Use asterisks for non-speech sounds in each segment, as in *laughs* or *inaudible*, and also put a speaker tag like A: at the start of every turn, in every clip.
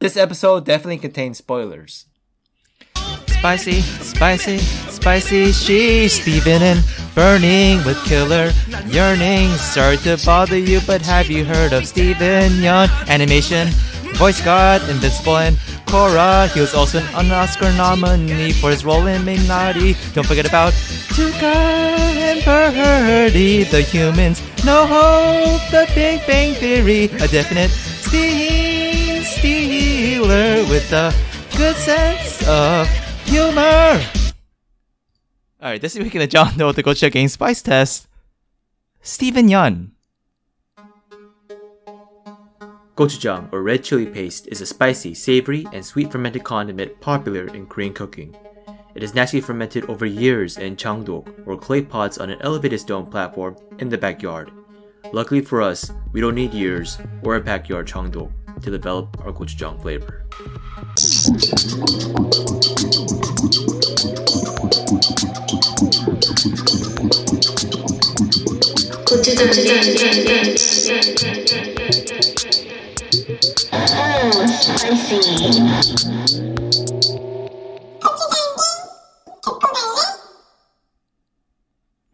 A: This episode definitely contains spoilers.
B: Spicy, spicy, spicy. She's Steven and burning with killer yearning. Sorry to bother you, but have you heard of Steven Yeun? Animation, voice god, invincible, and Korra. He was also an Oscar nominee for his role in Mingnauri. Don't forget about Tuka and Birdie, the humans. No hope, the Big Bang Theory. A definite Steve Stealer with a good sense of humor. All right, this week in the John Doe to go check Game Spice Test. Stephen Yun.
A: Gochujang, or red chili paste, is a spicy, savory, and sweet fermented condiment popular in Korean cooking. It is naturally fermented over years in changdok, or clay pots on an elevated stone platform in the backyard. Luckily for us, we don't need years or a backyard changdok to develop our gochujang flavor.
C: Oh, spicy.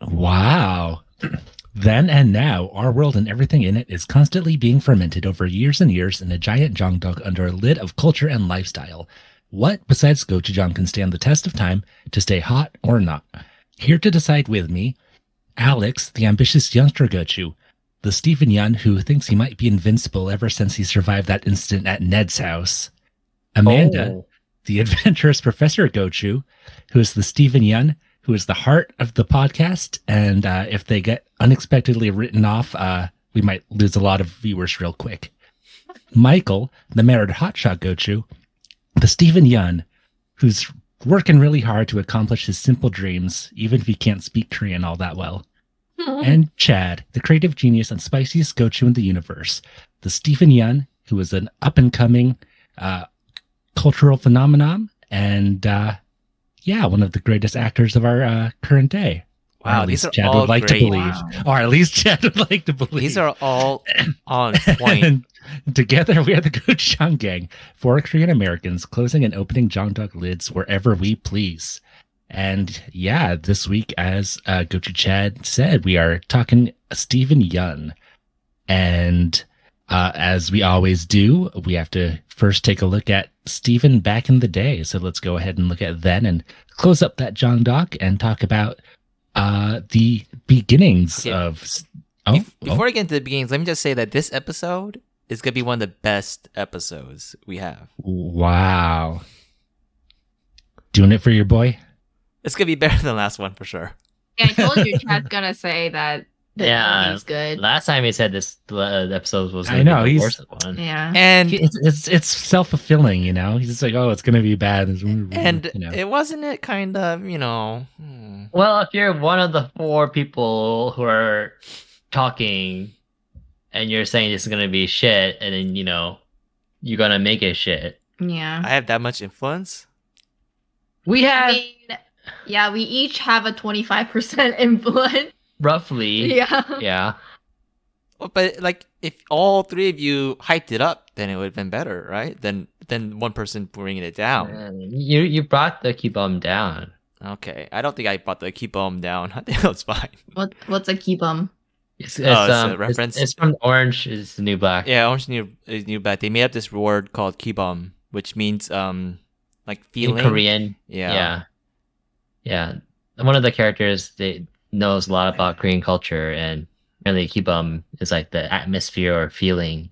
D: Wow. *clears throat* Then and now, our world and everything in it is constantly being fermented over years and years in a giant jongdok under a lid of culture and lifestyle. What besides gochujang can stand the test of time to stay hot or not? Here to decide with me, Alex, the ambitious youngster gochu, the Stephen Yun who thinks he might be invincible ever since he survived that incident at Ned's house, Amanda, the *laughs* adventurous Professor Gochu, who is the Stephen Yun, who is the heart of the podcast. And uh, if they get unexpectedly written off, uh, we might lose a lot of viewers real quick. Michael, the married hotshot Gochu, the Stephen Yun, who's working really hard to accomplish his simple dreams, even if he can't speak Korean all that well. And Chad, the creative genius and spiciest Gochu in the universe, the Stephen Yun, who is an up and coming uh, cultural phenomenon and uh, yeah, one of the greatest actors of our uh, current day. Or
B: Wow,
D: at
B: these
D: least
B: are
D: Chad
B: all
D: would like
B: great.
D: to believe, or at least Chad would like to believe.
B: These are
D: *laughs*
B: all on *laughs* point.
D: and together we are the Gochujang Gang, four Korean Americans closing and opening jongdok lids wherever we please. And yeah, this week, as uh, Gochu Chad said, we are talking Stephen Yun. And uh, as we always do, we have to first take a look at Stephen back in the day. So let's go ahead and look at then and close up that jongdok and talk about uh, the beginnings
B: Okay.
D: of. S- Oh,
B: Bef- Before I get into the beginnings, let me just say that this episode is going to be one of the best episodes we have.
D: Wow. Doing it for your boy?
B: It's going to be better than the last one for sure.
E: Yeah, I told you Chad's gonna say
F: *laughs*
E: that. that
F: Yeah.
E: he's good.
F: Last time he said this uh, episode was.
D: I know,
F: gonna be the
D: he's-
F: worst one.
E: Yeah.
B: And
D: It's it's, it's self fulfilling, you know. He's just like, oh, it's gonna be bad,
B: and
D: you know.
B: it wasn't it kind of, you know, hmm.
F: Well, if you're one of the four people who are talking, and you're saying this is gonna be shit, and then you know you're gonna make it shit.
E: Yeah.
B: I have that much influence.
F: We
E: I
F: have
E: mean, yeah, we each have a *laughs* 25% influence.
F: roughly,
E: Yeah.
F: yeah.
B: Well, But like, if all three of you hyped it up, then it would have been better, right? Than than one person bringing it down.
F: Man, You you brought the Kibum down.
B: Okay, I don't think I bought the keep them down. *laughs* I think it was fine.
E: What, what's a kibum?
F: It's,
B: Oh, it's a
F: um, it's-
B: reference.
F: It's, from Orange is the New Black.
B: Yeah, Orange New is New Bad. They made up this word called kibom, which means um, like
F: in
B: feeling.
F: Korean.
B: Yeah.
F: yeah, yeah. One of the characters that knows a lot about Korean culture, and really kibum is like the atmosphere or feeling.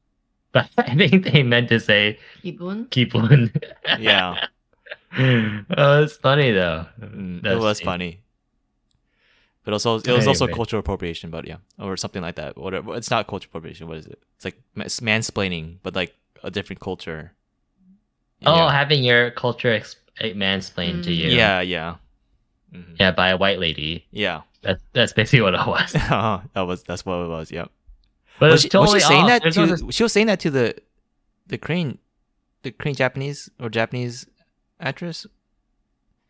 F: *laughs* But I think they meant to say
E: Kibun?
F: kibun.
B: *laughs* Yeah.
F: *laughs* oh, it's funny though.
B: Mm, it
F: That's-
B: was funny. But also, it was also
F: Anyway.
B: cultural appropriation, but yeah, or something like that. Whatever. It's not cultural appropriation. What is it? It's like ma- it's mansplaining, but like a different culture.
F: Oh,
B: yeah.
F: having your culture ex- mansplained to you.
B: yeah, yeah, Mhm.
F: yeah, by a white lady.
B: yeah. *laughs*
F: That's that's basically what it was.
B: that was that's what it was. Yep.
F: But
B: was
F: it's
B: she, was
F: totally
B: she saying
F: off.
B: that
F: There's
B: to
F: no such-
B: she was saying that to the the Korean the Korean Japanese or Japanese actress?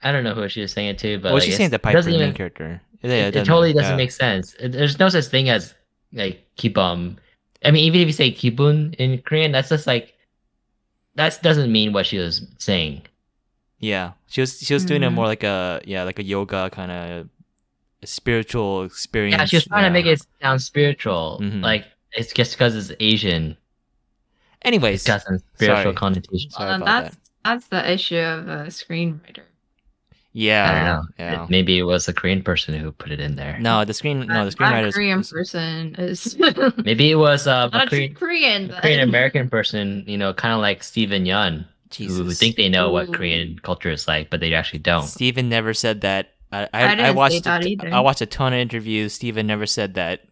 F: I don't know who she was saying it to, but
B: Well, was
F: like,
B: she
F: it's-
B: saying the
F: it
B: Piper,
F: doesn't
B: the main
F: even-
B: character?
F: it,
B: Yeah, uh,
F: it totally doesn't
B: yeah.
F: make sense. It- there's no such thing as like kibum. I mean, even if you say kibun in Korean, that's just like that doesn't mean what she was saying.
B: Yeah, she was she was doing it
E: Mhm.
F: Mm-hmm.
B: more like a yeah like a yoga kind of spiritual experience.
F: Yeah, she was trying
B: yeah.
F: to make it sound spiritual.
B: Mhm.
F: Like it's just because it's Asian,
B: Anyways,
F: it's got some spiritual
B: Sorry. Oh,
F: connotation.
B: sorry
E: Uh,
B: about
E: that's
B: that.
E: that's the issue of a screenwriter.
B: Yeah,
F: I don't know.
B: yeah.
F: Maybe it was a Korean person who put it in there.
B: No, the screen. No, the
E: That- that
B: screenwriters.
E: Korean person is *laughs* not
F: Maybe it was uh, a
E: a true
F: Korean,
E: Korean. but-
F: Korean American person, you know, kind of like Steven Yeun,
B: Jesus.
F: who think they know what
E: Ooh.
F: Korean culture is like, but they actually don't.
B: Steven never said that. I,
E: I
B: I,
E: didn't
B: I,
E: say
B: watched.
E: that
B: a-
E: either.
B: I watched a ton of interviews. Steven never said that.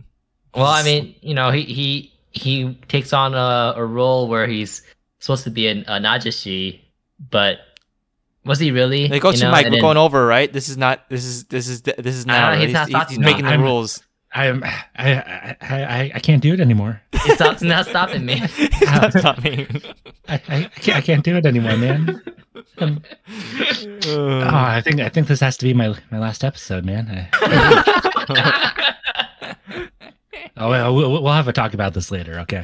F: Well, I mean, you know, he he he takes on a, a role where he's supposed to be an, a Najishi, but was he really?
B: They go
F: you
B: to
F: know?
B: Mike.
F: And
B: We're going
F: then-
B: over, right? This is not. This is this is this is
F: I don't
B: now.
F: know, he's
B: He's,
F: not
B: he's-
F: talking
B: he's
F: about
B: making
D: it.
B: the
F: *laughs*
B: rules. *laughs*
D: I am. I, I I I can't do it anymore.
F: It's not, it's not stopping
B: *laughs*
F: me. *laughs*
B: Stop stopping.
D: I I, I, can't, I can't do it anymore, *laughs* man. Um, oh, I think I think this has to be my my last episode, man. I, oh, well, we'll we'll have a talk about this later. Okay.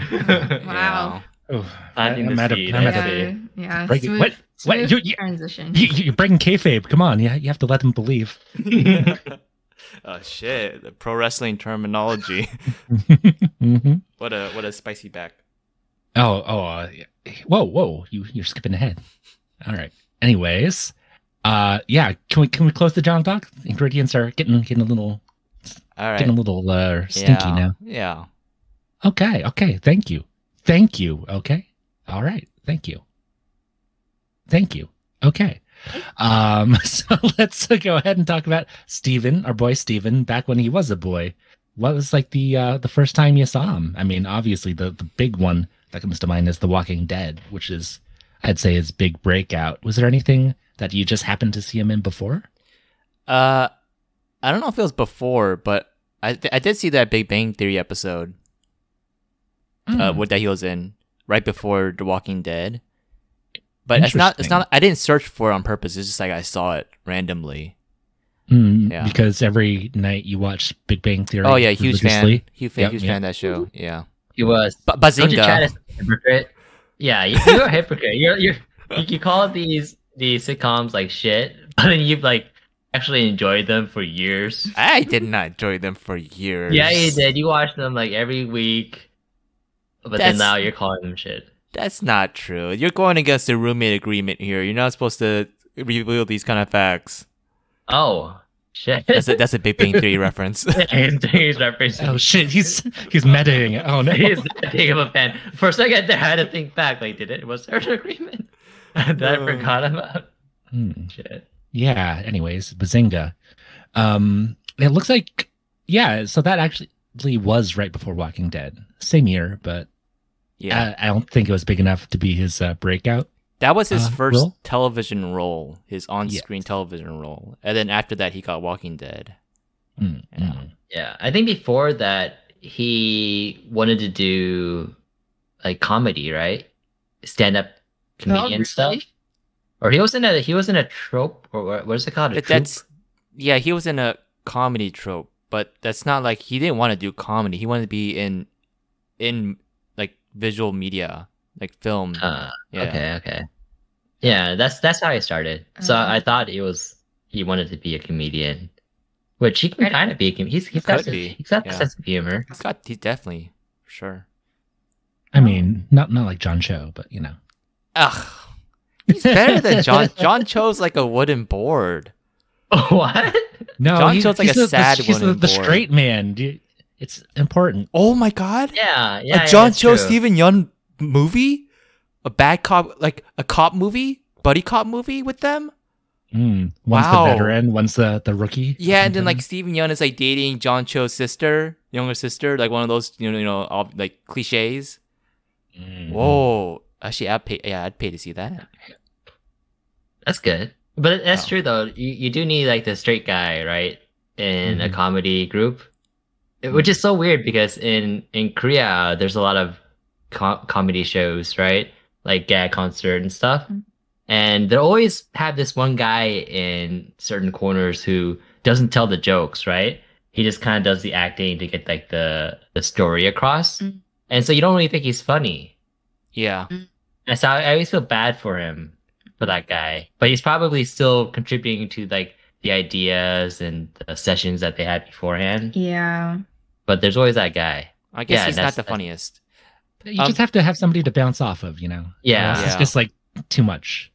E: *laughs* Wow.
D: Oh, I,
F: Planting
D: am
F: the
D: at a,
F: seed,
D: I'm
F: I
D: at a,
F: see.
E: Yeah, yeah.
D: Break it.
E: smooth,
D: What? What?
E: smooth
D: You- you-
E: transition.
D: you, you- you're breaking kayfabe. Come on, yeah, you have to let them believe. *laughs*
B: Yeah. *laughs* oh shit! The pro wrestling terminology. *laughs*
D: hmm
B: What a what a spicy back.
D: Oh, oh, uh, whoa, whoa, you you're skipping ahead. All right. Anyways, uh, yeah, can we can we close the John Doc? Ingredients are getting getting a little
B: All right.
D: getting a little uh, stinky
B: yeah.
D: now.
B: Yeah.
D: Okay, okay, thank you, thank you. Okay, all right, thank you, thank you. Okay, um, *laughs* so let's go ahead and talk about Steven, our boy Steven, back when he was a boy. What was like the uh, the first time you saw him? I mean, obviously the the big one that comes to mind is The Walking Dead, which is I'd say his big breakout. Was there anything that you just happened to see him in before?
B: Uh, I don't know if it was before, but I th- I did see that Big Bang Theory episode
D: Mm.
F: Hmm.
B: uh, what that he was in right before The Walking Dead. But it's not. It's
D: Interesting.
B: not. I didn't search for it on purpose. It's just like I saw it randomly.
D: Mm,
B: yeah.
D: Because every night you watch Big Bang Theory.
B: Oh yeah, huge fan.
D: religiously.
B: Huge fan.
D: Yep,
B: huge
D: yep.
B: fan of that show. Yeah.
F: He was.
B: But
F: Don't you try
B: Bazinga.
F: to hypocrite? Yeah, you, you're a hypocrite. You're you're you, you call these these sitcoms like shit, *laughs* but then you've like actually enjoyed them for years.
B: I did not enjoy them for years.
F: Yeah, you did. You watched them like every week, but
B: That's-
F: then now you're calling them shit.
B: That's not true. You're going against the roommate agreement here. You're not supposed to reveal these kind of facts.
F: Oh shit!
B: That's a, that's a Big
F: *laughs*
B: Bang Theory reference.
F: he's, he's referencing. *laughs*
D: Oh shit, he's he's metaing it. Oh no.
F: he's that big of a fan. For a second, there, I had to think back. Like, did it? Was there an agreement *laughs* that I
B: Oh.
F: forgot about?
D: Hmm.
F: Shit.
D: Yeah. Anyways, Bazinga. Um, it looks like yeah. So that actually was right before Walking Dead, same year, but
B: Yeah,
D: I, I don't think it was big enough to be his uh, breakout.
B: that was his
D: uh,
B: first
D: Will?
B: television role, his on-screen television role, and then after that, he got Walking Dead.
D: Mm,
B: Yeah.
D: mm.
F: Yeah, I think before that he wanted to do like comedy, right? Stand up
B: Oh,
F: comedian
E: really?
F: stuff. Or he was in a he was in a trope or what, what is it called? A
B: But
F: troupe?
B: that's yeah, he was in a comedy trope, but that's not like he didn't want to do comedy. He wanted to be in in like visual media, like film.
F: uh,
B: yeah.
F: okay, okay. Yeah, that's that's how he started. So
E: Uh-huh.
F: I thought he was he wanted to be a comedian, which he can kind of be. a com- He's he's got
B: Could
F: sen-
B: be,
F: he's got
B: yeah.
F: a sense
B: *laughs*
F: of humor.
B: He's got he definitely for sure.
D: I mean, not not like John Cho, but you know.
B: Ugh, *laughs* he's better
D: *laughs*
B: than John. John Cho's like a wooden board.
F: *laughs* what?
D: No,
B: John
D: he-
B: Cho's like
D: he's
B: a
D: the- the-
B: sad
D: he's the,
B: one
D: the
B: and bored.
D: straight man. dude. It's important.
B: Oh my god,
F: Yeah, yeah.
B: a John Cho
F: Cho
B: Stephen Young movie, a bad cop like a cop movie, buddy cop movie with them.
D: Mm. One's
B: Wow.
D: the veteran, one's the the rookie. Hmm.
B: Yeah,
F: Mm-hmm.
B: and then
D: something.
B: like Stephen Young is like dating John Cho's sister, younger sister, like one of those you know you know all, like cliches.
F: Mm-hmm.
D: Mm.
B: Whoa, actually, I'd pay. Yeah, I'd pay to see that.
F: That's good. But that's
B: Oh.
F: true though. You you do need like the straight guy, right? In a
D: Mhm.
F: comedy group. It- Which is so weird because in in Korea there's a lot of co- comedy shows, right? Like gag concert and stuff.
E: Mhm.
F: And they always have this one guy in certain corners who doesn't tell the jokes, right? He just kind of does the acting to get like the the story across.
E: Mhm.
F: And so you don't really think he's funny.
B: Yeah,
F: And so I, I always feel bad for him, for that guy. But he's probably still contributing to like the ideas and the sessions that they had beforehand.
E: Yeah.
F: But there's always that guy.
B: I guess
F: Yeah,
B: he's not
F: that's-
B: the funniest.
D: You
B: Um,
D: just have to have somebody to bounce off of, you know?
F: Yeah.
D: It's
B: Yeah.
D: just like too much.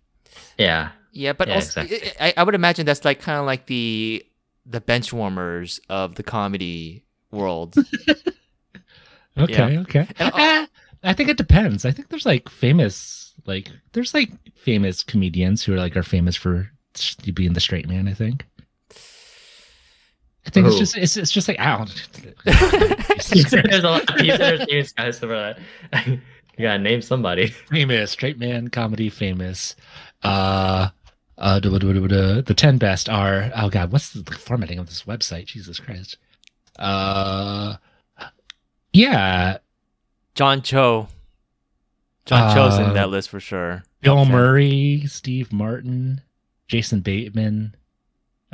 F: Yeah.
B: Yeah, but
F: Yeah,
B: also,
F: exactly.
B: I, I would imagine that's like kind of like the the bench warmers of the comedy
F: *laughs*
B: world.
D: Okay, okay.
B: And al-
D: Ah, I think it depends. I think there's like famous, like there's like famous comedians who are like are famous for s- being the straight man. I think. I think it's
F: Who?
D: just it's, it's just like out.
B: *laughs*
F: there's a lot there's news guys over that. *laughs* you gotta name somebody.
D: famous straight man comedy famous. Uh, uh, duh, duh, duh, duh, duh. the ten best are oh god, what's the formatting of this website? Jesus Christ. Uh, yeah,
B: John Cho. John Cho's in
D: Uh,
B: that list for sure.
D: Bill
B: Okay.
D: Murray, Steve Martin, Jason Bateman.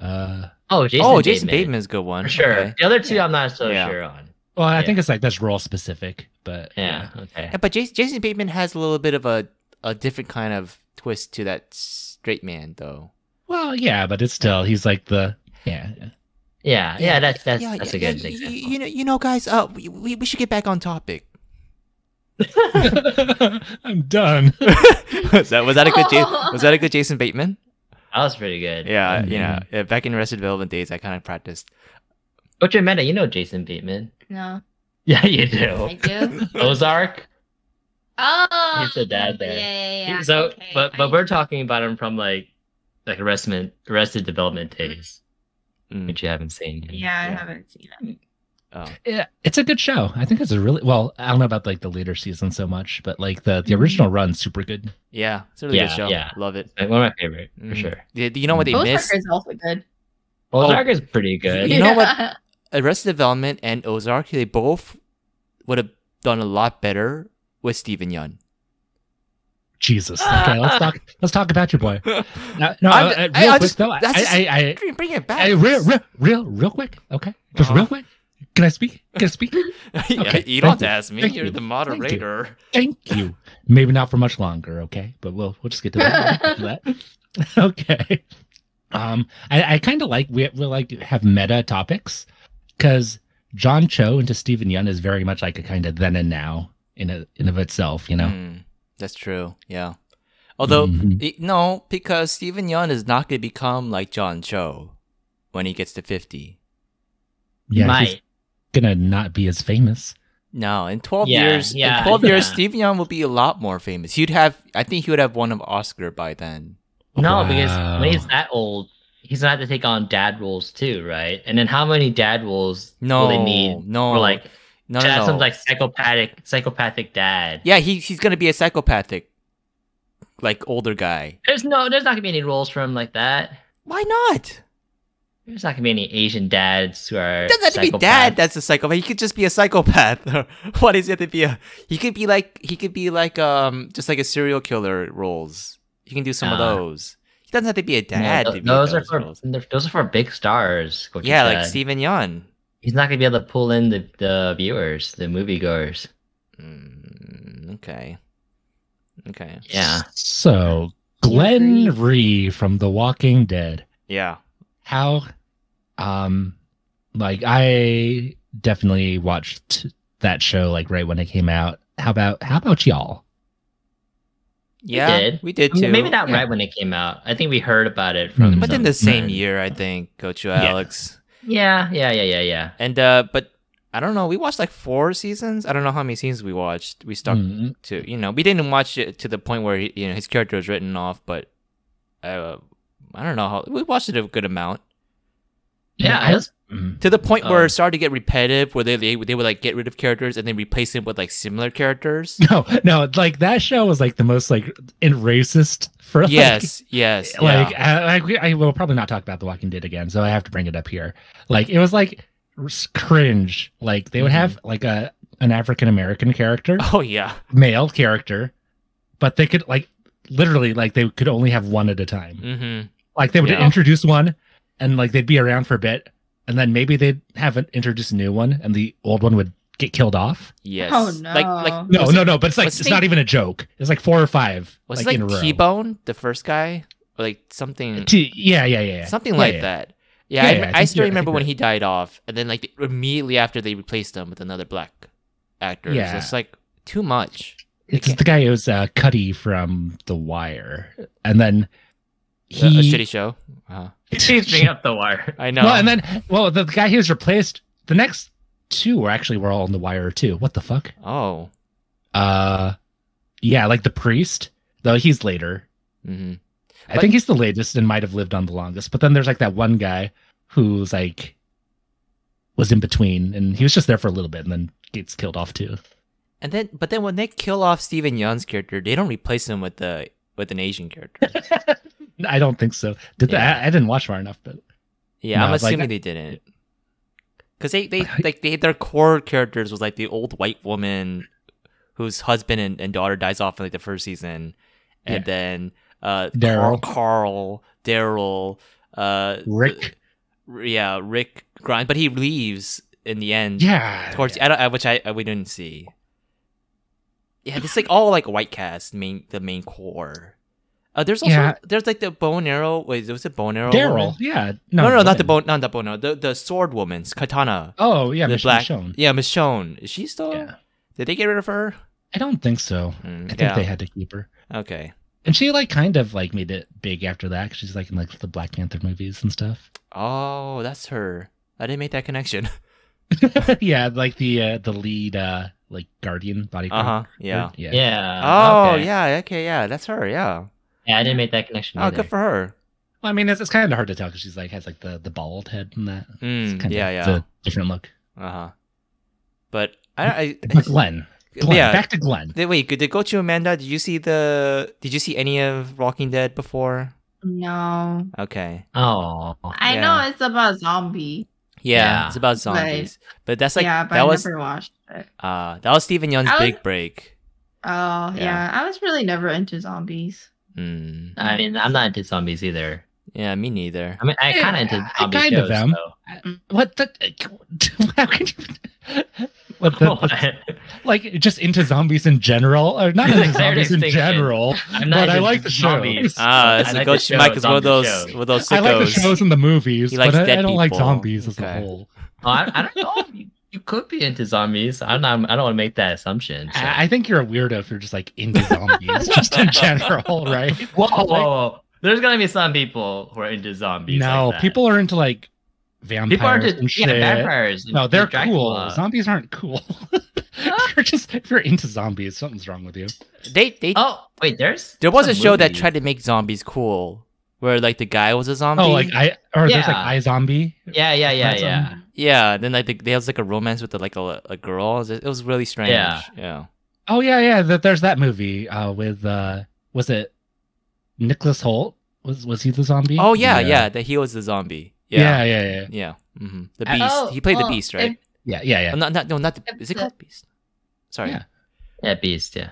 D: Uh,
F: Oh, Jason
B: oh,
F: Bateman.
B: Jason Bateman's a good one.
F: For sure.
B: Okay.
F: The other two I'm not so
B: Yeah.
F: sure on.
D: well, I
F: Yeah.
D: think it's like that's role specific, but uh,
F: Yeah. Okay.
B: Yeah, but Jason, Jason Bateman has a little bit of a, a different kind of twist to that straight man, though.
D: Well, yeah, but it's still he's like the
F: *laughs*
D: yeah. *laughs* yeah.
F: Yeah. Yeah. That's that's
B: Yeah,
F: that's
B: yeah,
F: a good
B: yeah, y-
F: example.
B: y- You know, you know, guys. Uh, we, we we should get back on *laughs* topic.
D: I'm
F: *laughs*
D: done.
B: was that was that a good *laughs* Ja- was that a good Jason Bateman?
F: that was pretty good.
B: Yeah, you know, yeah, back in Arrested Development days, I kind of practiced.
F: What's your meta? You know Jason Bateman. *laughs*
E: No,
F: Yeah, you
E: I
F: do. *laughs*
E: do.
F: Ozark.
E: Oh,
F: He's the dad there.
E: Yeah, yeah, yeah.
F: So,
E: okay,
F: but but
E: I-
F: we're talking about him from like like Arrested Arrested Development days,
B: Mm,
F: which you haven't seen. yet.
E: Mm-hmm. Yeah, I
B: Yeah.
E: haven't seen it.
B: oh.
D: Yeah, it's a good show. I think it's a really well. I don't know about like the later season so much, but like the the original
B: Mm.
D: run's super good.
B: Yeah, it's a really good
F: Yeah,
B: show.
F: yeah.
B: Love it.
F: Like, one of my favorite for
B: Mhm.
F: sure.
B: Yeah, do you know what they
E: Ozark
B: missed?
E: is also good.
F: Ozark is pretty good.
E: *laughs*
F: *laughs*
B: You know what-
E: Yeah.
B: Arrested Development and Ozark, they both would have done a lot better with Steven
F: *laughs*
B: Yeun.
D: Jesus. Okay, let's talk.
B: *laughs*
D: Let's talk about your boy. No, no
B: I'm-
D: uh,
B: I-
D: real
B: I
D: quick
B: just-
D: though. I,
B: that's just-
D: I, I,
B: Bring bring it back.
D: I, real, real, real, real quick. Okay, just
B: Uh-huh.
D: real quick. Can I speak? Can I speak?
B: *laughs* Yeah,
D: Okay,
B: you don't have
D: thank
B: to
D: you,
B: ask me.
D: thank
B: You're
D: you,
B: the
D: thank you.
B: moderator.
D: Thank you. Maybe not for much longer, okay? But we'll we'll just get to that. We'll get to that. Okay. Um, I, I kind of like we we like to have meta topics because John Cho into Stephen Yun is very much like a kind of then and now in a, in of itself, you know.
B: Mm, that's true. Yeah. Although
F: Mm.
D: Mhm.
B: i- no, because Steven Yeun is not going to become like John Cho when he gets to fifty.
D: yeah, he's
F: Might.
D: gonna not be as famous.
B: No, in twelve
F: Yeah,
B: years, in
F: yeah,
B: twelve
F: *laughs*
B: years,
F: yeah.
B: Steven Yeun will be a lot more famous. He'd have, I think, he would have won an Oscar by then.
F: No, because when he's
D: Wow.
F: that old, he's gonna have to take on dad roles too, right? And then how many dad roles
B: No,
F: will they need?
B: no,
F: Or like
B: no,
F: to
B: no,
F: have
B: no.
F: some like psychopathic psychopathic dad.
B: yeah, he, he's gonna be a psychopathic, like older guy.
F: There's no there's not gonna be any roles for him like that.
B: Why not?
F: There's not gonna be any Asian dads who are
B: It doesn't have to be dad that's a psychopath. He could just be a psychopath. *laughs* what is it to be a? He could be like he could be like um just like a serial killer roles. He can do some of
F: Ah.
B: those. He doesn't have to be a
F: No,
B: dad
F: tho-
B: to be
F: those,
B: those
F: are for
B: roles.
F: they're- those are for big stars. Kochi
B: Yeah, like
F: said.
B: Steven Yeun.
F: he's not gonna be able to pull in the, the viewers, the moviegoers.
B: Mm, okay. Okay.
F: Yeah,
D: So Glenn Ree from The Walking Dead.
B: Yeah.
D: how um like i definitely watched that show like right when it came out how about how about y'all
B: Yeah.
F: did.
B: We did
F: I mean,
B: too. Hmm.
F: maybe not
D: Yeah.
F: right when it came out. I think we heard about it from.
B: But in
F: some-
B: the same year, I think, Coach
D: Yeah.
B: Alex.
F: Yeah, yeah, yeah, yeah, yeah.
B: And uh but I don't know, we watched like four seasons. I don't know how many seasons we watched. We stuck
D: Mm,
B: to you know we didn't watch it to the point where he, you know his character was written off but uh, i don't know how we watched it a good amount
F: Yeah,
D: I-
F: I
B: *laughs*
F: was- *laughs*
D: mm.
B: to the point where
F: Oh.
B: it started to get repetitive where they, they they would like get rid of characters and then replace them with like similar characters
D: no no like that show was like the most like in racist for *laughs* like,
B: yes yes
D: *laughs* like
B: yeah.
D: I, I, I will probably not talk about the walking dead again so i have to bring it up here like it was like r- cringe like they would have like a an african american character
B: Mm-hmm. oh yeah
D: male character but they could like literally like they could only have one at a time
B: mm-hmm
D: Like they would
B: Yeah.
D: introduce one, and like they'd be around for a bit, and then maybe they'd have an, introduce a new one, and the old one would get killed off?
B: Yes.
E: Oh,
B: Like
E: no.
B: like
D: No,
B: was
D: no,
B: it-
D: no. But it's like
B: was
D: it's
B: it-
D: not even a joke. It's like four or five.
B: Was
D: like
B: it
D: in a
B: like
D: row.
B: T Bone, the first guy, or like something
D: T- yeah, yeah, yeah, yeah.
B: something
D: Yeah,
B: like
D: yeah.
B: that. Yeah,
D: Yeah,
B: I,
D: yeah, I
B: I
D: think
B: still
D: you're- I
B: remember when
D: think you're-
B: he died off, and then like they- immediately after they replaced him with another black actor.
D: Yeah.
B: so it's like too much.
D: It's the guy who's uh, Cuddy from The Wire, and then
B: A- a
D: he.
B: shitty show. Uh,
F: She's bringing up the wire.
B: I know.
D: Well, and then well, the, the guy he was replaced. The next two were actually were all on The Wire too. What the fuck?
B: oh,
D: Uh, yeah, like the priest. Though he's later.
B: hmm
D: I think he's the latest and might have lived on the longest. But then there's like that one guy who's like was in between, and he was just there for a little bit, and then gets killed off too.
B: and then but then when they kill off Steven Yeun's character, they don't replace him with the with an Asian character.
D: I don't think so. Did the-
B: Yeah.
D: I, I didn't watch far enough, but
B: Yeah, I'm
D: No, like-
B: assuming they didn't. Cause they, they like they their core characters was like the old white woman whose husband and, and daughter dies off in like the first season. And
D: Yeah.
B: then uh Carl,
D: Daryl.
B: Carl Daryl, uh
D: Rick.
B: r- yeah, Rick Grind but he leaves in the end.
D: Yeah.
B: Towards I don't I, which I, I we didn't see. Yeah, it's like all like white cast main the main core. Uh, there's also
D: Yeah.
B: there's like the bone arrow. Wait, was it bone arrow? woman?
D: Daryl. Yeah.
B: No, no, not the bone,
D: Glenn.
B: not the bone. No, the the sword woman's katana.
D: Oh yeah,
B: the
D: Michelle Michonne.
B: Yeah, Michonne. Is she still?
D: Yeah.
B: Did they get rid of her?
D: I don't think so.
B: Mm,
D: I think
B: yeah.
D: they had to keep her,
B: Okay.
D: and she like kind of like made it big after that. 'cause she's like in like the Black Panther movies and stuff. *laughs*
B: Oh, that's her. I didn't make that connection.
D: yeah, like the uh, the lead uh like guardian
B: Uh
D: bodyguard.
B: huh. *laughs* Yeah.
D: Yeah.
F: Yeah.
B: Oh
F: okay.
B: yeah. Okay. Yeah. That's her. Yeah.
F: Yeah, I didn't make that connection.
B: Oh,
F: either.
B: good for her.
D: Well, I mean, it's, it's kind of hard to tell because she's like has like the, the bald head and that. It's
B: Mm,
D: kinda-
B: yeah.
D: it's
B: Yeah.
D: a different look.
B: Uh huh. But I.
D: But
B: I
D: Glenn, Glenn,
B: yeah.
D: back to Glenn.
B: Did- wait. Did they go to Amanda? Did you see the? Did you see any of Walking Dead before?
E: No.
B: Okay.
F: Oh.
E: I
B: Yeah.
E: know it's about zombie.
B: Yeah.
F: Yeah.
B: It's about
E: But-
B: zombies. But that's like
E: yeah, but
B: that
E: I
B: was
E: never watched it.
B: uh that was Stephen Young's
E: I was-
B: big break.
E: Oh yeah. I was really never into zombies.
B: Mm.
F: I mean, I'm not into zombies either.
B: Yeah, me neither.
F: I mean, I
D: Yeah,
F: kind of into
D: I
F: zombie
D: kind of
F: shows,
D: am.
F: though. *laughs*
D: What the? *laughs* How can you? What the? like just into zombies in general, or not into
F: There's a clear
D: zombies in
F: distinction.
D: general.
F: I'm not
D: but I
F: into
D: like the
F: zombies.
D: shows.
B: Ah, it's
F: I
B: a
F: like
B: good-
F: the show,
B: Mike is one of
F: zombie
B: those
F: show.
B: one of those
D: I like the
B: sickos.
D: shows and the movies,
B: He likes
D: but I, I
B: dead
D: don't like
B: people.
D: zombies as
B: Okay.
D: a whole.
F: Oh, I, I don't know. if You, you could be into zombies. I'm not. I don't want to make that assumption. so.
D: I, I think you're a weirdo if you're just like into zombies, just in general, right?
F: *laughs* whoa, whoa, whoa! There's gonna be some people who are into zombies.
D: No,
F: like that.
D: people are into like vampires
F: People are into
D: and
F: yeah,
D: shit.
F: vampires.
D: No,
F: and
D: they're
F: Dracula.
D: cool. Zombies aren't cool. *laughs* if you're just if you're into zombies, something's wrong with you.
B: They they
F: Oh wait, there's
B: there was a
F: some
B: show that
F: movie.
B: tried to make zombies cool, where like the guy was a zombie.
D: Oh, like I or there's like
F: Yeah.
D: I Zombie.
F: Yeah, yeah, yeah,
D: That's,
F: yeah.
D: um,
B: yeah. Then like the, there was like a romance with like a, a girl. It was- It was really strange.
F: Yeah.
B: yeah.
D: Oh yeah, yeah. That there's that movie uh, with uh, was it Nicholas Holt? Was was he the zombie?
B: Oh yeah, yeah.
D: yeah.
B: That he was the zombie. Yeah,
D: Yeah, yeah, yeah, yeah,
B: yeah. hmm The
D: Uh,
B: beast.
E: Oh,
B: he played
F: oh,
B: the beast, right?
D: yeah, yeah. yeah. *laughs*
B: Oh, not, not, no, not the. Is it
E: If
B: called beast? Sorry.
D: Yeah.
F: Yeah, Beast. Yeah.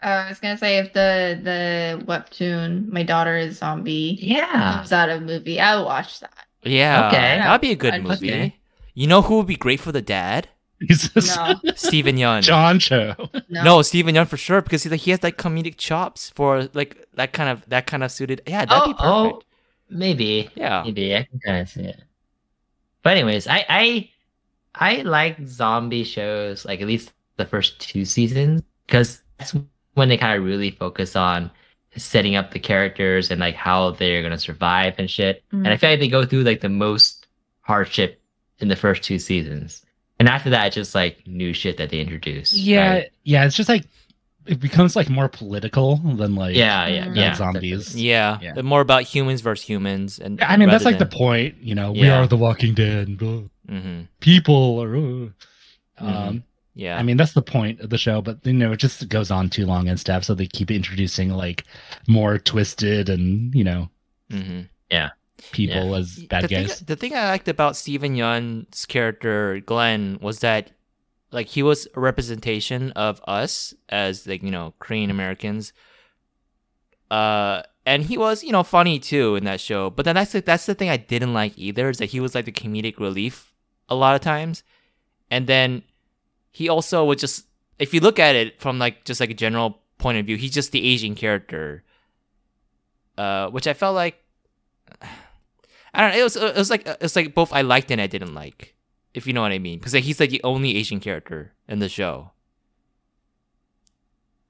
E: uh, I was gonna say if the the webtoon, my daughter is zombie,
F: Yeah.
E: comes out of movie, I would
B: *laughs*
E: watch that.
B: Yeah.
F: Okay.
B: That'd be a good
E: I'd-
B: movie.
F: okay.
B: You know who would be great for the dad?
D: Jesus.
E: *laughs* No,
B: Steven Yeun.
D: John Cho.
E: no.
B: No, Steven Yeun for sure because he's like he has like comedic chops for like that kind of that kind of suited. Yeah, that'd be
F: Oh,
B: perfect.
F: oh, maybe.
B: Yeah.
F: Maybe I can kind of see it. But anyways, I I I like zombie shows like at least the first two seasons because that's when they kind of really focus on setting up the characters and like how they're gonna survive and shit. And I feel like they go through like the most hardship in the first two seasons. And after that, it's just like new shit that they introduce.
D: Yeah,
F: right?
D: yeah. It's just like it becomes like more political than like
F: yeah, yeah,
E: Mm.
D: than
F: yeah.
D: zombies.
B: Yeah.
D: Yeah.
B: but More about humans versus humans, and
D: I mean that's
B: rather
D: like the
B: than-
D: point. You know, we
B: Yeah.
D: are the Walking Dead. blah.
B: Mhm.
D: People are. uh. Um,
B: Yeah.
D: I mean, that's the point of the show, but you know, it just goes on too long and stuff. So they keep introducing like more twisted and you know
B: hmm
D: people as bad
B: the
D: guys.
B: Thing, the thing I liked about Steven Yeun's character Glenn was that, like, he was a representation of us as like you know Korean Americans. Uh, and he was you know funny too in that show. But then that's the, that's the thing I didn't like either is that he was like the comedic relief a lot of times, and then he also would just if you look at it from like just like a general point of view, he's just the Asian character. Uh, which I felt like I don't know. It was it was like it's like both I liked and I didn't like, if you know what I mean. Because like, he's like the only Asian character in the show.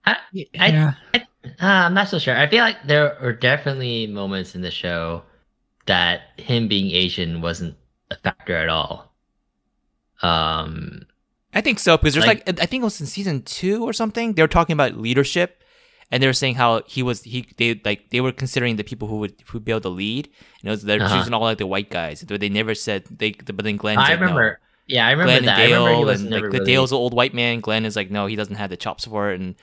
F: I- Uh, I'm not so sure. I feel like there are definitely moments in the show that him being Asian wasn't a factor at all. Um,
B: I think so because there's like,
F: Like-
B: I think it was in season two or something. They were talking about leadership, and they were saying how he was he they like they were considering the people who would who would be able to lead, and it was they're
F: Uh-huh.
B: choosing all like the white guys. But they never said they. But then Glenn.
F: I
B: said no.
F: remember. Yeah, I remember
B: Glenn
F: that.
B: and Dale,
F: I remember he was
B: and like
F: never
B: the
F: really-
B: Dale's an old white man. Glenn is like, no, he doesn't have the chops for it, and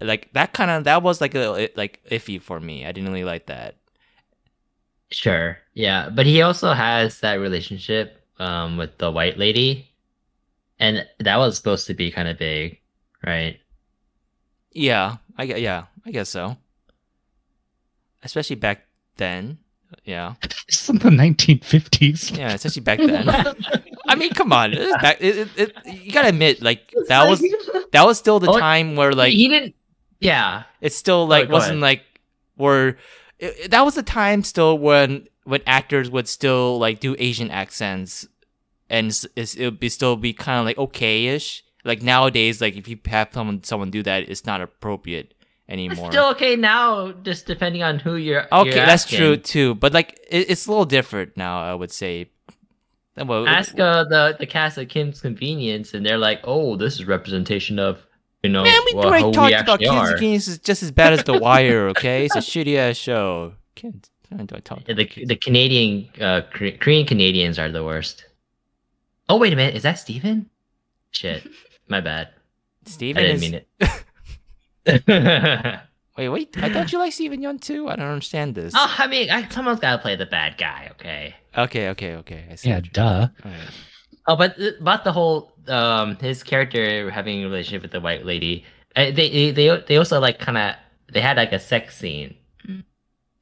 B: like that kind of that was like a like iffy for me. I didn't really like that.
F: Sure. Yeah, but he also has that relationship um, with the white lady, and that was supposed to be kind of big, right?
B: Yeah, I gue- yeah, I guess so. Especially back then. Yeah,
D: *laughs* It's from the 1950s.
B: yeah, especially back
F: *laughs*
B: then. I mean, come on, it is back, it, it, it, you gotta admit, like that was
F: *laughs*
B: that was still the
F: Oh,
B: time where like
F: he didn't. Yeah,
B: it's still like
F: go
B: wasn't
F: ahead.
B: like where it, it- that was the time still when when actors would still like do Asian accents and s- it's, it would be still be kind of like okay-ish. Like nowadays, like if you have someone someone do that, it's not appropriate
F: it's
B: anymore.
F: still okay now, just depending on who you're.
B: okay,
F: you're
B: that's
F: asking.
B: true too, but like it, it's a little different now. I would say. Uh, Well,
F: Ask uh, the the cast of Kim's Convenience, and they're like, "Oh, this is representation of you know
B: Man, we
F: wha-
B: already
F: how
B: talked
F: we
B: about
F: actually
B: Kids
F: are."
B: Games is just as bad as
F: *laughs*
B: The Wire, okay? It's a shitty ass show. Can't, why do I talk?
F: Yeah, The the Canadian uh, Kore- Korean Canadians are the worst. Oh wait a minute, is that Steven? Shit,
B: *laughs*
F: my bad.
B: Steven
F: I didn't
B: is.
F: mean it. *laughs*
B: Wait, wait. I thought you liked Steven Yeun too. I don't understand this.
F: oh, I mean, I, someone's got to play the bad guy, okay?
B: Okay, okay, okay. I see.
D: Yeah,
B: what you-
D: duh.
B: alright.
F: Oh, but but the whole um his character having a relationship with the white lady. uh, They they they, they also like kind of they had like a sex scene,
E: Mm.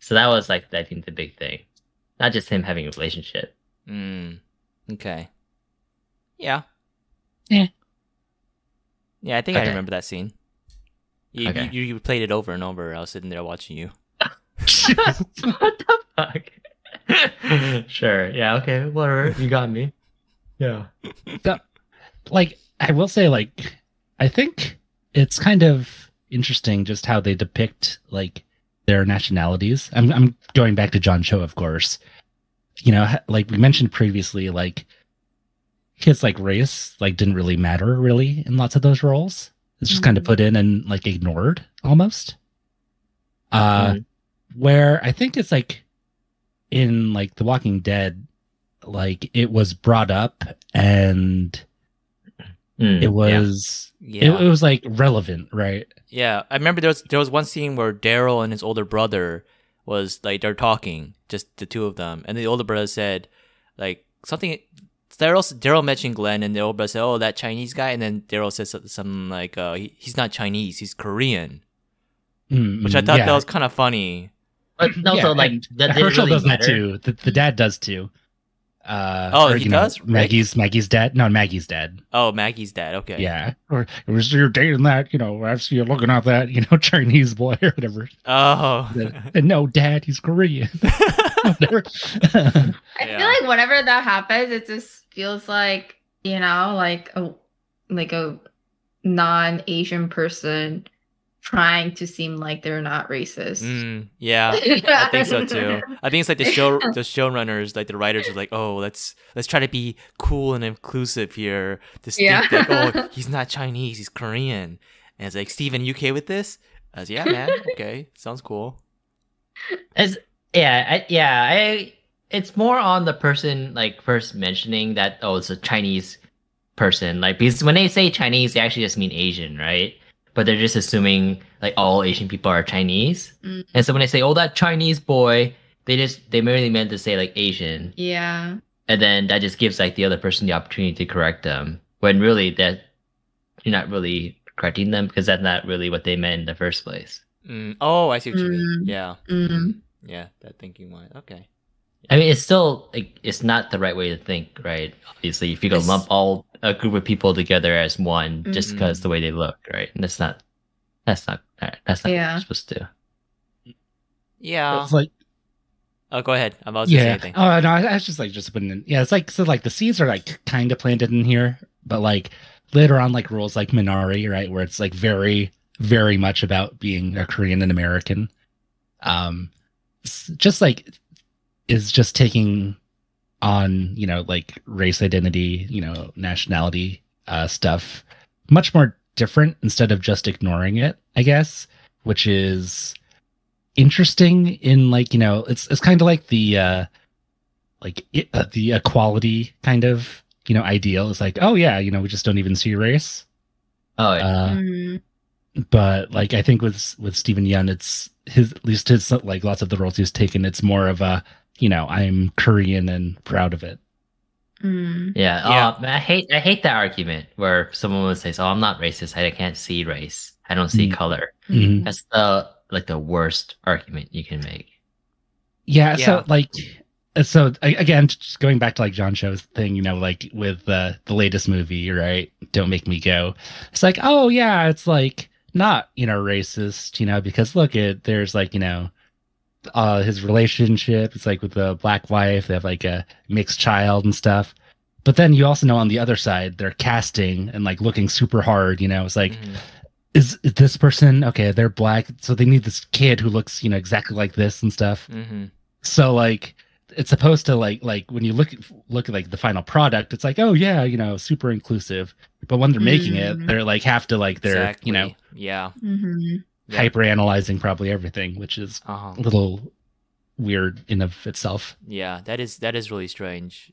F: so that was like I think the big thing, not just him having a relationship. *laughs*
B: Mm, okay. Yeah.
D: Yeah.
B: Yeah, I think I
F: Okay.
B: remember that scene. You,
F: Okay.
B: you you played it over and over. I was sitting there watching you.
F: what the fuck? *laughs* sure. Yeah. Okay. Whatever. You got me. Yeah.
D: like I will say, like I think it's kind of interesting just how they depict like their nationalities. I'm I'm going back to John Cho, of course. You know, ha- like we mentioned previously, like his like race like didn't really matter really in lots of those roles. It's just kind of
E: Mhm.
D: put in and like ignored almost. Uh,
F: Mhm.
D: where I think it's like in like The Walking Dead, like it was brought up and
F: Mm.
D: it was
B: Mm-hmm. Yeah.
D: it, it was like relevant right
B: Yeah, I remember there was there was one scene where Daryl and his older brother was like they're talking, just the two of them, and the older brother said like something. Daryl Daryl mentioned Glenn, and the older brother said, "Oh, that Chinese guy," and then Daryl said so- something like, uh, he, "He's not Chinese, he's Korean,"
D: Mm,
B: which I
D: mm,
B: thought
D: yeah.
B: that was kind of funny.
F: But
D: Yeah,
F: also, like,
D: and
F: that didn't
D: herschel
F: really
D: does that
F: matter.
D: too the, the dad does too uh
B: Oh,
D: or,
B: he
D: you know,
B: does? Right.
D: maggie's maggie's dad no maggie's dad
B: Oh, Maggie's dad. Okay.
D: yeah or it was you're dating that you know i see you looking at that you know *laughs* chinese boy or
B: *laughs*
D: whatever
B: Oh.
D: and no dad he's korean *laughs* Whatever.
E: I
B: Yeah.
E: feel like whenever that happens, it just feels like you know, like a like a non-Asian person trying to seem like they're not racist.
B: *laughs*
E: *laughs*
B: Mm, yeah. I think so too. I think it's like the show the showrunners, like the writers are like, oh, let's let's try to be cool and inclusive here. Distinct,
E: Yeah.
B: like, oh, he's not Chinese, he's Korean. And it's like, Steven, you okay with this? I was yeah, man, okay. Sounds cool.
F: It's, yeah. I, yeah. I. It's more on the person, like, first mentioning that. Oh, it's a Chinese person. Like, because when they say Chinese, they actually just mean Asian, right? But they're just assuming like all Asian people are Chinese.
E: Mm.
F: And so when they say, "Oh, that Chinese boy," they just they merely meant to say like Asian.
E: Yeah.
F: and then that just gives like the other person the opportunity to correct them when really that you're not really correcting them because that's not really what they meant in the first place
B: Mm, oh, I see what you mean.
E: Mm.
B: Yeah.
E: Mm.
B: Yeah, that thinking wise. Okay.
F: I mean, it's still like, it's not the right way to think, right? Obviously, if you go
E: It's- Mm-hmm.
F: lump all a group of people together as one just
B: Mhm.
F: because the way they look, right? And that's not that's not uh, that's not what
E: Yeah.
F: you're supposed to do.
B: Yeah.
D: *laughs* It's like
B: Oh, go ahead. I'm about to say
D: yeah.
B: anything.
D: Oh no, I, I was just like just putting in. Yeah, it's like so like the seeds are like kind of planted in here, but like later on, like rules like Minari, right, where it's like very very much about being a Korean and American. Um, s- just like is just taking on you know like race identity, you know nationality uh, stuff, much more different instead of just ignoring it, I guess, which is interesting in like you know it's it's kind of like the uh like it, uh, the equality kind of you know ideal is like oh yeah you know we just don't even see race
F: Oh,
D: uh,
E: Mm.
D: but like i think with with stephen yun it's his at least his like lots of the roles he's taken it's more of a you know i'm korean and proud of it
E: Mm.
F: yeah.
B: Yeah.
F: Oh, man, I hate I hate that argument where someone would say, "Oh, I'm not racist. I can't see race. I don't see
D: Mm.
F: color."
D: Mhm.
F: That's the like the worst argument you can make.
D: yeah,
B: Yeah.
D: so like so a- again just going back to like john cho's thing you know like with uh, the latest movie right don't make me go it's like oh yeah it's like not you know racist you know because look at there's like you know uh his relationship it's like with the black wife they have like a mixed child and stuff but then you also know on the other side they're casting and like looking super hard you know it's like
B: Mhm.
D: is, is this person okay they're black so they need this kid who looks you know exactly like this and stuff
B: Mhm.
D: so like it's supposed to like like when you look at- look at like the final product it's like oh yeah you know super inclusive but when they're making it
E: Mm.
D: they're like have to like they're you know
B: Mm-hmm. Exactly. Yeah.
E: Mhm.
B: Yeah.
D: hyper analyzing probably everything which is
B: Uh-huh.
D: a little weird in of itself
B: Yeah, that is that is really strange.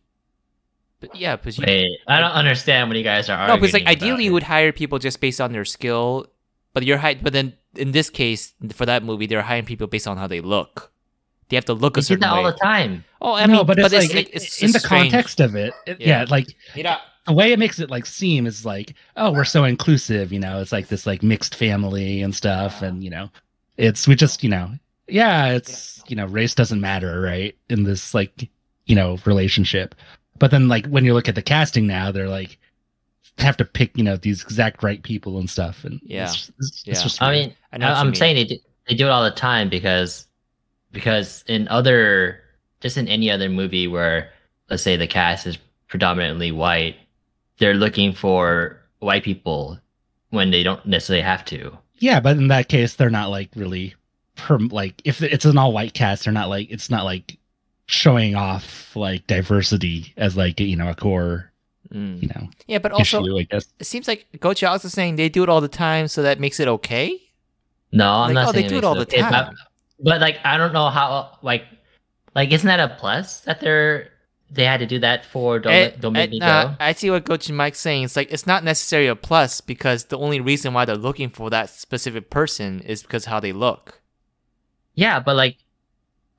B: But yeah, because you
F: Wait, I don't understand what you guys are
B: no,
F: arguing.
B: because like
F: about
B: ideally you
F: here.
B: would hire people just based on their skill, but you're hi- but then in this case for that movie they're hiring people based on how they look. They have to look
F: we
B: a
F: did
B: certain
F: that all
B: way.
F: the time.
B: Oh, I
D: no
B: mean,
D: but it's, like,
B: like,
D: it-
B: it's
D: in the
B: just strange.
D: context of it, it- yeah.
B: Yeah.
D: like
B: Yeah.
D: the way it makes it like seem is like oh we're so inclusive you know it's like this like mixed family and stuff and you know it's we just you know yeah it's you know race doesn't matter right in this like you know relationship but then like when you look at the casting now they're like have to pick you know these exact right people and stuff and
B: Yeah.
D: it's, it's,
B: Yeah.
D: it's just
F: I
D: weird.
F: mean,
B: I know
F: I
B: what
F: I'm
B: you mean.
F: saying they do, they do it all the time because because in other just in any other movie where let's say the cast is predominantly white, they're looking for white people when they don't necessarily have to.
D: yeah but in that case they're not like really perm like if it's an all white cast they're not like it's not like showing off like diversity as like you know a core
B: Mm.
D: you know
B: Yeah, but also
D: issue, I guess.
B: it seems like Coach Alex is saying they do it all the time, so that makes it okay.
F: No,
B: Like,
F: I'm not
B: oh, they
F: saying
B: do it
F: makes
B: all the
F: okay, but-
B: time.
F: But, like I don't know how like like isn't that a plus that they're they had to do that for don't,
B: Eh,
F: Let- don't make
B: eh,
F: me go?
B: nah, I see what Coach Mike's saying. It's like it's not necessarily a plus because the only reason why they're looking for that specific person is because how they look.
F: yeah, but like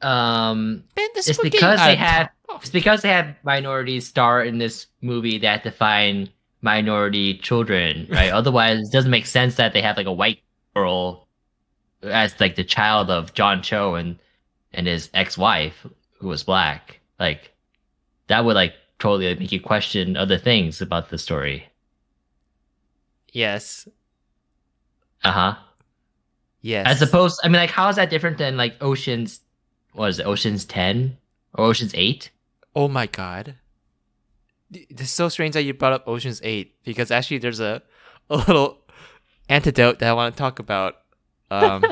F: um
B: Man, this
F: It's
B: we're getting
F: because
B: out
F: they
B: of
F: have-
B: top-
F: It's because they have minorities star in this movie they have to find minority
B: *laughs*
F: children, right? Otherwise, it doesn't make sense that they have like a white girl as like the child of John Cho and and his ex-wife who was black. Like that would like totally make you question other things about the story.
B: Yes.
F: Uh huh.
B: Yes.
F: As opposed, I mean, like how is that different than like Ocean's? What is it? Ocean's Ten or Ocean's Eight?
B: Oh my god. D- It's so strange that you brought up Ocean's 8 because actually there's a, a little antidote that I want to talk about. Um,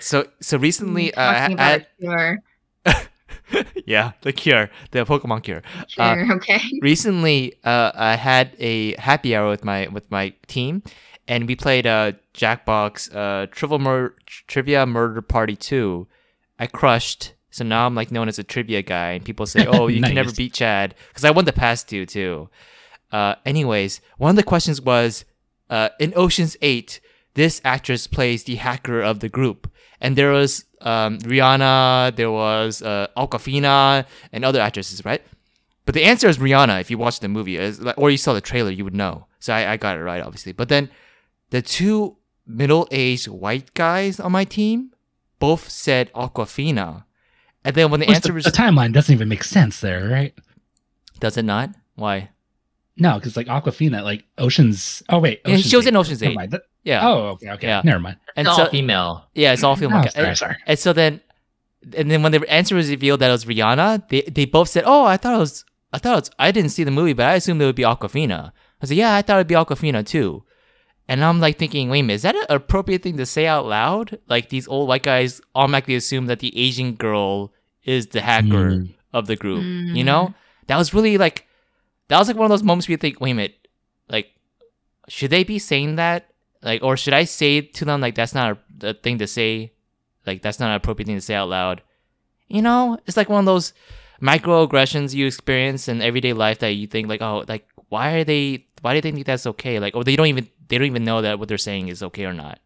B: so so recently uh, I,
E: Mm, Talking
B: I-
E: about a cure.
B: yeah, the cure, the Pokemon cure. uh,
E: Sure. okay.
B: Recently uh, I had a happy hour with my with my team and we played uh Jackbox uh Trivial Mur- Trivia Murder Party 2. I crushed. So now I'm like known as a trivia guy and people say, "Oh, you can never
D: Nice.
B: beat Chad" cuz I won the past two too. Uh anyways, one of the questions was uh in Ocean's 8, this actress plays the hacker of the group. And there was um, Rihanna, there was uh, Alcafina, and other actresses, right? But the answer is Rihanna. If you watched the movie, It's like- or you saw the trailer, you would know. So I, I got it right, obviously. But then the two middle-aged white guys on my team both said Aquafina, And then when the
G: Plus,
B: answer
G: the,
B: was
G: the timeline doesn't even make sense there, right?
B: does it not? Why?
G: No, because like Aquafina, like Ocean's. Oh wait,
B: Yeah, she was in Ocean's
G: Never
B: Eight.
G: mind. That-
B: Yeah.
G: Oh, okay, okay.
B: Yeah.
G: Never mind.
B: and
F: It's
B: so
F: all female.
B: yeah, it's all
G: Oh,
B: female. ca-
G: sorry,
B: and,
G: sorry.
B: and so then and then when the answer was revealed that it was Rihanna, they, they both said, "Oh, I thought it was I thought it was, I didn't see the movie, but I assumed it would be Aquafina." I said, "Yeah, I thought it'd be Aquafina too." And I'm like thinking, wait a minute, is that an appropriate thing to say out loud? Like these old white guys automatically assume that the Asian girl is the hacker
G: Mm.
B: of the group. You
E: Mm.
B: know, that was really like, that was like one of those moments where you think, wait a minute, like, should they be saying that? Like, or should I say to them like that's not a, a thing to say, like that's not an appropriate thing to say out loud. You know, it's like one of those microaggressions you experience in everyday life that you think like, oh, like why are they? Why do they think that's okay? Like, or they don't even they don't even know that what they're saying is okay or not.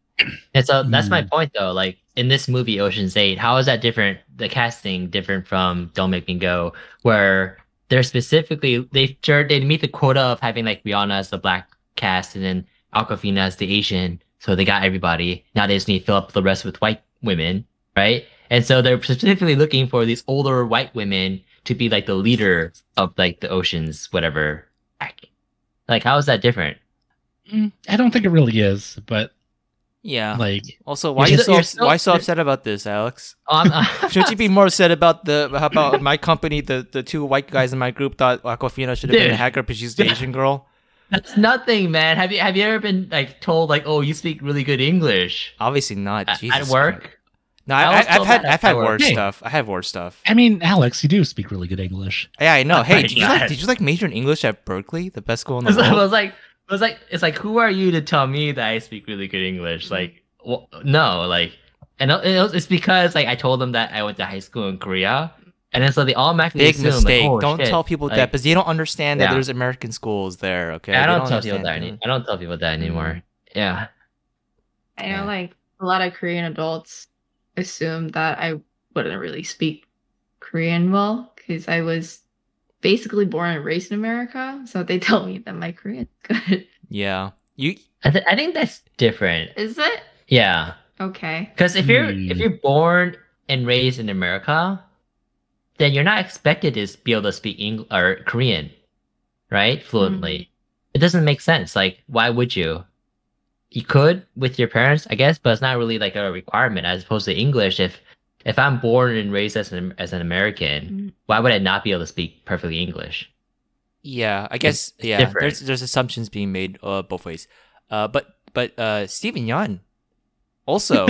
F: And so that's my
G: Mm.
F: point though. Like in this movie, Ocean's Eight, how is that different? The casting different from Don't Make Me Go, where they're specifically they sure they meet the quota of having like Rihanna as the black cast and then Aquafina as the Asian. So they got everybody. Now they just need to fill up the rest with white women, right? And so they're specifically looking for these older white women to be like the leader of like the Ocean's whatever. act. Like how is that different?
G: Mm, I don't think it really is, but
B: Yeah.
G: like
B: also, why you
F: You're so-
B: so
F: you're
B: ups-
F: so-
B: why so upset about this, Alex?
F: *laughs* Um,
B: Should you be more upset about the about my company? The the two white guys in my group thought Aquafina should have been a
F: Dude.
B: hacker because she's the Asian girl.
F: That's nothing, man. Have you have you ever been like told like, oh, you speak really good English
B: Obviously not.
F: at,
B: Jesus
F: at work?
B: Christ. No, I, I,
F: I was
B: I've
F: told
B: had
F: that
B: I've had
F: at work.
B: worse
G: Hey.
B: stuff. I had worse stuff.
G: I mean, Alex, you do speak really good English.
B: Yeah, I know.
F: Oh
B: Hey,
F: my
B: did you like
F: God.
B: did you like major in English at Berkeley, the best school in
F: *laughs*
B: the
F: It's like- It
B: world?
F: was like it was like it's like who are you to tell me that I speak really good English? Like wh- no, like and it was- it's because like I told them that I went to high school in Korea, and then so they automatically
B: Big
F: assume, like,
B: mistake.
F: oh,
B: don't
F: shit.
B: tell people
F: Like,
B: that because they don't understand that
F: Yeah.
B: there's American schools there. Okay, They
F: I don't, tell people
B: understand Mm-hmm.
F: that. Any- I don't tell people that anymore. Yeah,
E: I
B: Yeah.
E: know like a lot of Korean adults assume that I wouldn't really speak Korean well because I was basically born and raised in America. So they *laughs* tell me that my Korean is *laughs* good.
B: Yeah, you.
F: I, th- I think that's different.
E: Is it?
F: Yeah.
E: Okay.
F: Because if you're if
G: Hmm.
F: you're born and raised in America, then you're not expected to s- be able to speak English or Korean, right? Fluently. It doesn't make sense. Like, why would you? You could with your parents, I guess, but it's not really like a requirement as opposed to English. If if I'm born and raised as an as an
E: Mm.
F: American, why would I not be able to speak perfectly English?
B: Yeah, I guess.
F: it's
B: yeah,
F: different.
B: there's there's assumptions being made uh, both ways. Uh, but but uh, Stephen Yan
F: *laughs*
B: also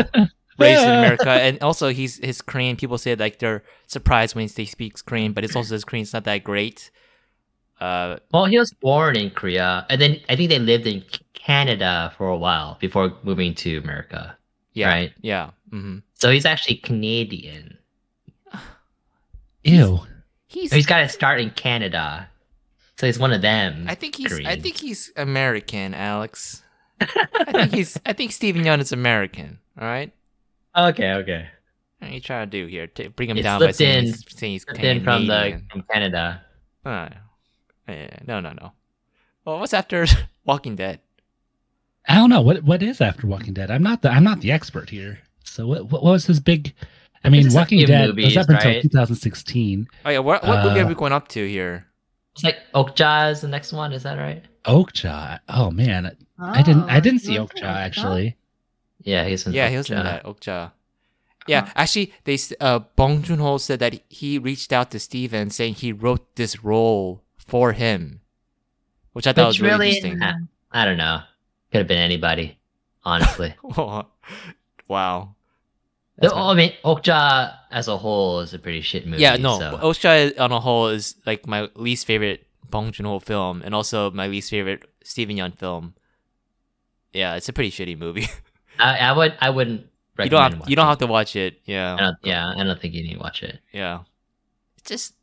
B: raised in America, and also he's his Korean. People say like they're surprised when they speak Korean, but it's also his Korean's not that great. Uh,
F: Well, he was born in Korea, and then I think they lived in C- Canada for a while before moving to America.
B: yeah,
F: Right.
B: yeah. hmm
F: So he's actually Canadian. Oh,
G: Ew.
B: He's,
F: He's got to start in Canada. So he's one of them.
B: I think he's. I
F: Korean.
B: think he's American,
F: *laughs*
B: Alex. I think he's. I think Stephen Young is American. All right.
F: okay, okay.
B: What are you trying to do here? To bring him
F: It
B: down by
F: slipped
B: saying
F: in-
B: he's, saying he's
F: Then from the
B: Canadian.
F: from Canada.
B: Uh, yeah, no, no, no. Well, what's after *laughs* Walking Dead?
G: I don't know what what is after Walking Dead. I'm not the I'm not the expert here. So what what was his big? I mean,
F: just a
G: Walking
F: few
G: Dead
F: movies,
G: was up until
F: right?
G: 2016.
B: Oh yeah, what, what movie
G: Uh,
B: are we going up to here?
F: It's like Okja is the next one. Is that right?
G: Oakjaw. Oh man, I didn't I
E: Oh,
G: didn't see Oakjaw
E: you watched Oakjaw?
G: actually.
F: Yeah, he's in
B: Yeah, he was in
F: Okja.
B: that Okja. Yeah, actually, they s- uh, Bong Joon Ho said that he reached out to Steven saying he wrote this role for him, which I thought was
F: Which
B: really, *laughs*
F: really-
B: interesting.
F: Yeah. I don't know. Could have been anybody, honestly.
B: wow.
F: the,
B: *laughs* That's
F: I mean, Okja as a whole is a pretty shit movie.
B: yeah, no,
F: so-
B: Osha on a whole is like my least favorite Bong Joon Ho film, and also my least favorite Steven Yeun film. Yeah, it's a pretty shitty movie.
F: I, I would. I wouldn't.
B: you don't
F: Recommend
B: have you don't have
F: watching
B: to watch it.
F: it.
B: Yeah,
F: I don't, yeah, I don't think you need to watch it.
B: yeah. It's just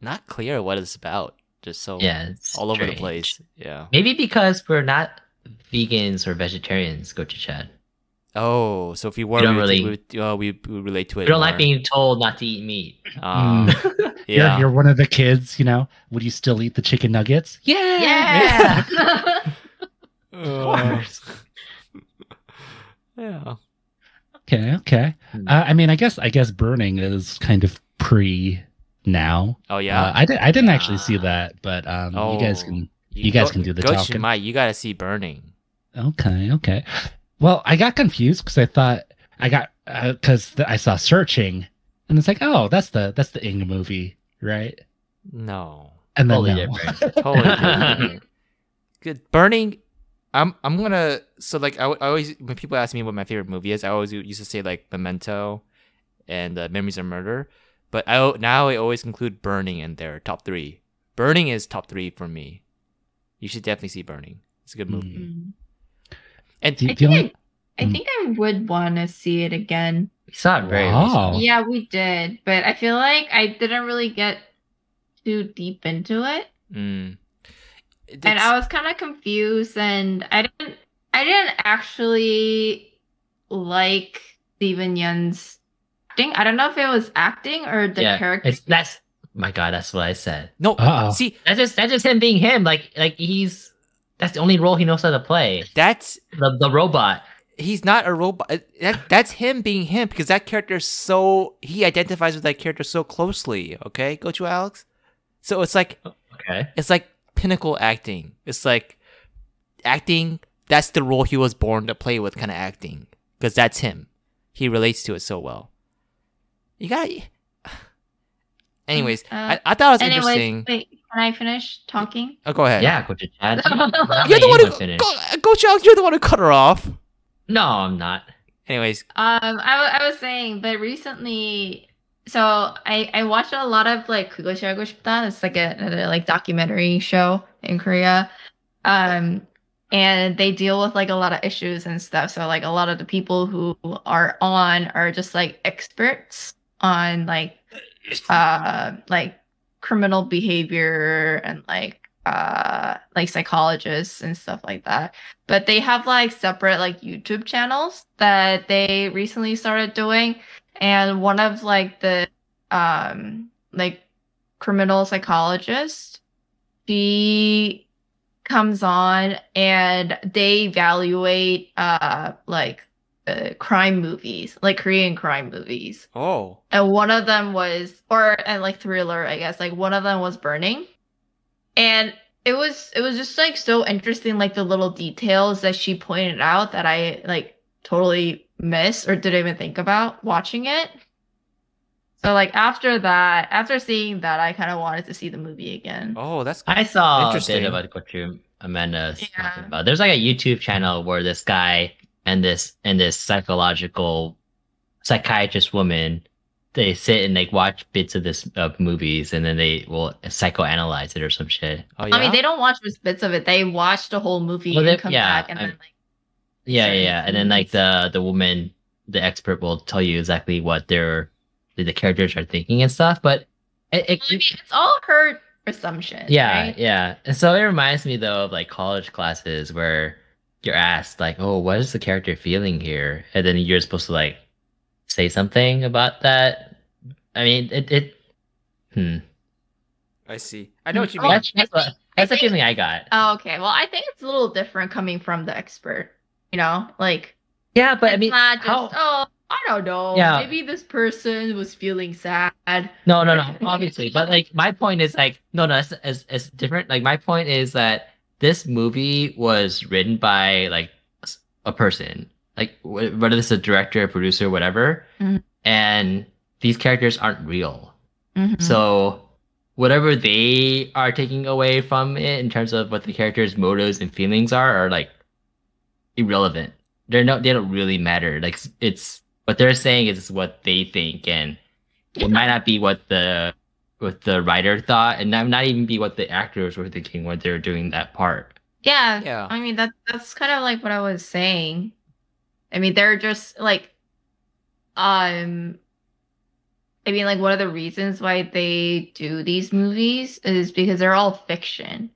B: not clear what it's about. Just so
F: Yeah, it's
B: all over the
F: strange.
B: place. Yeah.
F: Maybe because we're not vegans or vegetarians, go to Chad.
B: Oh, so if you were,
F: We
B: we
F: don't
B: would-
F: really-
B: we, would- oh, we, we relate to it.
F: We don't like
B: more.
F: being told not to eat meat.
B: Ah, *laughs*
G: You're-
B: yeah.
G: You're, one of the kids, you know. Would you still eat the chicken nuggets?
E: *laughs*
G: *laughs*
E: Yeah.
B: Uh, yeah.
G: Okay, okay.
A: Hmm.
G: Uh, I mean, I guess I guess burning is kind of pre now.
B: Oh yeah.
G: Uh, I did. I didn't actually see
B: Yeah.
G: that, but um, you guys
B: Oh.
G: can. you guys can do the
B: go
G: talking.
B: Shimai, you gotta see burning.
G: Okay, okay. Well, I got confused because I thought I got because I saw searching, and it's like, oh, that's the that's the Ing movie, right?
B: No.
G: And then
F: Totally
G: no. *laughs*
F: different.
B: Totally different. *laughs* good. Burning. I'm I'm gonna so like I, would- I always when people ask me what my favorite movie is, I always used to say like Memento, and uh, Memories of Murder, but I al- now I always include Burning in there top three. Burning is top three for me. You should definitely see Burning. It's a
D: Hmm.
B: good movie.
G: Mm.
E: Mm.
B: And
G: Do
E: I
G: you feel
E: think
G: like?
E: I, I
G: Mm.
E: think I would want to see it again.
F: We saw it very
G: Wow.
F: recently.
E: Yeah, we did, but I feel like I didn't really get too deep into it,
B: mm, It's-
E: and I was kind of confused, and I didn't, I didn't actually like Steven Yeun's acting. I don't know if it was acting or the
F: Yeah,
E: character.
F: It's that's my god, that's what I said.
B: no
G: Uh-oh.
B: see
F: That's just that's just him being him. Like like he's that's the only role he knows how to play.
B: that's
F: The the robot.
B: he's not a robot. That, that's him being him because that character is so he identifies with that character so closely. Okay, go to Alex. So it's like
F: Okay.
B: it's like pinnacle acting. It's like acting. That's the role he was born to play with, kind of acting because that's him. He relates to it so well. You got. *sighs* to Anyways,
E: Uh,
B: I, I thought it was
E: anyways,
B: interesting.
E: wait, can I finish talking?
B: Oh, go ahead.
F: Yeah, Coach
B: *laughs*
F: Chad. Not
B: You're the
F: letting
B: one
F: anyone
B: who
F: finish.
B: go, go, Alex. You're the one who cut her off.
F: No, I'm not.
B: Anyways,
E: Um, I, wa- I was saying, but recently, so I I watched a lot of like Kugo Shirago Shipta. It's like a, a like documentary show in Korea, um, and they deal with like a lot of issues and stuff. So like a lot of the people who are on are just like experts on like uh like criminal behavior and like uh like psychologists and stuff like that but they have like separate like YouTube channels that they recently started doing and one of like the um like criminal psychologist she comes on and they evaluate uh like uh, crime movies like Korean crime movies
B: oh,
E: and one of them was or and like thriller i guess like one of them was burning and it was it was just like so interesting like the little details that she pointed out that i like totally missed or didn't even think about watching it so like after that after seeing that i kind of wanted to see the movie again
B: oh, that's
F: I saw a
B: Interesting.
F: bit about what you Amanda's
E: Yeah.
F: talking about. There's like a YouTube channel where this guy and this and this psychological psychiatrist woman they sit and like watch bits of this of movies and then they will psychoanalyze it or some shit.
B: oh yeah.
E: i mean they don't watch just bits of it they watch the whole movie
F: Well, they-
E: and come
F: yeah,
E: back and
F: I-
E: then like
F: Yeah, yeah,
E: Certain
F: yeah. And then like the the woman, the expert will tell you exactly what their the characters are thinking and stuff. But it, it,
E: I mean, it's all her assumption
F: Yeah,
E: right?
F: yeah. And so it reminds me though of like college classes where you're asked like, "Oh, what is the character feeling here?" And then you're supposed to like say something about that. I mean, it. it hmm.
B: I see. I know what you
E: Oh,
B: mean.
F: Mm, That's that's, what, that's the
E: I think-
F: feeling I got.
E: Oh, okay. Well, I think it's a little different coming from the expert. You know, like
F: Yeah, but I
E: it's
F: mean,
E: not just
F: how-
E: oh, I don't know.
F: Yeah.
E: Maybe this person was feeling sad.
F: No, no, no. Obviously, but like my point is like no, no. It's, it's it's different. Like my point is that this movie was written by like s- a person, like wh- whether this is a director, producer, whatever,
E: Mhm.
F: and these characters aren't real.
E: Mm-hmm.
F: So whatever they are taking away from it in terms of what the character's motives and feelings are are like irrelevant. They're no they don't really matter. Like s- it's what they're saying is what they think and it might not be what the what the writer thought and not, not even be what the actors were thinking when they were doing that part.
E: yeah,
B: Yeah.
E: I mean that that's kind of like what I was saying. I mean, they're just like, um, I mean, like one of the reasons why they do these movies is because they're all fiction,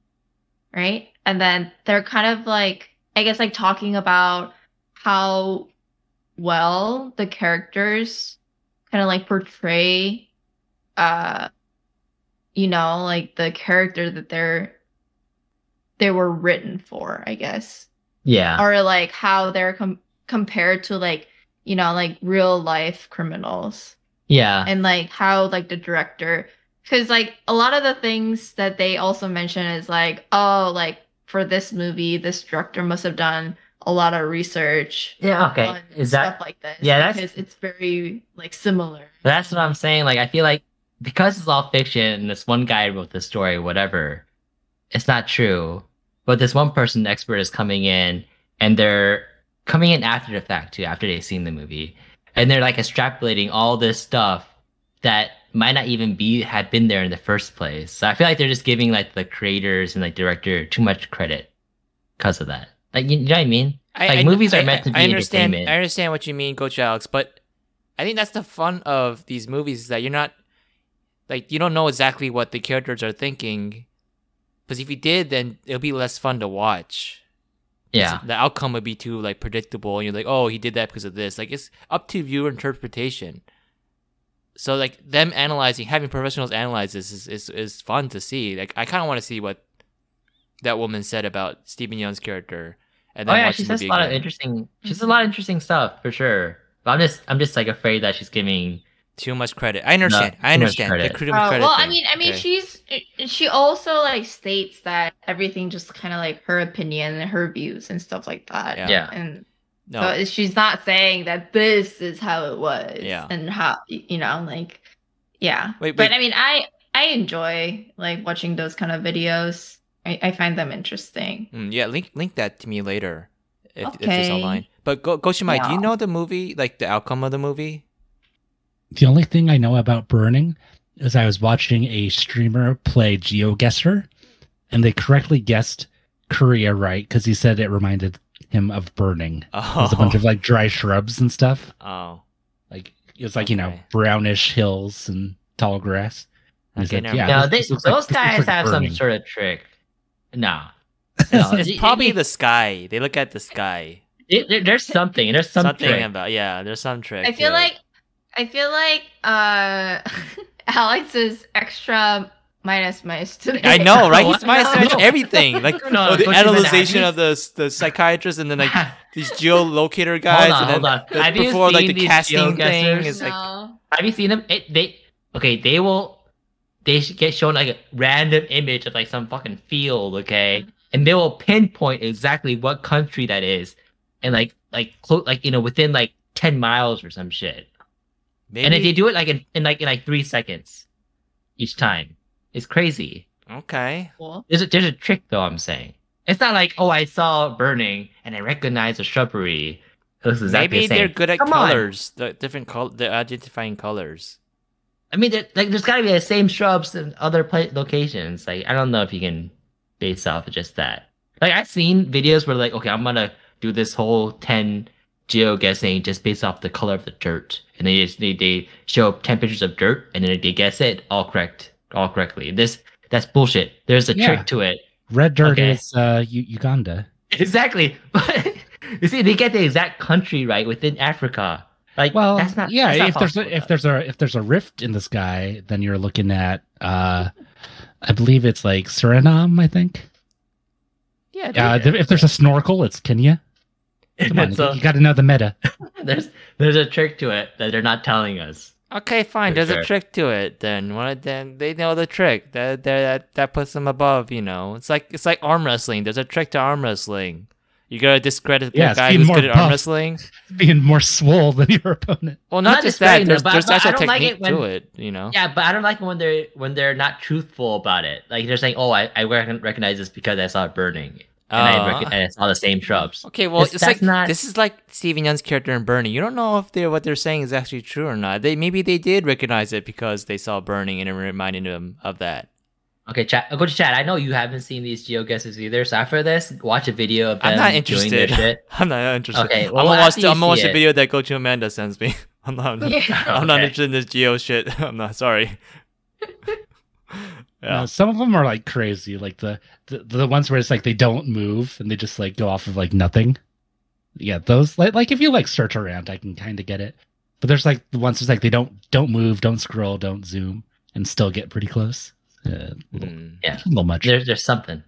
E: right? And then they're kind of like, I guess, like talking about how well the characters kind of like portray, uh, you know, like the character that they're they were written for, I guess
F: Yeah.
E: or like how they're com- compared to like you know, like real life criminals
F: Yeah.
E: and like how like the director because like a lot of the things that they also mention is like oh like for this movie this director must have done a lot of research
F: Yeah. Okay.
E: on
F: Is
E: stuff
F: that
E: like this
F: yeah, that's-
E: because it's very like similar
F: that's what I'm saying? Like, I feel like because it's all fiction and this one guy wrote the story, whatever, it's not true. But this one person expert is coming in and they're coming in after the fact too, after they've seen the movie. And they're like extrapolating all this stuff that might not even be had been there in the first place. So I feel like they're just giving like the creators and like director too much credit because of that. Like you, you know what I mean?
B: I,
F: Like,
B: I-
F: movies are
B: I-
F: meant to
B: I
F: be
B: understand.
F: entertainment.
B: I understand what you mean, Coach Alex, but I think that's the fun of these movies is that you're not like you don't know exactly what the characters are thinking. Because if you did, then it'll be less fun to watch.
F: Yeah.
B: the outcome would be too like predictable and you're like oh he did that because of this like it's up to viewer interpretation so like them analyzing having professionals analyze this is is, is fun to see like i kind of want to see what that woman said about stephen young's character and
F: Oh
B: then
F: yeah,
B: watch
F: she
B: the
F: says a
B: movie
F: lot of
B: again.
F: interesting. She
G: Mm-hmm.
F: says a lot of interesting stuff for sure. But I'm just, I'm just like afraid that she's giving.
B: too much credit i understand i
F: too much
B: understand
F: credit.
B: The too much
E: Uh,
B: credit
E: well i
B: thing.
E: mean i mean
B: Okay.
E: she's eh, she also like states that everything just kind of like her opinion and her views and stuff like that
B: Yeah.
F: Yeah.
E: and
B: no
E: So she's not saying that this is how it was.
B: Yeah.
E: And how you know, like yeah.
B: Wait,
E: but
B: wait.
E: I mean I I enjoy like watching those kind of videos. I, I find them interesting.
B: Mm, yeah, link link that to me later if, if it's
E: Okay.
B: online. But go go Shimai, do you
E: Yeah.
B: know the movie, like the outcome of the movie?
G: The only thing I know about burning is I was watching a streamer play GeoGuessr, and they correctly guessed Korea right because he said it reminded him of burning. It
B: Oh,
G: was a bunch of like dry shrubs and stuff.
B: oh.
G: Like it was like you know
B: Okay.
G: brownish hills and tall grass. And he's
B: Okay,
G: like,
B: never
G: yeah,
B: mind.
F: no,
G: this-
F: they,
G: this
F: those
G: looks like- this looks
F: guys
G: like
F: have
G: burning.
F: some sort of trick.
G: *laughs*
F: No,
B: It's,
F: No,
B: it's
F: it-
B: probably
F: it-
B: the sky. They look at the sky.
F: it- there- there's something. There's some
B: Something
F: trick.
B: about yeah. There's some trick.
E: I feel
B: to it.
E: like I feel like uh *laughs* Alex is extra minus minus today.
B: I know, right?
E: *laughs*
B: He's
F: No,
B: my
F: no.
B: no. everything. Like
F: *laughs* No,
B: oh, the
F: don't you mean
B: analyzation
F: that?
B: of the the psychiatrist and then
F: *laughs*
B: like these geolocator guys
F: on,
B: and then
F: hold on.
B: the-
F: Have you
B: before like
F: seen
B: the
F: these
B: casting thing
F: geoguessers?
B: is like
E: No.
F: Have you seen them? It, they okay. They will. They should get shown like a random image of like some fucking field, okay, and they will pinpoint exactly what country that is, and like like clo- like you know within like ten miles or some shit.
B: maybe
F: And if they do it like in, in like in like three seconds each time, it's crazy.
B: okay.
E: *laughs* Cool.
F: There's a, there's a trick though. I'm saying it's not like oh I saw burning and I recognize a shrubbery. It looks exactly
B: maybe
F: the same.
B: they're good at
F: Come on.
B: colors, the different color, the identifying colors.
F: I mean, there, like there's got to be the same shrubs in other pla locations. Like I don't know if you can base off of just that. Like I've seen videos where like okay, I'm gonna do this whole ten geo guessing just based off the color of the dirt, and they just they, they show ten pictures of dirt, and then they guess it all correct, all correctly. This that's bullshit. There's a
G: Yeah.
F: trick to it. *laughs*
G: Red dirt
F: Okay.
G: is uh, U- Uganda.
F: Exactly. But *laughs* you see, they get the exact country right within Africa. Like
G: Well,
F: that's not
G: yeah.
F: that's not
G: if there's
F: possible,
G: a, if
F: though.
G: there's a if there's a rift in the sky, then you're looking at uh, I believe it's like Suriname. I think.
B: Yeah,
G: Uh, th- if there's a snorkel, it's
F: *laughs*
G: Kenya. Come on,
F: It's a-
G: you got to know the meta.
F: *laughs* there's there's a trick to it that they're not telling us.
B: Okay, fine.
F: For
B: There's
F: sure.
B: a trick to it. Then what? Then they know the trick. That that that- that puts them above. You know, it's like it's like arm wrestling. There's a trick to arm wrestling. You gotta discredit the
G: Yeah, it's
B: guy
G: being
B: who's
G: more
B: good at arm
G: buff.
B: wrestling.
G: Being more swole than your opponent.
B: Well, not,
F: not
B: just
F: discrediting
B: that. There's,
F: them, but-
B: there's
F: but I
B: actual
F: don't like
B: technique
F: it when-
B: to it. You know.
F: Yeah, but I don't like when they're when they're not truthful about it. Like they're saying, "Oh, I, I recon- recognize this because I saw it burning, and I,
B: Uh,
F: recon- and I saw the same shrubs."
B: okay, well,
F: This-
B: it's
F: that's
B: like
F: not-
B: this is like Steven Young's character in Burning. You don't know if they are what they're saying is actually true or not. They maybe they did recognize it because they saw Burning and it reminded them of that. *laughs*
F: Okay, chat. Go to chat. I know you haven't seen these geo guesses either. So after this, watch a video of them
B: I'm not
F: doing
B: interested.
F: their *laughs* shit.
B: I'm not interested.
F: Okay, well,
B: I'm gonna watch.
F: after
B: The,
F: you
B: I'm gonna watch
F: see
B: the
F: it.
B: video that Gochu Amanda sends me. *laughs* I'm not. *laughs* I'm not
F: Okay.
B: interested in this geo shit. *laughs* I'm not
F: *laughs*
B: sorry.
G: You know,
B: yeah.
G: some of them are like crazy, like the, the the ones where it's like they don't move and they just like go off of like nothing. Yeah, those like like if you like search around, I can kind of get it. But there's like the ones that's like they don't don't move, don't scroll, don't zoom, and still get pretty close. Uh, a little,
B: Mm.
G: a little much.
F: There's there's something.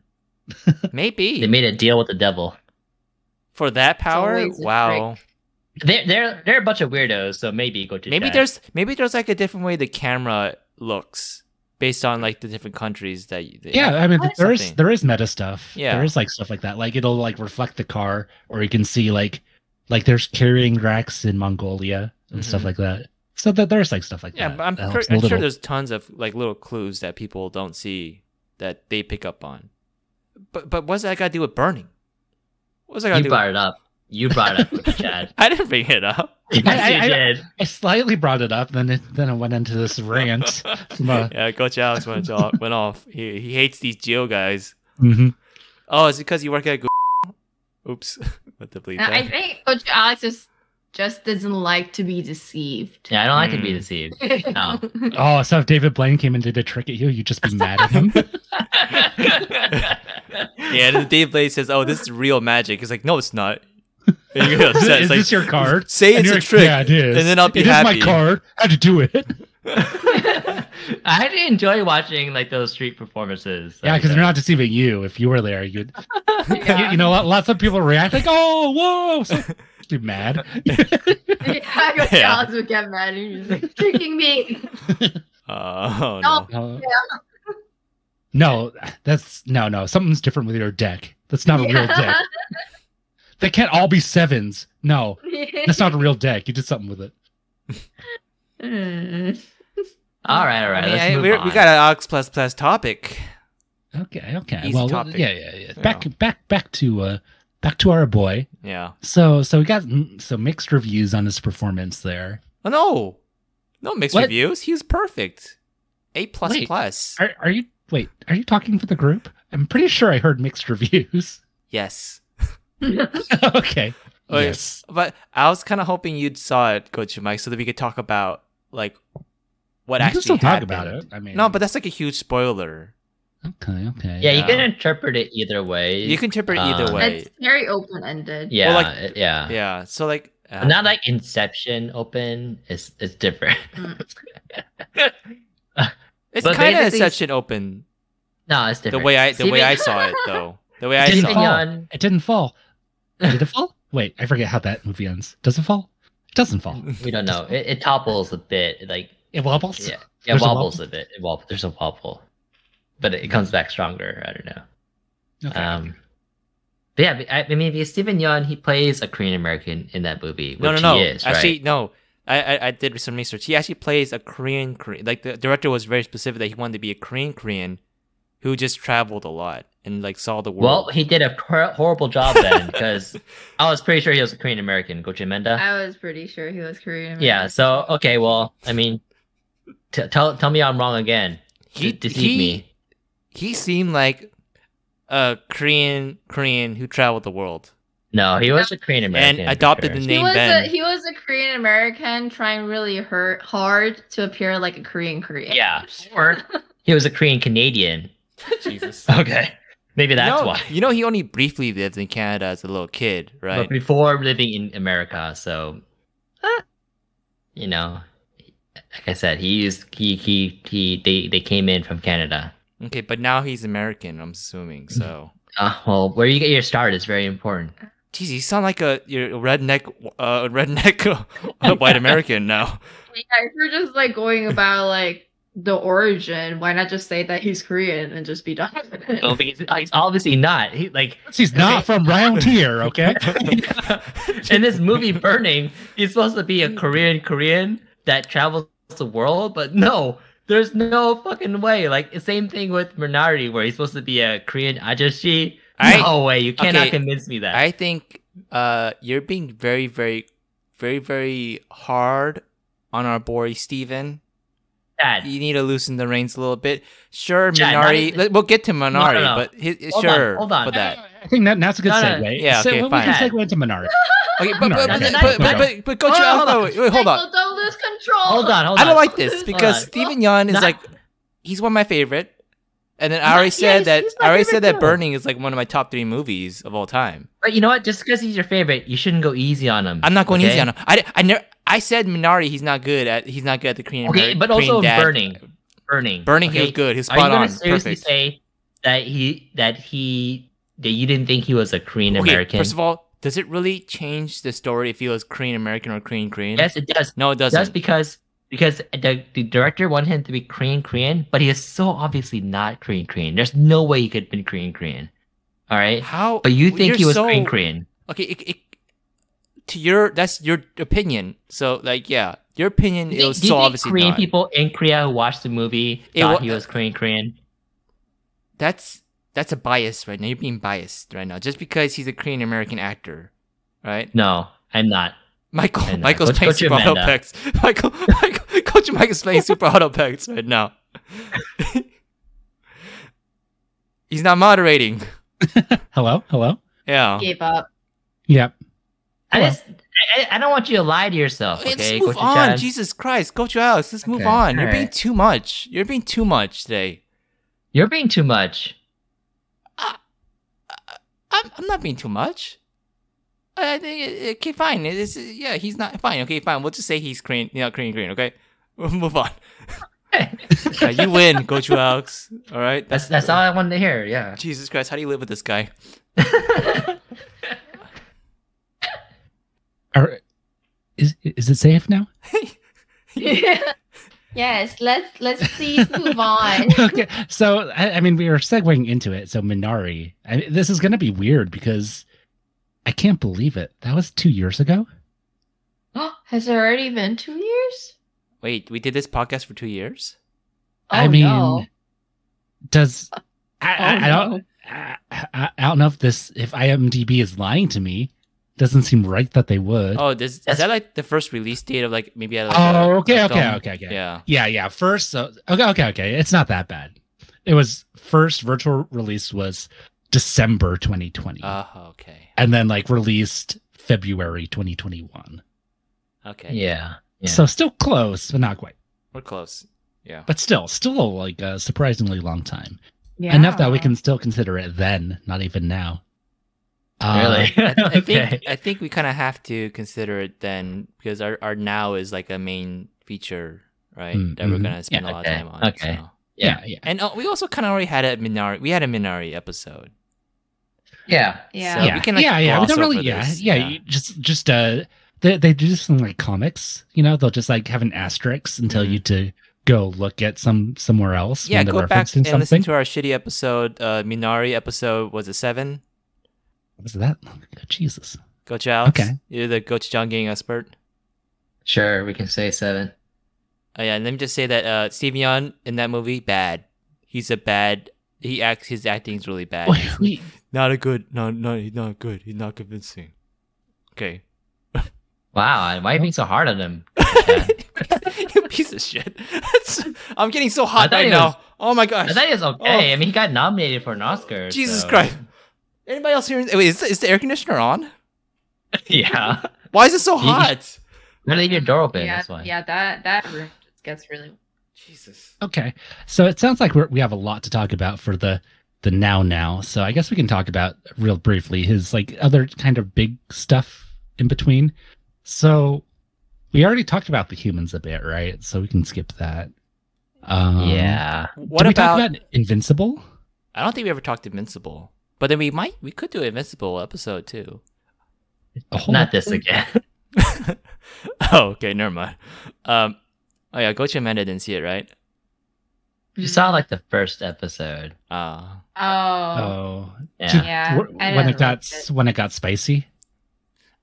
B: Maybe
F: They made a deal with the devil.
B: for that power.
E: always a
B: Wow.
F: They're they're they're a bunch of weirdos, so maybe go to
B: maybe
F: Jack.
B: there's maybe there's like a different way the camera looks based on like the different countries that you,
D: Yeah, I mean,
B: Or
D: there is
B: something.
D: there is meta stuff.
B: Yeah.
D: there is like stuff like that. Like it'll like reflect the car, or you can see like like there's carrying racks in Mongolia and stuff
B: Mhm.
D: like that. So that there's like stuff like
B: yeah,
D: that.
B: but I'm,
D: that
B: cur-
D: helps a
B: I'm sure
D: little.
B: there's tons of like little clues that people don't see that they pick up on. But but what's that got to do with burning? What's that got to
F: you
B: do? with-
F: brought it up. You brought it up, Chad.
B: *laughs* I didn't bring it up.
F: Yes,
D: I-
F: you
D: I-
F: did.
D: I slightly brought it up, then it then it went into
B: *laughs*
D: this rant. Well-
B: yeah, Coach Alex went off. Went off. He he hates these geo guys.
D: Mhm.
B: Oh, is it because you work at Google? Oops, *laughs* what the bleep?
E: And I
B: that.
E: think Coach Alex just just doesn't like to be deceived.
F: Yeah, I don't like to be
B: Hmm.
F: deceived.
B: *laughs*
E: *laughs* No.
D: Oh, so if David Blaine came and did a trick at you, you'd just be mad
B: *laughs*
D: at him.
F: *laughs*
B: Yeah,
D: *laughs*
B: and then Dave Blade says, "Oh, this is real magic." It's like, no, it's not. And you get
D: is
B: upset. It's like,
D: this your
B: *laughs*
D: card?
B: Say it's
D: And you're
B: a
D: like,
B: trick.
D: Yeah, it is.
B: and then I'll be
D: It is
B: happy.
D: my card. How'd you do it?
F: *laughs* I actually enjoy watching like those street performances.
D: Yeah,
F: Like,
D: because
F: uh,
D: they're not deceiving you. If you were there, you'd
B: *laughs*
D: you, you know lot- lots of people react like, "Oh, whoa!" So you're mad.
E: *laughs* Yeah, Coach
B: Yeah.
E: Alex would get mad and he's like, tricking me.
B: Uh, oh no.
D: *laughs* Uh,
E: No. Yeah.
D: No, that's no, no. Something's different with your deck. That's not a real deck. They can't all be sevens. No, that's not a real deck. You did something with it.
E: Mm.
F: All right, all right.
B: I mean,
F: let's
B: I-
F: move
B: we're-
F: on.
B: we got an Ox plus plus topic.
D: Okay, okay.
B: Easy
D: well,
B: topic.
D: yeah, yeah, yeah. Back, back, back to uh, back to our boy.
B: Yeah.
D: So, so we got mm, some mixed reviews on his performance there.
B: Oh no, no mixed
D: What?
B: reviews. He was perfect. A plus
D: Wait.
B: plus.
D: Are, are you? Wait, are you talking for the group? I'm pretty sure I heard mixed *laughs* reviews.
B: Yes.
D: okay.
B: Oh, yeah.
D: yes.
B: But I was kind of hoping you'd saw it, Coach Mike, so that we could talk about like what
D: you
B: actually
D: can still talk
B: happened.
D: about it. I mean,
B: No, but that's like a huge spoiler.
D: okay, okay.
F: Yeah, you
B: Yeah.
F: can interpret it either way.
B: You can interpret either
F: Uh,
B: way.
E: That's very open ended.
F: Yeah,
B: Well, like-
F: yeah.
B: Yeah. So like. uh,
F: Not like Inception open. It's it's different. *laughs*
B: It's
F: But
B: kind of
F: basically-
B: Inception open.
F: no, it's
B: The
F: different.
B: way I the
F: *laughs*
B: way I
E: Steven-
B: saw it though. The way I
D: Didn't
B: saw
F: Steven
B: it.
D: fall.
F: Yeun-
D: It didn't fall. Did it fall? Wait, I forget how that movie ends. Does it fall? It doesn't fall.
B: Mm-hmm.
F: we don't know. It, it topples a bit. Like
D: It wobbles.
F: yeah, it
D: There's a
F: wobbles a, bit. It wobbles. There's a wobble, but it comes back stronger. I don't know.
D: Okay.
F: Um, but yeah, but I, I mean, because Steven Yeun, he plays a Korean American in that movie. Which
B: No, no, no.
F: He is,
B: actually,
F: right?
B: no. I, I I did some research. He actually plays a Korean Korean. Like the director was very specific that he wanted to be a Korean Korean, who just traveled a lot and like saw the world.
F: Well, he did a cor- horrible job then because
B: *laughs*
F: I was pretty sure he was a Korean American. Go Menda.
E: I was pretty sure he was Korean.
F: Yeah.
E: Yes.
F: So okay, well, I mean, t- tell tell me I'm wrong again.
B: he
F: d- deceive
B: he,
F: me.
B: he seemed like a Korean Korean who traveled the world
F: No, he was a Korean American
B: and adopted the
F: the
E: He
B: name
E: was
B: Ben.
E: a he was a Korean American trying really hurt hard to appear like a Korean Korean. *laughs*
F: Yeah, or he was a Korean Canadian.
B: *laughs* Jesus.
F: *laughs* Okay, maybe that's
B: you know,
F: why.
B: You know, he only briefly lived in Canada as a little kid, right?
F: But before living in America, so eh, you know, like I said, he used he he he they they came in from Canada.
B: Okay, but now he's American. I'm assuming so.
F: Uh, well, where you get your start is very important.
B: Jeez, you sound like a you're a redneck, uh, redneck *laughs* uh, white American *laughs* now.
E: Yeah, if you're just like going about like the origin, why not just say that he's Korean and just be done with it?
F: Oh,
E: *laughs*
F: because he's obviously not. He like
D: He's not from round here,
B: *laughs*
D: okay?
F: in this movie Burning, he's supposed to be a Korean Korean that travels the world, but no, there's no fucking way. Like the same thing with Minari, where he's supposed to be a Korean ajashi.
B: I-
F: no way, you cannot
B: okay,
F: convince me that.
B: I think uh, you're being very, very, very, very hard on our boy Steven.
F: Dad,
B: You need to loosen the reins a little bit. Sure,
F: Yeah, not
B: Minari.
F: even-
B: let- we'll get to Minari,
F: no.
B: but hi
F: Hold on,
B: sure.
F: hold on.
B: But that.
D: I think that, that's a good
F: No, no,
D: segue.
B: yeah,
D: so
B: okay,
D: we can
F: fine.
D: segue
B: *laughs*
D: into Minari.
B: Okay, but
D: No,
B: but
F: no,
B: but
F: no,
B: but
F: no,
B: but,
F: no.
B: but, but go
F: Hold
B: to-
F: on,
B: hold
F: hold
B: on, wait, wait, hold on.
E: Michael, don't lose control.
F: hold on, hold on.
B: I don't like this because
F: on.
B: Stephen Yeun is
F: Not-
B: like he's one of my favorite, and then I
F: Not-
B: already
F: yeah,
B: said
F: he's-
B: that
F: he's my
B: I already
F: favorite
B: said that
F: too.
B: Burning is like one of my top three movies of all time.
F: But you know what? Just because he's your favorite, you shouldn't go easy on him.
B: I'm not going
F: okay?
B: easy on him. I, I never I said Minari. He's not good at he's not good at the Korean.
F: Okay,
B: Ameri-
F: but
B: Korean
F: also
B: dad.
F: Burning, Burning,
B: Burning, he
F: okay?
B: was good. He was
F: Are you
B: spot
F: gonna
B: on.
F: seriously
B: Perfect.
F: say that he that he that you didn't think he was a Korean
B: Okay,
F: American?
B: first of all, Does it really change the story if he was Korean American or Korean Korean?
F: Yes, it does.
B: No, it doesn't.
F: That's because because the, the director wanted him to be Korean Korean, but he is so obviously not Korean Korean. There's no way he could have been Korean Korean. All right.
B: How?
F: But you think
B: you're
F: he was
B: so-
F: Korean Korean.
B: Okay, it, it, to your that's your opinion. So like, yeah, your opinion
F: Do
B: it
F: you
B: was
F: think
B: so obviously
F: Korean
B: not.
F: people in Korea who watched the movie
B: It
F: thought
B: wa-
F: he was Korean Korean?
B: That's that's a bias right now. You're being biased right now just because he's a Korean American actor, right?
F: No, I'm not.
B: Michael,
F: And, uh,
B: Michael's
F: Coach-
B: playing
F: Coach
B: Super Auto
F: Amanda.
B: Pecs. *laughs* Michael, Michael, Coach Michael's playing Super Auto Pecs right now. *laughs* He's not moderating.
D: Hello? Hello?
B: Yeah.
E: Gave up. *laughs*
D: Yep.
F: I
D: Hello.
F: just I, I don't want you to lie to yourself.
B: Let's
F: Okay,
B: move
F: Coach
B: on.
F: Chan?
B: Jesus Christ, Coach Alex, let's move
F: Okay,
B: on. You're
F: all
B: being
F: right.
B: too much. You're being too much today.
F: You're being too much. *laughs*
B: I'm, I'm not being too much. I think it- it- okay, fine. It is yeah, he's not fine. Okay, fine. We'll just say he's Korean, you know, Korean, Korean. Okay, we'll move on. Yeah, you win, Coach Alex. All right,
F: That's that's all I wanted to
B: *laughs*
F: hear. Yeah.
B: Jesus Christ, how do you live with this guy?
D: Are, is is it safe now?
E: yes, let's let's please move on.
D: *laughs* okay. So I, I mean, we were segueing into it. So Minari, I, this is going to be weird because I can't believe it. That was two years ago.
E: *gasps* Has it already been two years?
B: Wait, we did this podcast for two years.
D: I
E: Oh,
D: mean,
E: no.
D: does I, I,
E: Oh,
D: I don't
E: no.
D: I, I, I don't know if this if IMDb is lying to me. Doesn't seem right that they would.
B: Oh, this, is
F: That's-
B: that like the first release date of like maybe? Like
D: Oh,
B: a-
D: okay,
B: a
D: okay,
B: film?
D: okay, okay.
B: Yeah.
D: Yeah, yeah. First, so okay, okay, okay. It's not that bad. It was first virtual release was December 2020,
F: Ah.
B: Uh, okay.
D: and then like released February 2021.
B: Okay.
F: Yeah. Yeah.
D: So still close, but not quite.
B: We're close. Yeah.
D: But still, still like a surprisingly long time.
E: Yeah.
D: Enough that we can still consider it then, not even now. Uh,
F: Really?
B: I, th- I
F: *laughs* okay.
B: think I think we kind of have to consider it then because our, our now is like a main feature, right?
D: Mm,
B: that we're
D: mhm.
B: gonna spend a
F: Yeah,
B: lot
F: okay,
B: of time on.
F: okay.
B: so.
D: Yeah, yeah.
B: And uh, we also kind of already had a Minari. We had a Minari episode.
F: Yeah.
E: Yeah.
B: So we
D: yeah,
B: can, like,
D: yeah, yeah. We
B: gloss
D: don't really,
B: over
D: yeah,
B: this,
D: yeah,
B: yeah.
D: you Just, just uh, they they do some like comics. You know, they'll just like have an asterisk and tell
B: Mhm.
D: you to go look at some somewhere else.
B: Yeah,
D: when they're
B: go back
D: referencing
B: and listen
D: something.
B: to our shitty episode. Uh, Minari episode was a seven.
D: What's that? long ago? Jesus.
B: Coach Alex,
D: Okay.
B: you're the Coach John gang expert.
F: Sure, we can say seven.
B: Oh yeah, and let me just say that uh, Steven Yeun in that movie, bad. He's a bad. He acts. His acting is really bad.
D: *laughs*
B: He's
D: Wait,
B: not a good. No, no, he's not good. He's not convincing. Okay.
F: Wow, why are you being so hard on him?
B: *laughs* you piece of shit. I'm getting so hot
F: I thought
B: right
F: he
B: now.
F: was-
B: oh my
F: I
B: gosh. Oh.
F: thought he was okay. I mean, he got nominated for an Oscar.
B: Jesus
F: so-
B: Christ. Anybody else here? Wait, is, is the air conditioner on?
F: *laughs* yeah.
B: Why is it so
F: Ye-
B: hot?
F: Better leave your door open.
E: Yeah,
F: that's why.
E: yeah, that that room just gets really.
B: Jesus.
D: okay, so it sounds like we're, we have a lot to talk about for the the now now. So I guess we can talk about real briefly his like other kind of big stuff in between. So we already talked about the humans a bit, right? So we can skip that. Um,
F: yeah.
B: What
D: Did we
B: about,
D: talk about Invincible?
B: I don't think we ever talked Invincible. But then we might we could do Invincible episode too. *laughs*
D: A whole
F: Not this again. *laughs*
B: oh, okay, never mind. Um oh yeah, Gochi Amanda didn't see it, right?
E: mm.
F: you saw like the first episode.
B: Uh
E: Oh.
D: Oh,
F: Yeah.
E: Yeah,
D: Wh-
E: I
D: when
E: never
D: it got
E: liked
D: s- when it got spicy.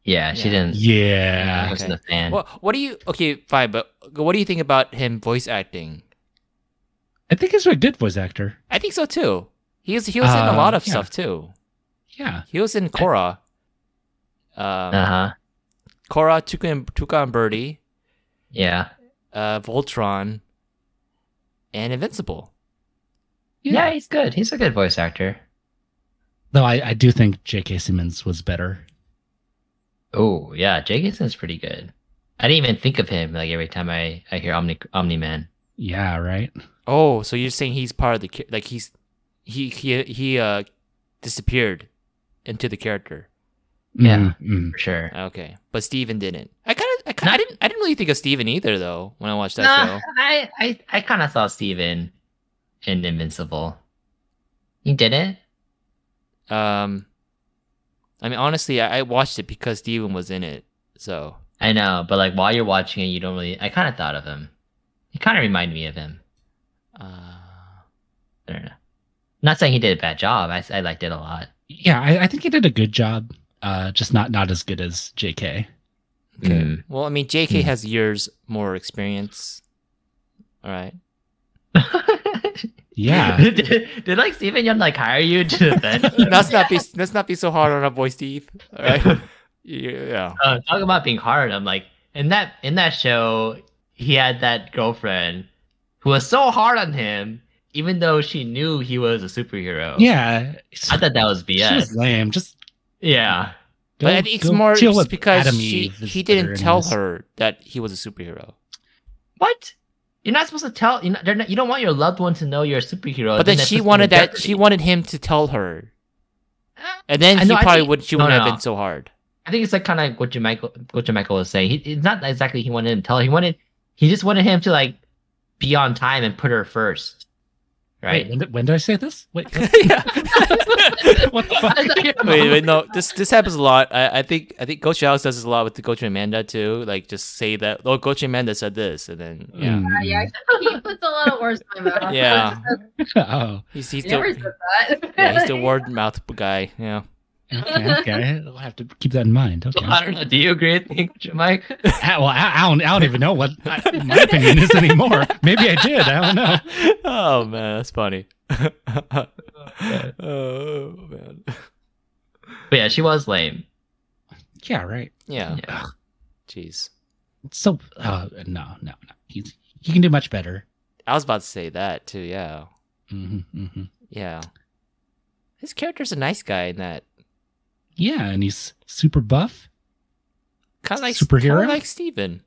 F: Yeah, she
B: Yeah.
F: didn't. I
D: Yeah,
B: Okay.
F: wasn't a fan.
B: what what do you okay, fine, but what do you think about him voice acting?
D: I think he's a good voice actor.
B: I think so too. He was he was in a
D: Uh,
B: lot of
D: yeah.
B: stuff too.
D: Yeah,
B: He was in Korra. Um,
F: Uh huh.
B: Korra, Tuca and, Tuca and Birdie,
F: Yeah.
B: uh, Voltron, and Invincible.
F: yeah. he's good. He's a good voice actor.
D: Though I, I do think J.K. Simmons was better.
F: Oh yeah, Jay Gibson's pretty good. I didn't even think of him like every time I I hear Omni Omni Man.
D: Yeah, right.
B: Oh, so you're saying he's part of the cha- like he's he he he uh disappeared into the character.
F: Yeah.
D: Mm, mm.
F: For sure.
B: Okay, but Steven didn't. I kind of I kind I didn't I didn't really think of Steven either though when I watched that show.
F: Nah, I I, I kind of saw Steven in Invincible. He didn't.
B: Um, I mean, honestly, I, I watched it because Steven was in it. So
F: I know, but like while you're watching it, you don't really. I kind of thought of him. He kind of reminded me of him.
B: uh,
F: I don't know. Not saying he did a bad job. I, I liked it a lot.
D: Yeah, I, I think he did a good job. Uh, just not not as good as
B: okay.
D: J.K.
F: *laughs* Mm.
B: Well, I mean, J.K.
D: Hmm.
B: has years more experience. All right.
D: Yeah,
F: did, did like Steven Yeun like hire you to the
B: *laughs*
F: bench?
B: Let's not be let's not be so hard on our boy Steve. All
F: *laughs*
B: right. yeah.
F: uh, talk about being hard. I'm like in that in that show, he had that girlfriend who was so hard on him, even though she knew he was a
B: Oh.
F: superhero.
D: yeah.
F: I thought that was
D: She
F: BS.
D: was lame. Just
F: yeah,
D: go,
B: but I think it's
D: go
B: more
D: chill
B: it's
D: with
B: because
D: Adam
B: she,
D: Eve is
B: he
D: better
B: didn't
D: in
B: tell
D: this.
B: her that he was a superhero.
F: what? You're not supposed to tell. You're not, they're not, you don't want your loved one to know you're a superhero.
B: but then
F: that
B: she
F: puts them
B: wanted
F: in
B: that
F: jeopardy.
B: she wanted him to tell her, and then
F: I
B: he
F: know, I
B: probably
F: think-
B: would she
F: no,
B: wouldn't
F: no.
B: have been so hard.
F: I think it's like kind of what Jermichael, what Jermichael was saying. He, it's not exactly he wanted him to tell. her. He wanted, he just wanted him to like be on time and put her first,
D: Wait,
F: right? *laughs*
D: when, did- when did I say this? Wait, what,
B: *laughs*
D: what the fuck?
B: wait, wait, no, this this happens a lot. I, I think I think Coach Alex does this a lot with the Coach Amanda too. Like just say that oh Coach Amanda said this, and then yeah,
D: Mm.
E: Oh, yeah, he puts a lot of words in my
F: *laughs*
E: mouth.
B: Yeah.
D: *laughs* Oh,
B: he's he's
E: He
B: the
E: never *laughs* said that.
B: yeah
E: *laughs*
B: he's the word mouth guy. Yeah,
D: okay, okay. I'll have to keep that in mind. Okay.
F: I don't know. Do you agree? with me, Mike?
D: Ah, well, I, I don't. I don't even know what I, my opinion is anymore. Maybe I did. I don't know.
B: oh man, that's funny. *laughs* oh man,
F: But yeah, she was lame.
D: Yeah, right.
B: yeah,
F: Yeah.
B: jeez.
D: So, uh, no, no, no. He's he can do much better.
B: I was about to say that too. Yeah,
D: hmm hmm
B: yeah. His character's a nice guy in that
D: Yeah, and he's super buff.
B: kind of like
D: Superhero?
B: kinda like Steven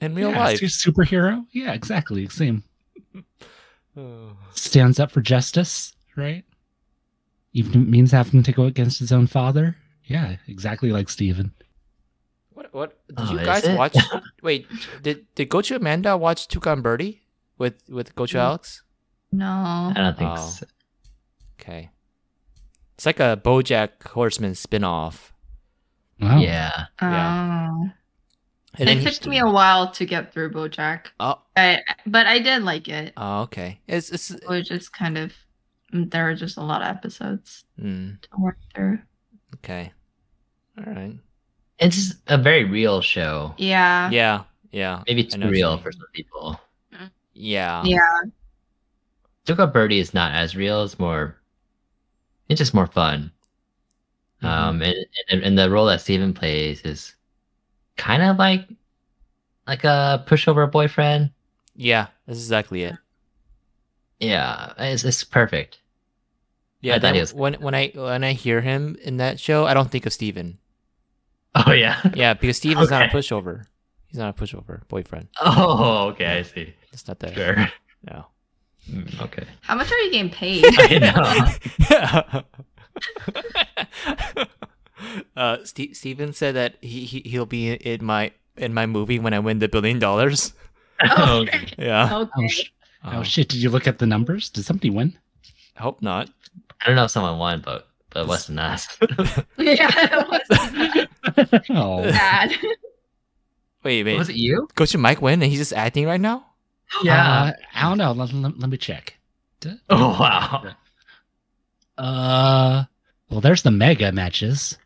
B: in real
D: yeah,
B: life.
D: he's a superhero. Yeah, exactly. Same.
B: Oh.
D: Stands up for justice, right? Even if it means having to go against his own father. Yeah, exactly like Steven.
B: What? What? Did
F: Oh,
B: you
F: is
B: guys
F: it? *laughs*
B: watch? wait, did did Gochu Amanda watch Tukan Birdie with with Gochu
E: Mm.
B: Alex?
E: No.
F: I don't think
B: Oh.
F: so.
B: Okay, it's like a BoJack Horseman spinoff.
D: Wow.
F: Yeah.
E: Oh.
B: And then he-
E: it took me a while to get through BoJack,
B: oh,
E: but but I did like it.
F: Uh,
B: oh, okay. It's it's
E: It was just kind of mm, there were just a lot of episodes
B: mm,
E: to work through.
B: okay. All right.
F: It's just a very real show.
E: Yeah.
B: Yeah. Yeah.
F: Maybe
B: I
F: too
B: know what you
F: real
B: mean.
F: for some people.
B: Yeah.
E: Yeah.
F: Tuka Birdie is not as real. It's more, it's just more fun.
B: Mm-hmm.
F: Um, and, and and the role that Steven plays is kind of like like a pushover boyfriend.
B: Yeah. That's exactly it.
F: Yeah, it's
B: *laughs*
F: it's perfect.
B: Yeah.
F: I thought
B: that
F: he was-
B: when when I when I hear him in that show, I don't think of Steven.
F: Oh yeah.
B: Yeah, because Steven's not a
F: Okay.
B: pushover. He's not a pushover boyfriend.
F: Oh okay, I see.
B: It's not there. *laughs*
F: Sure.
B: No.
F: Mm, Okay. *laughs*
E: How much are you getting paid?
F: I
B: *laughs*
F: know. *laughs*
B: uh, Ste Steven said that he, he he'll be in my in my movie when I win the billion dollars. *laughs*
F: Oh,
B: Yeah.
D: Oh,
E: *laughs*
F: *laughs*
E: okay. *laughs*
D: sh- oh
B: Um,
D: shit! Did you look at the numbers? Did somebody win? *laughs*
B: I hope not.
F: I don't know if someone won, but but it wasn't us.
E: yeah. It was *laughs*
D: oh,
E: bad.
B: Wait, wait.
F: *laughs* was it you?
B: Coach Mike win and he's just acting right now?
D: Uh, I don't know. Let, let, let me check. D-
F: oh wow.
D: Uh, well, there's the mega matches.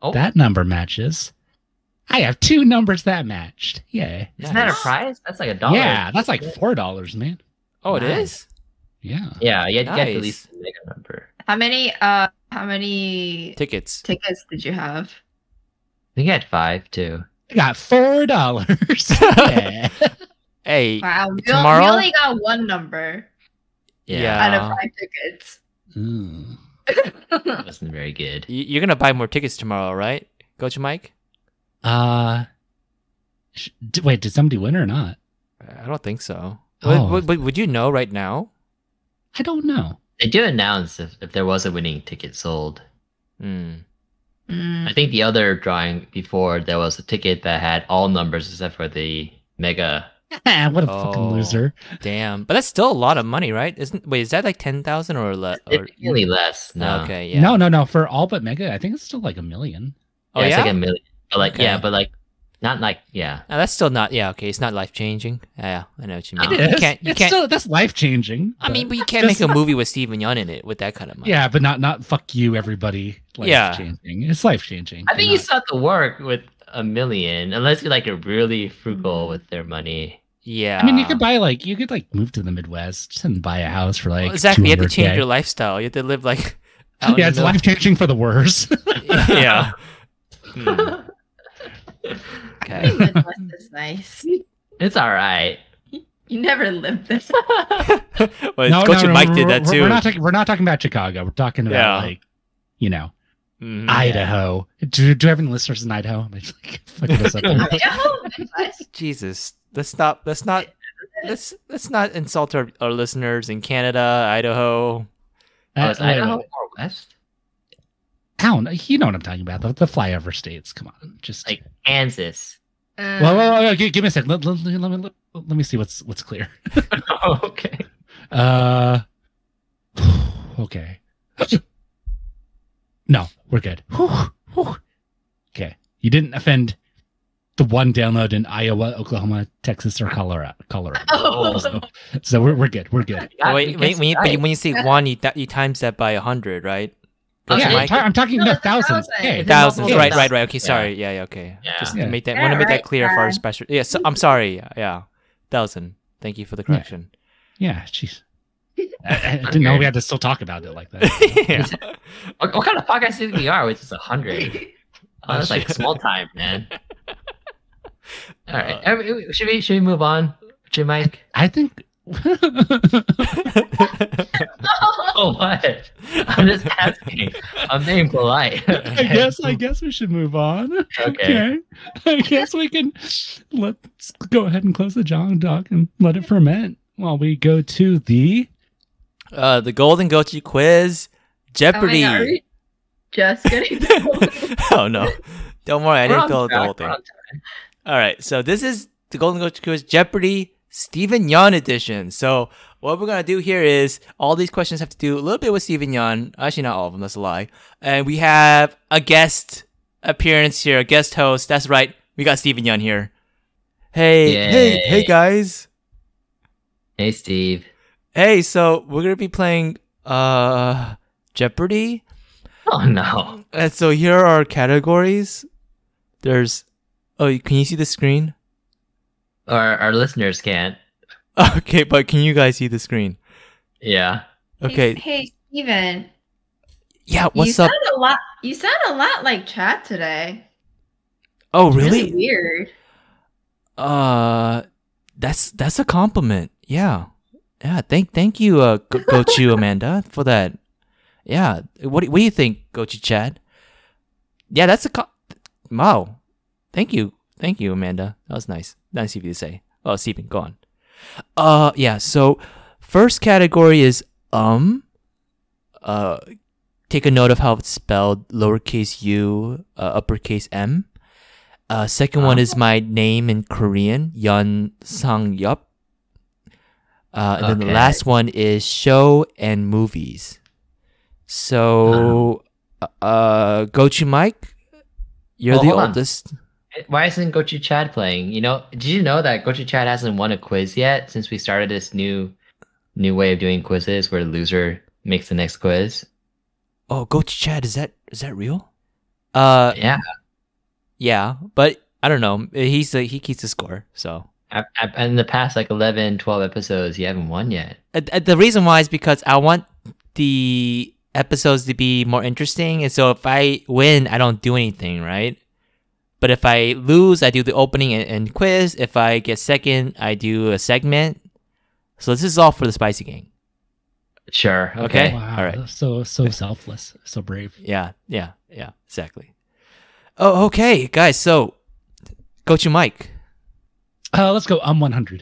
F: Oh.
D: That number matches. I have two numbers that matched. Yay.
F: Isn't that a
B: Nice.
F: prize? That's like a dollar.
D: Yeah, that's like four dollars, man.
B: Oh, it
F: Nice.
B: is.
D: Yeah.
F: Yeah, you had, you had to
B: Nice.
F: at least make a number.
E: How many uh how many
B: Tickets.
E: tickets did you have?
F: I think I had five too.
D: I got four dollars. *laughs* yeah.
B: *laughs* Hey.
E: Wow. We,
B: Tomorrow?
E: we only got one number
B: Yeah.
E: out
B: Uh.
E: of five
B: *laughs*
E: tickets.
D: Mm.
F: It wasn't very good.
B: y- You're gonna buy more tickets tomorrow, right? Coach Mike?
D: Uh, sh- d- wait, did somebody win or not?
B: I don't think so.
D: Oh.
B: Would, would, would you know right now?
D: I don't know. *laughs*
F: They do announce if, if there was a winning ticket sold.
B: Hmm.
E: Mm.
F: I think the other drawing before there was a ticket that had all numbers except for the mega
D: Ah, what a fucking
B: Oh.
D: loser.
B: Damn, but that's still a lot of money, right? Isn't wait, is that like ten thousand or less? Or,
F: Significantly less. No.
B: Okay, yeah.
D: No, no, no. For all but Mega, I think it's still like a million.
B: oh
F: yeah, it's
B: yeah,
F: like a million. But like, yeah,
B: Okay.
F: but like, not like, yeah.
B: No, that's still not. Yeah, okay, it's not life changing. Yeah, I know what you mean.
F: It
B: You can't. You
D: it's
B: can't.
D: still that's life changing.
B: I mean, but you can't
D: Just-
B: make a movie with Steven Yeun in it with that kind of money.
D: yeah, but not not fuck you, everybody. Life
B: Yeah.
D: changing. It's life changing.
F: I think you still have to work with a million, unless you're like really frugal with their money.
B: yeah.
D: I mean, you could buy like you could like move to the Midwest and buy a house for like
B: Well, exactly. You have to
D: 200K.
B: change your lifestyle. You have to live like.
D: *laughs*
B: out in
D: Yeah, it's
B: the-
D: life changing for
B: *laughs*
D: the worse.
B: yeah. Hmm,
E: I
B: okay.
E: think Midwest is nice.
F: It's all right.
E: You never live this. *laughs*
B: well, Coach Mike did that
D: we're-
B: too.
D: We're not talking. We're not talking about Chicago. We're talking about
B: Yeah.
D: like you know
B: Mhm.
D: Idaho. Do do I have any listeners in Idaho? I'm just like *laughs* fucking
B: *laughs*
D: this up. Uh,
E: Idaho, Midwest.
B: Jesus, let's stop. Let's not. Let's let's not insult our, our listeners in Canada, Idaho.
F: Oh, it's
D: Uh, wait, wait,
F: Idaho
D: wait.
F: or West?
D: Town. You know what I'm talking about. The, the flyover states. Come on, just
F: Like *laughs* Kansas.
E: Um,
D: Well,
B: uh,
D: well, well, gi- give me a second. Let, let, let, let me let me see what's what's clear.
F: Oh, okay.
D: Uh, *sighs* okay. *sighs* No, we're good. *sighs* Whew, whew. Okay, you didn't offend the one download in Iowa, Oklahoma, Texas, or Colorado. Colorado.
E: *laughs* Oh. *laughs*
D: So, so we're we're good. We're good.
F: God,
B: wait,
F: you
B: wait,
F: guys
B: when, you, but
F: right.
B: you- when you say one, you, th- you times that by a hundred, right? Coach
D: Oh, Yeah, I'm,
B: Mike?
D: ta- I'm talking
E: No,
D: no,
E: it's a
D: thousands.
E: thousand.
D: Yeah,
E: It's
D: yeah.
B: thousands.
D: Yeah.
B: Right, right, right. Okay,
F: Yeah.
B: sorry. Yeah, yeah. Okay.
F: Yeah.
B: Just
D: Yeah.
B: to make that. want to make
E: Alright,
B: that clear for our
E: guys.
B: special. Yeah. So, I'm sorry. Yeah. Thousand. Thank you for the
D: Yeah.
B: correction. *laughs*
D: Yeah, jeez. I, I didn't know we had to still talk about it like
E: *laughs*
D: that.
B: Yeah.
F: What, what kind of podcast do you think we are with just a *laughs* hundred? Oh, that's like small time, *laughs* man. All right,
B: Uh,
F: I mean, should we should we move on, Jim *laughs* Mike?
D: I
E: *laughs*
D: think. *laughs*
F: Oh, what? I'm just asking. I'm being *laughs* polite.
D: I guess I guess we should move on.
F: Okay.
D: Okay. I guess we can let's go ahead and close the John Doc and let it ferment while we go to the
B: uh, the Golden Gochi quiz,
E: oh my
B: Jeopardy.
E: God, are we just getting to
B: *laughs* oh no! Don't worry, I
F: We're
B: didn't
F: on
B: fill out the
F: track,
B: whole thing.
F: we're on
B: All right, so this is the Golden Goat Quiz Jeopardy Stephen Yon edition. So what we're gonna do here is all these questions have to do a little bit with Stephen Yon. Actually, not all of them. That's a lie. And we have a guest appearance here, a guest host. That's right. We got Stephen Yon here. Hey, hey, hey,
F: Yay.
B: guys.
F: Hey, Steve.
B: Hey, so we're gonna be playing uh Jeopardy.
F: Oh no.
B: And so here are our categories. There's oh, can you see the screen? *laughs*
F: Our our listeners can't.
B: Okay, but can you guys see the screen?
F: Yeah.
B: Okay.
E: Hey, Steven.
B: Yeah,
E: you
B: what's up?
E: sound a lot. You sound a lot like Chad today.
B: Oh,
E: It's
B: really?
E: weird.
B: Uh that's that's a compliment. Yeah. Yeah, thank thank you uh Go- Gochu Amanda for that. Yeah. What do, what do you think, Gochu Chad? Yeah, that's a co- wow. Thank you. Thank you, Amanda. That was nice. Nice of you to say. Oh, Stephen, go on. Uh yeah, so first category is um uh take a note of how it's spelled lowercase u uh, uppercase m uh second one is my name in korean yun sang yup uh and then the
F: Okay.
B: last one is show and movies so uh go to mike you're
F: Well,
B: the
F: Uh-huh. Oh, hold on.
B: oldest
F: Why isn't Gochu Chad playing? You know, did you know that Gochu Chad hasn't won a quiz yet since we started this new new way of doing quizzes where the loser makes the next quiz?
B: oh go to chad is that is that real uh
F: Yeah.
B: yeah but i don't know he's the he keeps the score so
F: I, I, in the past like 11, 12 episodes, you haven't won yet.
B: Uh, th- the reason why is because I want the episodes to be more interesting, and so if I win, I don't do anything, right? But if I lose, I do the opening and, and quiz. If I get second, I do a segment. So this is all for the spicy gang.
F: Sure.
B: Okay.
F: Okay.
D: wow,
B: all right.
D: so so selfless, so brave.
B: Yeah, yeah, yeah, exactly. Oh, okay, guys. So, go to Mike.
D: Uh, let's go. I'm 100.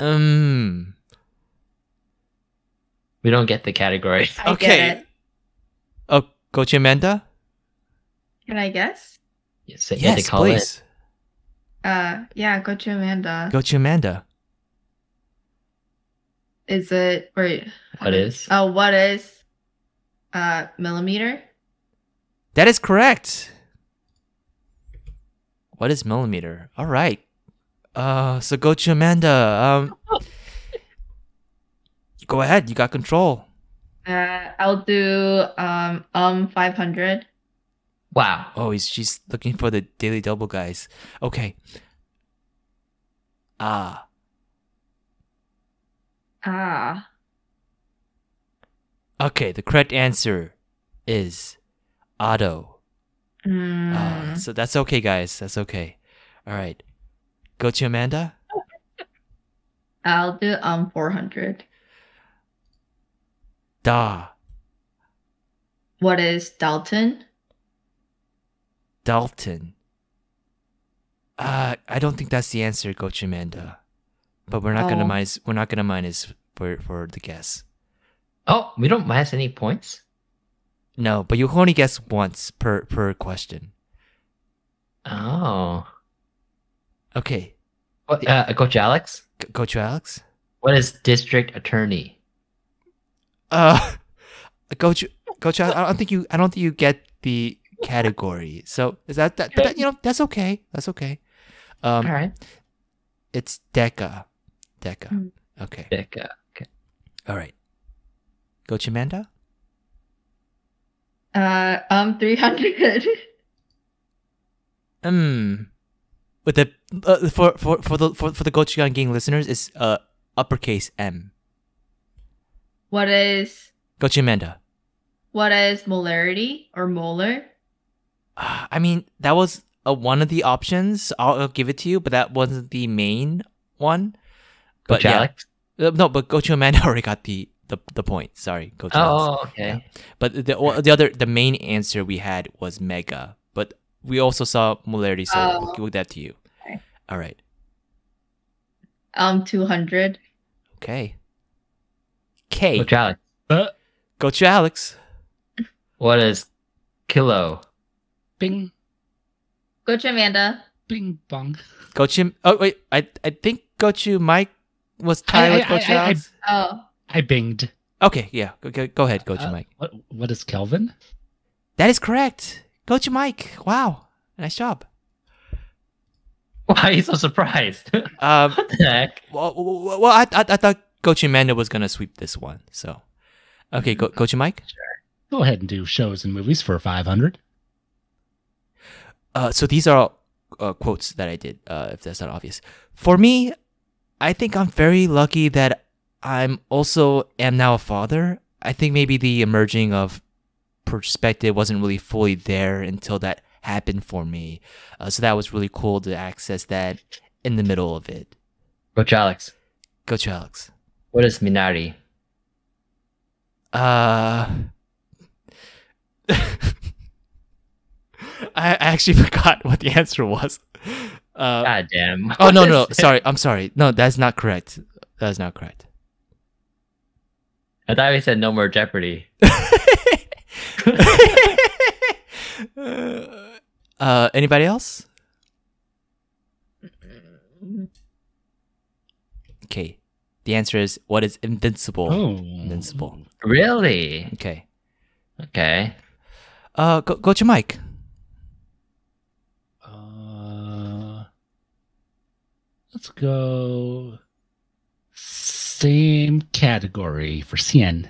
B: Um.
F: We don't get the category. *laughs*
E: I
B: Okay.
E: Get it.
B: Oh, go to Amanda.
E: Can I guess?
F: So you
B: Yes,
F: had to call it.
B: please.
E: Uh, yeah, go to Amanda.
B: Go to Amanda.
E: Is it wait?
F: What is?
E: Oh, what is? Uh, millimeter.
B: That is correct. What is millimeter? All right. Uh, so go to Amanda. Um, go ahead. You got control.
E: Uh, I'll do um um five hundred.
F: Wow.
B: Oh, he's, she's looking for the daily double guys. Okay. Ah,
E: Ah,
B: okay. The correct answer is auto.
E: mm,
B: Ah, so that's okay, guys. That's okay. All right. Go to Amanda.
E: I'll do um four hundred.
B: Da.
E: What is Dalton?
B: Dalton. Uh, I don't think that's the answer, Coach Amanda. But we're not gonna
E: Oh.
B: minus. We're not gonna minus for for the guess.
F: Oh, we don't minus any points.
B: No, but you can only guess once per per question.
F: Oh.
B: Okay,
F: What, uh, Coach Alex,
B: C- Coach Alex.
F: what is district attorney?
B: Uh, *laughs* Coach Coach, Alex, I don't think you. I don't think you get the category. So is that that? but that- you know, that's okay. That's okay. Um,
F: All right.
B: it's Deca. Deca.
F: Hmm.
E: Mm.
B: Okay.
F: Dick, uh,
B: All right. Coach Amanda.
E: Uh, um three hundred. *laughs*
B: Hmm. With the uh, for for for the for, for the Gochigan Gang listeners, it's uh uppercase M.
E: what is
B: Gochimanda.
E: what is molarity or molar?
B: Uh, I mean, that was uh, one of the options. I'll, I'll give it to you, but that wasn't the main one. But
F: Coach
B: yeah,
F: Alex.
B: Uh, no, but Gochimanda *laughs* already got the the, the point. Sorry, Gochi. Alex.
F: Oh, okay.
B: But the well, the other the main answer we had was mega, but we also saw molarity, so we'll
E: Oh.
B: give that to you.
E: Okay.
B: All right.
E: Um two hundred.
B: Okay. K.
F: Coach Alex,
G: Uh,
B: Gochi Alex.
F: what is kilo?
D: Bing,
E: Go to Amanda.
D: bing, bong.
B: Gochu. Oh wait, I I think Gochu Mike was tied
D: I-
B: with
D: I-
B: Gochu
D: I- I-
B: Alex.
E: *laughs* Oh,
D: I binged.
B: okay, yeah. Go, go, go ahead, Gochu
G: Uh,
B: Mike.
G: What, what is Kelvin?
B: That is correct. Gochu Mike. Wow, nice job.
F: *laughs* Why are you so surprised? *laughs*
D: *laughs*
B: Um.
F: what the heck?
B: well, well, well, I, I I thought Gochu Amanda was gonna sweep this one. So, okay, Go, Gochu Mike.
G: Go ahead and do shows and movies for 500.
B: Uh, so these are uh, quotes that I did. Uh, if that's not obvious, for me, I think I'm very lucky that I'm also am now a father. I think maybe the emerging of perspective wasn't really fully there until that happened for me. Uh, so that was really cool to access that in the middle of it.
F: Coach Alex,
B: Go to Alex.
F: what is Minari?
B: Uh, *laughs* I I actually *laughs* forgot what the answer was. Uh,
F: God damn.
B: *laughs* Oh no
F: *laughs* What
B: no
F: is it?
B: sorry I'm sorry no that's not correct that's not
F: *laughs*
B: correct. *laughs*
F: I thought we said no more Jeopardy.
B: uh, anybody else? Okay, the answer is what is invincible.
G: Oh.
B: Invincible.
F: Really?
B: Okay.
F: Okay.
B: Uh, go go to Mike.
G: Uh, let's go. Same category for
D: *laughs*
G: CN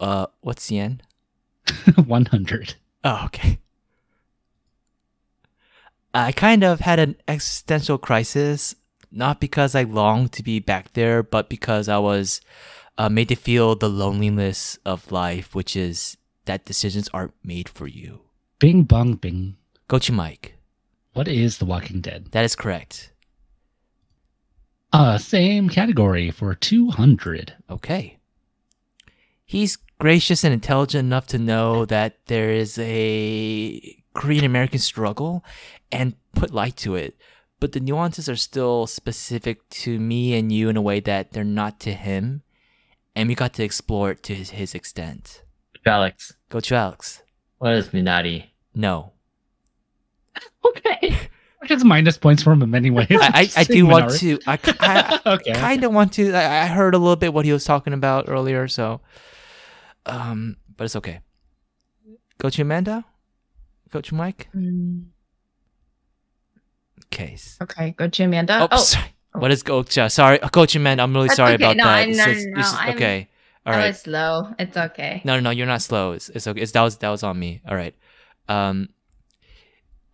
B: Uh, what's the end?
G: 100.
B: Oh, okay. I kind of had an existential crisis, not because I longed to be back there, but because I was uh, made to feel the loneliness of life, which is that decisions aren't made for you.
G: Bing bong bing.
B: Go to Mike.
G: What is The Walking Dead?
B: That is correct.
G: Uh, same category for 200.
B: Okay. He's gracious and intelligent enough to know that there is a Korean American struggle and put light to it. But the nuances are still specific to me and you in a way that they're not to him. And we got to explore it to his, his extent.
F: Coach Alex,
B: Go to Alex.
F: what is Minari?
B: No.
D: Okay. Which is minus points for him in many ways.
B: I, I, I do
D: Sigma
B: want
D: Nari.
B: to. I,
D: *laughs*
B: ki- I,
D: okay.
B: kind of want to. I, I heard a little bit what he was talking about earlier, so. Um, but it's okay. Coach Amanda, Coach Mike,
E: Mm,
B: case.
E: okay, go to Amanda.
B: Oh,
E: Uh, Oh,
B: sorry. What is Coach? Uh, sorry, uh, Coach Amanda. I'm really
E: That's
B: sorry
E: okay.
B: about
E: No,
B: that.
E: I'm-
B: It's
E: no,
B: just-
E: no,
B: it's
E: no,
B: just-
E: I'm-
B: okay. All
E: that
B: right.
E: was slow. It's okay.
B: No, no, no. You're not slow. It's, it's okay. It's that was that was on me. All right. Um,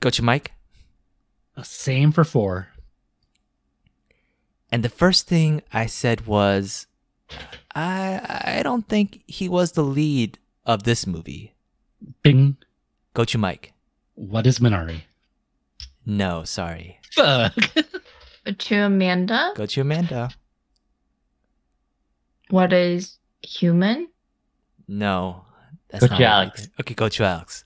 B: Coach Mike.
D: Uh, Same for four.
B: And the first thing I said was, I I don't think he was the lead of this movie.
D: Bing.
B: Go to Mike.
D: What is Minari?
B: No, sorry.
D: Fuck.
E: Go to Amanda.
B: Go to Amanda.
E: What is human?
B: No, that's
F: Go
B: not
F: to
B: it.
F: Alex.
B: Okay, go to Alex.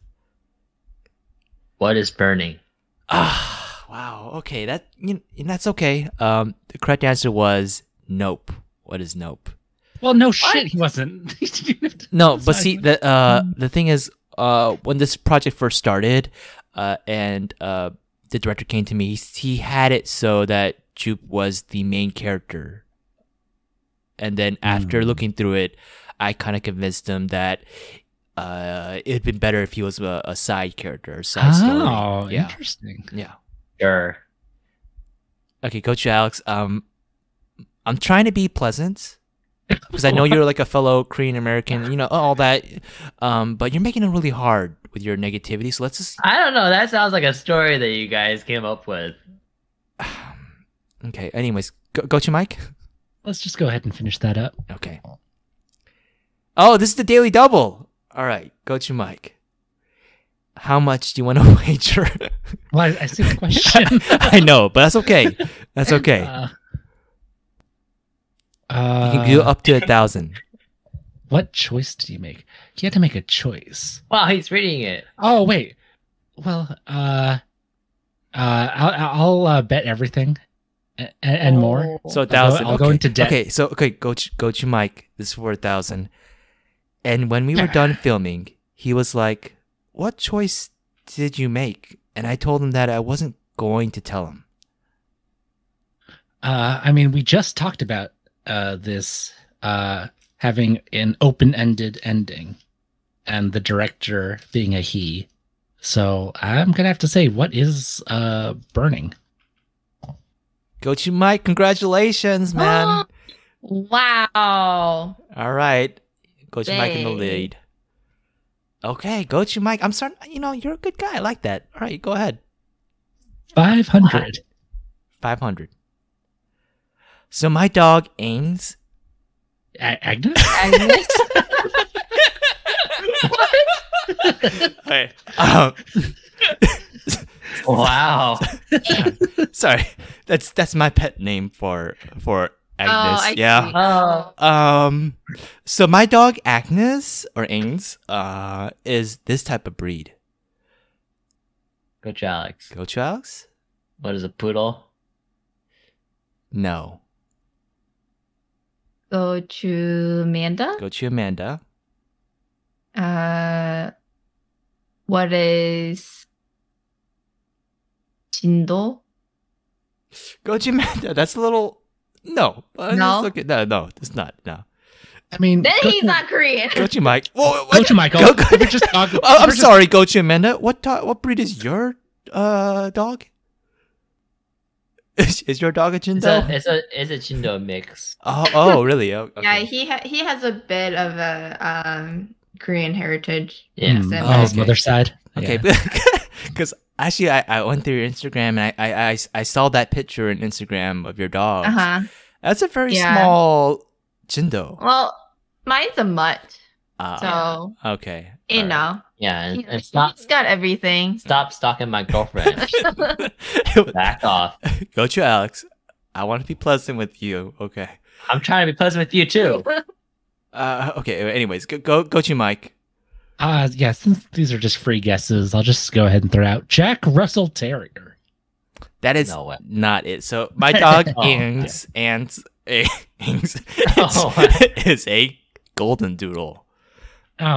F: What is burning?
B: Ah, wow. Okay, that you that's okay. Um, the correct answer was nope. What is nope?
D: Well, no shit, he wasn't. *laughs* He didn't have to-
B: No,
D: That's
B: but
D: not- Hmm.
B: see the uh the thing is uh when this project first started, uh and uh the director came to me, he, he had it so that Jupe was the main character. And then after
G: Mm.
B: looking through it, I kind of convinced him that uh it'd been better if he was a, a side character, a side
D: Oh,
B: story. Yeah.
D: interesting.
B: Yeah.
F: Sure.
B: Okay, Coach Alex. Um, I'm trying to be pleasant because I know you're like a fellow Korean American, you know all that. Um, but you're making it really hard with your negativity. So let's just *sighs*
F: I don't know. That sounds like a story that you guys came up with.
B: okay. Anyways, go, go to Mike.
G: Let's just go ahead and finish that up.
B: Okay. Oh, this is the daily double. All right, go to Mike. How much do you want to *laughs* wager?
D: Well, I, I see
B: *laughs*
D: the question.
B: I know, but that's okay. That's okay. You
D: Uh,
B: can do
D: uh,
B: up to a thousand.
G: What choice did you make? You had to make a choice.
F: Wow, he's reading it. *laughs*
G: Oh wait. Well, uh, uh, I'll, I'll uh, bet everything and,
B: Oh.
G: and more.
B: So a
G: go-
B: thousand.
G: I'll go
B: okay.
G: into debt.
B: Okay, so okay, go to, go to Mike. This is for a thousand. And when we were done filming, he was like, "What choice did you make?" And I told him that I wasn't going to tell him.
G: Uh, I mean, we just talked about uh, this uh, having an open-ended ending, and the director being a he. So I'm gonna have to say, what is uh, burning?
B: Go to Mike. Congratulations,
G: Ah.
B: man.
E: Wow.
B: All right, go to Mike in the
E: Dang.
B: lead. Okay, go to Mike. I'm sorry. You know, you're a good guy. I like that. All right, go ahead.
G: Five hundred.
B: 500. So my dog Ames
G: Agnes.
B: *laughs*
E: Agnes.
B: Okay. *laughs* Um,
F: Wow.
B: sorry, *laughs* that's that's my pet name for for Agnes.
E: Oh, I
B: yeah.
E: see.
F: oh.
B: Um. So my dog Agnes or Ains uh is this type of breed.
F: Coach Alex.
B: Go to Alex.
F: What is a poodle?
B: No.
E: Go to Amanda.
B: Go to Amanda.
E: Uh, what is 진도?
B: Go to Amanda. That's a little. No. Uh, it's
E: No?
B: okay. No. No. It's not. No.
G: I mean,
E: Then
G: go
E: he's
G: to-
E: not Korean.
B: Go to Mike. Whoa, whoa,
G: Go
B: what?
G: to Michael.
B: *laughs* Go- go-
G: We're just talking-
B: Oh, I'm
G: we're just-
B: sorry. Go to Amanda. What do- what breed is your uh dog? *laughs* Is, is your dog a Jindo?
F: It's a it's a it's a Chindo mix.
B: Oh, oh, really? Oh,
E: *laughs* *laughs* Yeah,
B: okay.
E: he ha- he has a bit of a um Korean heritage.
F: Yeah.
G: Hmm,
E: So-
G: on his
B: Okay.
G: mother's side.
B: okay, *laughs* because actually, I, I went through your Instagram and I, I, I, I saw that picture in Instagram of your dog.
E: Uh huh.
B: That's a very
E: Yeah.
B: small Jindo.
E: Well, mine's a mutt,
B: Uh,
E: so
B: okay, all
E: you
B: right.
E: know
F: Yeah, and,
E: he-
F: and stop
E: he's got everything.
F: stop stalking my
B: *laughs*
F: girlfriend. Back off.
B: Go to Alex. I want to be pleasant with you. Okay.
F: I'm trying to be pleasant with you too.
B: Uh, okay. Anyways, go go go to Mike.
G: Uh, yeah, since these are just free guesses, I'll just go ahead and throw out Jack Russell Terrier.
B: That is
F: No way.
B: not it. So
E: *laughs*
B: my dog
F: Oh,
B: Ings and Ings is,
F: Oh.
B: *laughs* is a golden doodle.
D: Oh,
B: Ah.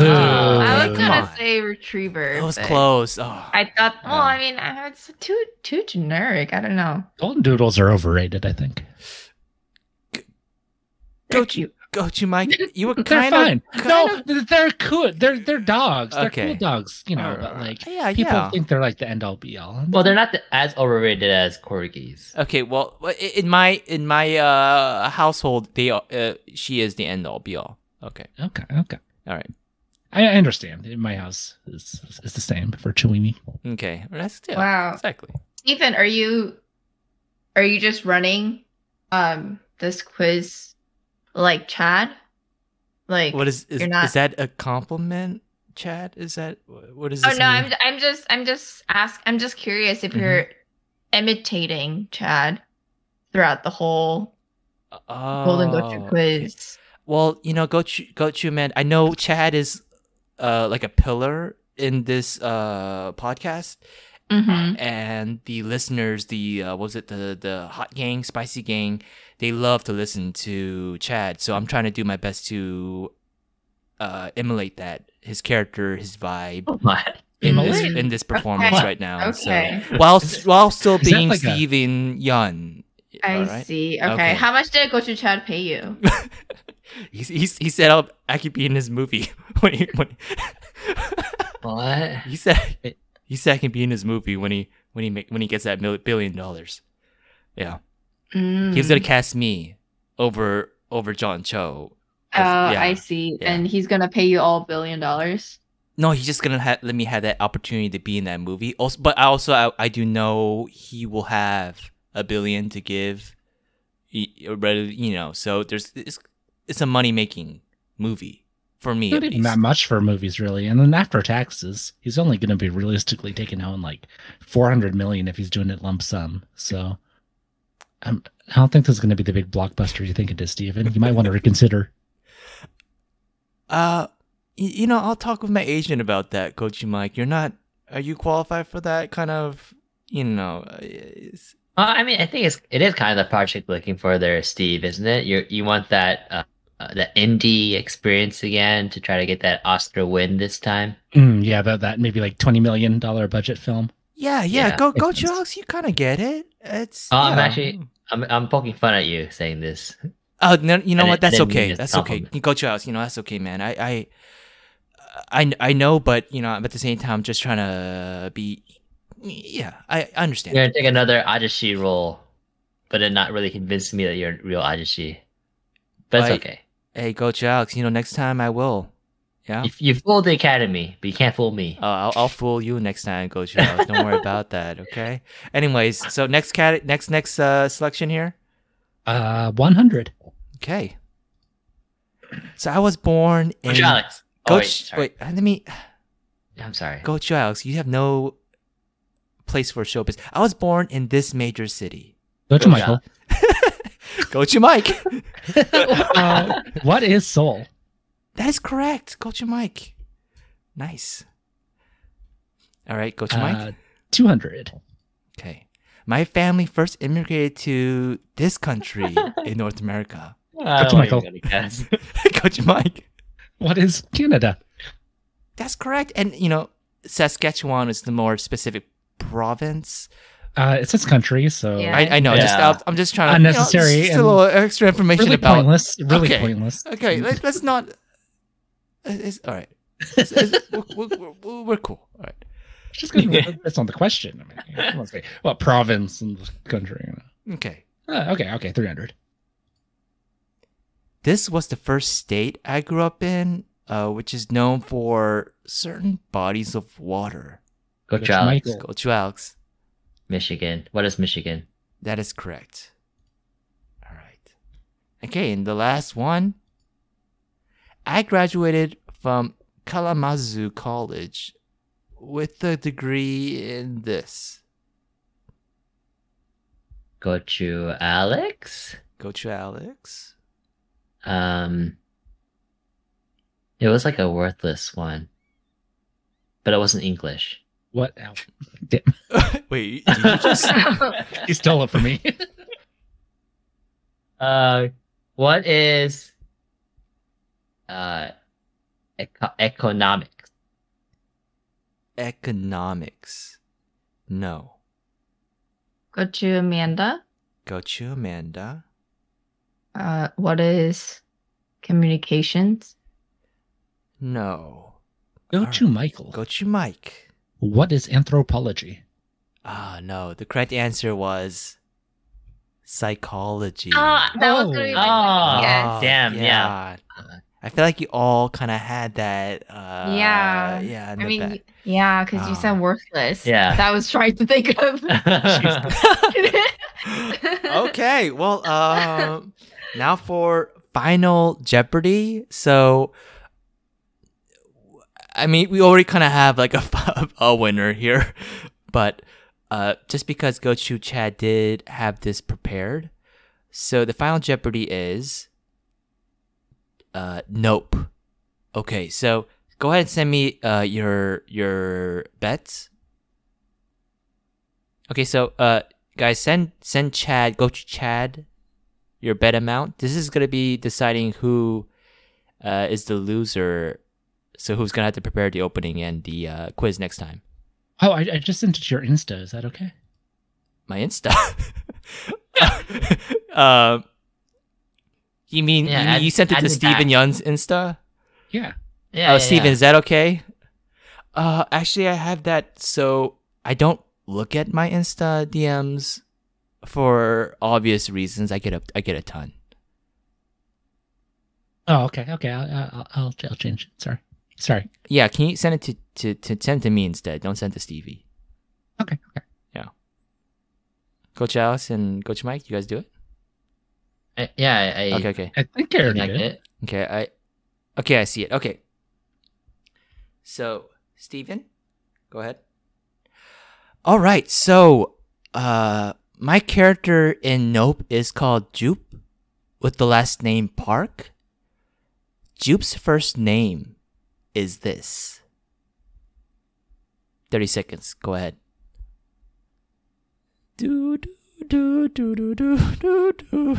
E: Oh,
D: Lou.
E: I was
D: Come
E: gonna
D: on.
E: say retriever.
B: That was
E: but
B: close. Oh.
E: I thought.
B: Yeah.
E: Well, I mean, I- it's too too generic. I don't know.
D: Golden doodles are overrated, I think.
E: They're
B: Go
E: cute.
B: Go to Mike. You were
D: They're
B: kind of
D: fine. No, they're cool. They're they're dogs. They're
B: Okay.
D: cool dogs, you know.
B: Alright,
D: But like,
B: Oh, yeah,
D: people
B: yeah.
D: think they're like the end all be all.
F: Well, they're not as overrated as corgis.
B: *laughs* Okay, well, i- in my in my uh household, they are, uh, she is the end all be all. Okay,
D: okay. Okay.
B: all right,
D: I, I understand. In my house, it's, it's the same for Chiweenie.
B: okay. Well, that's yeah,
E: Wow.
B: exactly.
E: Stephen, are you are you just running um this quiz like Chad? Like
B: What is is,
E: you're not-
B: is that a compliment, Chad? Is that wh- what is?
E: Oh
B: this
E: no,
B: mean?
E: I'm I'm just I'm just ask I'm just curious if you're
B: Mm-hmm.
E: imitating Chad throughout the whole
B: oh,
E: Golden Gochu quiz.
B: Well, you know, Gochu Gochu man, I know Chad is uh like a pillar in this uh podcast,
E: Mhm.
D: Mm-hmm.
B: and the listeners, the uh, what was it the the hot gang, spicy gang, they love to listen to Chad. So I'm trying to do my best to uh, emulate that his character, his vibe
F: Oh my.
B: in this
E: Emulate?
B: in this performance
E: Okay.
B: right now.
E: Okay.
B: So while s- while still
D: Is that
B: being
D: like a-
B: Steven *laughs* Yun.
E: I
B: all right?
E: see. Okay.
B: Okay.
E: How much did Gochu Chad pay you?
B: He, he, he said I'll, I could be in his movie *laughs* when he, when
F: What?
B: he said he said I can be in his movie when he when he make, when he gets that mil- billion dollars. Yeah. He was gonna
E: Mm.
B: cast me over over John Cho.
E: Oh,
B: as- yeah.
E: I see.
B: yeah.
E: And he's gonna pay you all billion dollars.
B: No, he's just gonna ha- let me have that opportunity to be in that movie. Also, but I also I, I do know he will have a billion to give. y- Rather, you know, so there's it's, it's a money making movie for me.
D: Not
B: At
D: even
B: least.
D: that much for movies, really. And then after taxes, he's only going to be realistically taking home like four hundred million if he's doing it lump sum. So, I'm, I don't think this is going to be the big blockbuster you think it is, Steven. You might want to reconsider.
B: Uh, y- you know, I'll talk with my agent about that, Coach Mike. You're not. Are you qualified for that kind of? You know, uh, it's-
F: Uh, I mean, I think it's it is kind of the project looking for there, Steve, isn't it? You you want that uh, uh, that indie experience again to try to get that Oscar win this time.
D: *laughs* Mm, yeah, about that maybe like twenty million dollar budget film.
B: yeah, yeah.
F: Yeah,
B: go,
D: makes
B: go,
D: sense.
B: Alex. You kind of get it. It's.
F: Oh, I'm
B: yeah.
F: actually- I'm I'm poking fun at you saying this.
B: Oh no! You know
F: I
B: what?
F: didn't-
B: That's
F: didn't mean
B: okay.
F: to
B: That's
F: stop
B: okay.
F: him.
B: You go to house. You know that's okay, man. I, I, I, I know, but you know, I'm at the same time, I'm just trying to be. Yeah, I, I understand.
F: You're gonna take another Ajishi role, but then not really convince me that you're a real Ajishi. But it's
B: I-
F: okay.
B: Hey, go to Alex. You know, next time I will. Yeah.
F: You, you fooled the academy, but you can't fool me.
B: Oh, I'll, I'll fool you next time, go to Alex. Don't worry about that. Okay. Anyways, so next cat, next next uh, selection here.
D: Uh, one hundred.
B: Okay. So I was born in.
F: Coach Alex.
B: Go
F: Oh, wait,
B: Ch-
F: sorry.
B: wait, let me.
F: I'm sorry.
B: Go to Alex. You have no place for showbiz. I was born in this major city.
D: Go to
F: Good
D: Michael.
B: Gochu Mike.
D: *laughs* Uh, what is Soul?
B: *laughs* that is correct. Gochu Mike. Nice. All right, Gochu
D: Uh,
B: Mike.
D: two hundred.
B: Okay. My family first immigrated to this
D: *laughs*
B: country in North America. *laughs*
D: Coach
F: I don't even
D: Michael.
F: gonna guess.
B: Gochu Mike.
D: What is Canada?
B: That's correct. And, you know, Saskatchewan is the more specific province.
D: Uh, it says country, so
E: Yeah.
B: I, I know. Just,
F: Yeah.
B: I'll- I'm just trying to.
D: Unnecessary
B: You know, just a
D: and
B: little extra information
D: really
B: about.
D: pointless. Really
B: Okay.
D: pointless.
B: Okay, let, let's not. uh, It's, it's, all right. It's- it's- we're, we're- we're, we're cool. All right.
D: Just because that's not the question. I mean, come on, say, what province and country? You
B: Okay.
D: know. Uh, okay, okay, three hundred.
B: This was the first state I grew up in, uh, which is known for certain bodies of water.
F: Coach Alex.
D: Michael.
B: Go to Alex.
F: Michigan. What is Michigan?
B: That is correct. All right. Okay, and the last one. I graduated from Kalamazoo College with a degree in this.
F: Go to Alex.
B: Go to Alex.
F: Um, it was like a worthless one, but it wasn't English.
D: What? Ow.
B: *laughs* Wait, did you just
D: He stole it from me. *laughs*
F: uh, what is uh Eco- economics.
B: Economics. No.
E: Go to Amanda.
B: Got you, Amanda.
E: Uh, what is communications?
B: No.
D: Go
B: All
D: to
B: right.
D: Michael.
B: Go to Mike.
D: What is anthropology?
B: Ah, no. The correct answer was psychology.
E: Ah, that was gonna be my
F: Oh,
B: Ah,
E: yes.
F: damn,
B: yeah. I feel like you all kind of had that. Uh,
E: Yeah.
B: Yeah. in
E: I
B: the
E: mean, Oh.
B: back.
E: y- yeah, because you
B: Ah.
E: sound worthless.
F: Yeah.
E: that was trying to think *laughs* of.
F: *laughs*
B: *laughs*
F: Oh,
B: okay. Well, um, now for final Jeopardy. So, I mean, we already kind of have like a *laughs* a winner here, but uh, just because Gochu Chad did have this prepared, so the final Jeopardy is uh, Nope. Okay, so go ahead and send me uh, your your bets. Okay, so uh, guys send send chad go to chad your bet amount this is going to be deciding who uh, is the loser so who's going to have to prepare the opening and the uh, quiz next time
D: Oh, I, I just sent it to your Insta. Is that okay?
B: my insta *laughs* um you mean you,
F: Yeah,
B: mean
F: add-
B: you sent it
F: add
B: to
F: me
B: steven
F: back.
B: young's insta
D: Yeah.
F: Yeah,
B: oh
F: yeah,
B: steven
F: yeah.
B: is that okay uh actually i have that so i don't look at my insta dms for obvious reasons i get a i get a ton
D: Oh, okay. Okay. I'll, I'll, I'll, I'll change it. Sorry. Sorry.
B: Yeah, can you send it to, to, to send it to me instead? Don't send it to Stevie.
D: Okay. Okay.
B: Coach Alice and Coach Mike, you guys do it?
F: I- yeah, I, I
B: Okay, okay.
D: I think I already
F: like
D: did.
F: it.
B: Okay, I Okay, I see it. Okay. So, Steven, go ahead. All right. So, uh my character in Nope is called Jupe with the last name Park. Jupe's first name is this. 30 seconds. Go ahead. Do do do do do do do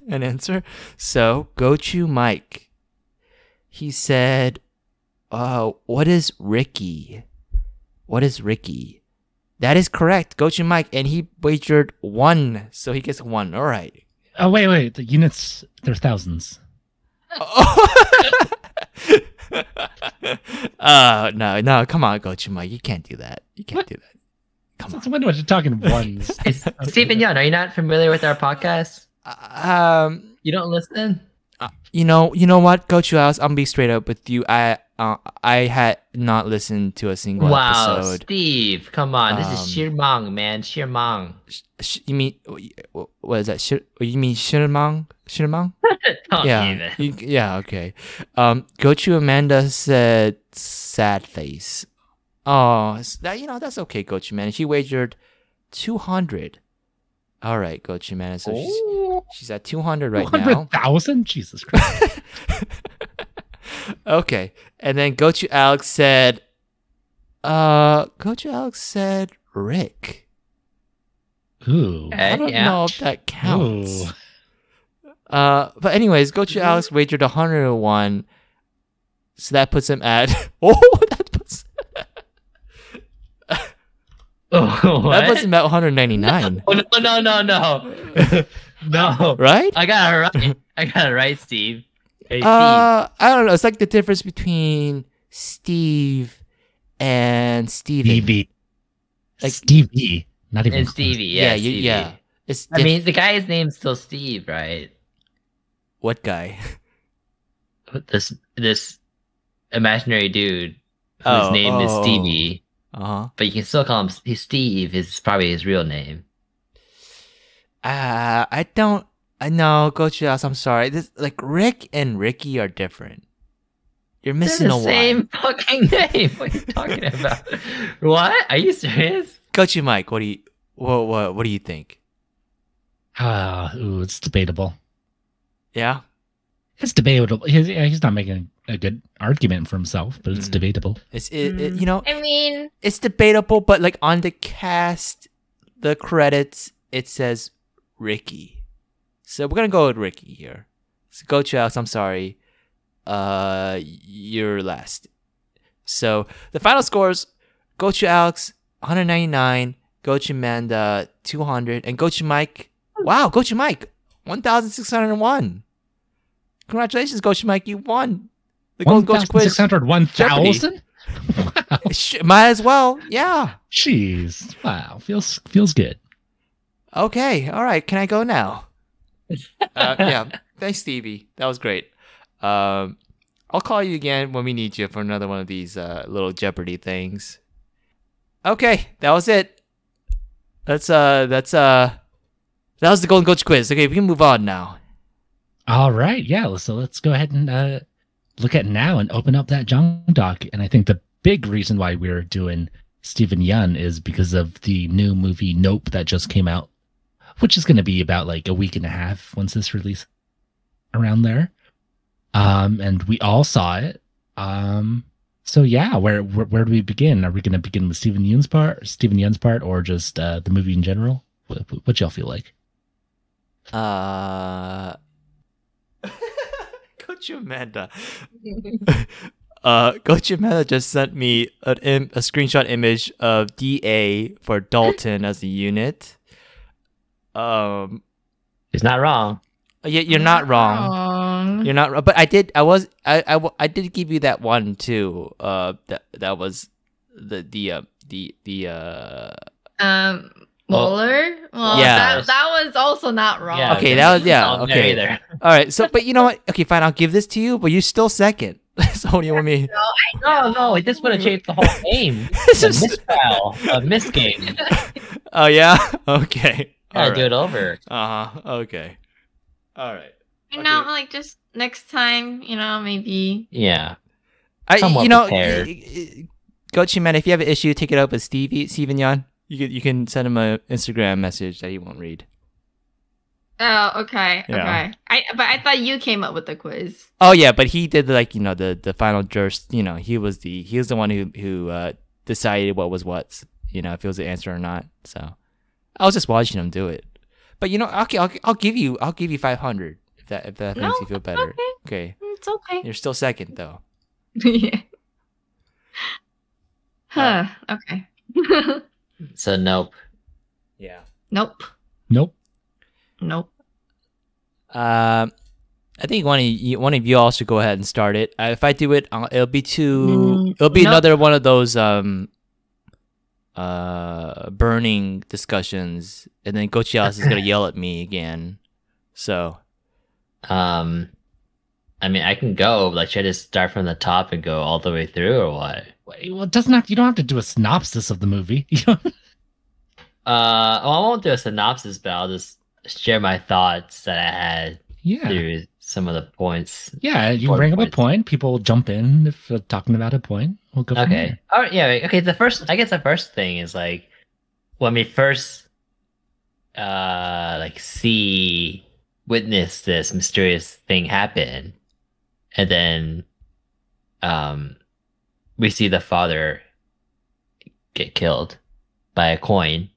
B: an answer. So, go to Mike he said, uh, what is Ricky? What is Ricky? That is correct. Go to Mike. And he wagered one. So he gets one. All right. *laughs*
D: Oh, wait, wait. The units, they're thousands.
B: Oh. uh, no, no. Come on, Go to Mike. You can't do that. You can't do that. Come on.
D: Since when was you talking ones?
F: It's- Stephen Young, are you not familiar with our podcast?
B: Um,
F: You don't listen?
B: you know, you know what, Gochu Alice, I'm gonna be straight up with you. I uh, I had not listened to a single
F: wow,
B: episode.
F: Steve, come on. This is sheer
B: Um,
F: mong, man. Sheer mong.
B: Sh- you mean what is that? Sh- you mean Shirmang? Shirmang?
F: *laughs* Don't
B: yeah,
F: even.
B: you- yeah, okay. Um, go to Amanda said sad face. Oh, s- that you know that's okay, Go to Amanda. She wagered two hundred. All right, Go to Amanda. *laughs* So she's
D: Oh,
B: she's at Oh. two hundred right now. *laughs*
D: 200,000? Jesus Christ.
B: okay, and then Go to Alex said, uh, Go to Alex said Rick.
D: Ooh.
B: I
F: Okay,
B: don't
F: *laughs* yeah.
B: know if that counts.
D: Ooh.
B: Uh, but anyways, Gochu
F: Mm-hmm.
B: Alex wagered 101. So that puts him at *laughs* oh, that puts
F: Oh,
B: that puts him at 199,
F: *laughs* Oh, no, no, no,
B: *laughs*
F: no. no.
B: right?
F: I got it right. I got it right, Steve. Hey,
B: Uh, I don't know. It's like the difference between Steve and Steven.
D: Stevie.
B: Like-
D: Stevie. Not
F: Steve.
D: even.
F: And
D: close.
F: Stevie. Yeah,
B: yeah, you,
F: Stevie.
B: yeah. It's
F: I
B: diff-
F: mean, the guy's name's still Steve, right?
B: what guy? *laughs*
F: This this imaginary dude whose
B: Oh,
F: name is
B: oh.
F: Stevie,
B: Uh huh.
F: but you can still call him he's Steve. Is probably his real name.
B: Uh, I don't. I know, Gochu Alex. I'm sorry. This like Rick and Ricky are different. You're
F: They're
B: missing
F: the
B: a Y.
F: same fucking *laughs* name. What are you talking about? *laughs* what? Are you serious?
B: Gochu Mike, what do you what what what do you think?
D: Ah, ooh, it's debatable.
B: Yeah?
D: It's debatable. He's, yeah, he's not making a good argument for himself, but it's
B: Mhm.
D: debatable.
B: It's it, it
E: Mm.
B: you know,
E: I mean,
B: it's debatable, but like on the cast, the credits, it says Ricky. So we're gonna go with Ricky here. So go Alex, I'm sorry. Uh you're last. So the final scores go to Alex 199, go to Amanda 200, and go to Mike. Wow, go to Mike 1601. Congratulations, go to Mike. You won the Golden Gochu quiz.
D: 1,601 thousand? Wow.
B: Sh- Might as well. Yeah.
D: Jeez. Wow. Feels feels good.
B: Okay, all right. Can I go now? *laughs* uh, yeah. Thanks, Stevie. That was great. Um, I'll call you again when we need you for another one of these uh, little Jeopardy things. Okay, that was it. That's uh, that's uh, that was the Golden Coach quiz. Okay, we can move on now.
D: All right. Yeah. So let's go ahead and uh, look at now and open up that Jung doc. And I think the big reason why we're doing Stephen Yun is because of the new movie Nope that just came out, which is going to be about like a week and a half once this release around there. Um, and we all saw it. Um, so yeah, where where, where do we begin? Are we going to begin with Stephen Yun's part, Stephen Yun's part, or just uh, the movie in general? What, what y'all feel like?
B: Uh, *laughs* Coach Amanda. *laughs* uh, Coach Amanda just sent me an Im- a screenshot image of DA for Dalton as a unit. Um,
F: It's not wrong.
B: yeah, you're not wrong.
E: wrong.
B: You're not wrong. But I did. I was. I, I, w- I did give you that one too. Uh, that that was the the uh, the the uh.
E: Um,
B: Well-
E: Mueller. Well,
B: Yeah.
E: that, that was yeah. not wrong.
F: Yeah,
B: Okay, that was- yeah,
F: not there
B: okay.
F: Either.
B: All right. So, but you know what? Okay, fine. I'll give this to you. But you're still second. *laughs* so what do you want me? *laughs*
F: No, no, it just would
B: Mm.
F: have changed the whole game.
B: This
F: a
B: is-
F: mistrial, a misgame.
B: Oh yeah. *laughs* Okay.
F: Gotta
B: *laughs* All
F: do
B: right.
F: it over.
B: Uh huh. Okay. All right.
E: You know, like just next time, you know, maybe.
F: Yeah.
B: I,
F: Somewhat
B: you know,
F: prepared.
B: y- y- y- Gochi man, if you have an issue, take it up with Stevie Steven Yan. You can you can send him a Instagram message that he won't read.
E: Oh, okay,
B: Yeah.
E: okay. I but I thought you came up with the quiz.
B: Oh yeah, but he did like you know the the final jurist. You know he was the he was the one who who uh, decided what was what. You know if it was the answer or not. So I was just watching him do it. But you know I'll I'll, I'll give you I'll give you five hundred if that if that
E: No,
B: makes you feel
E: it's
B: better.
E: okay.
B: Okay,
E: It's okay.
B: you're still second though.
E: *laughs* yeah. Huh. Okay. *laughs*
F: So nope.
B: Yeah.
E: nope.
D: Nope.
E: Nope.
B: Um, I think one of you, one of you all should go ahead and start it. Uh, if I do it, I'll, it'll be too.
E: Mm,
B: It'll be
E: no.
B: another one of those um, uh, burning discussions, and then Gochias is gonna yell at me again. So
F: Um, I mean, I can go. Like, should I just start from the top and go all the way through, or what?
D: Well, it doesn't have. You don't have to do a synopsis of the movie. *laughs* You know,
F: Uh, well, I won't do a synopsis, but I'll just share my thoughts that I had
D: yeah,
F: through some of the points.
D: yeah. You
F: Point,
D: bring up a
F: point.
D: point. People will jump in if you're talking about a point. We'll go. from
F: Okay.
D: there.
F: All right. Yeah. Okay. The first, I guess, the first thing is like when we first, uh, like see witness this mysterious thing happen, and then, um, we see the father get killed by a coin.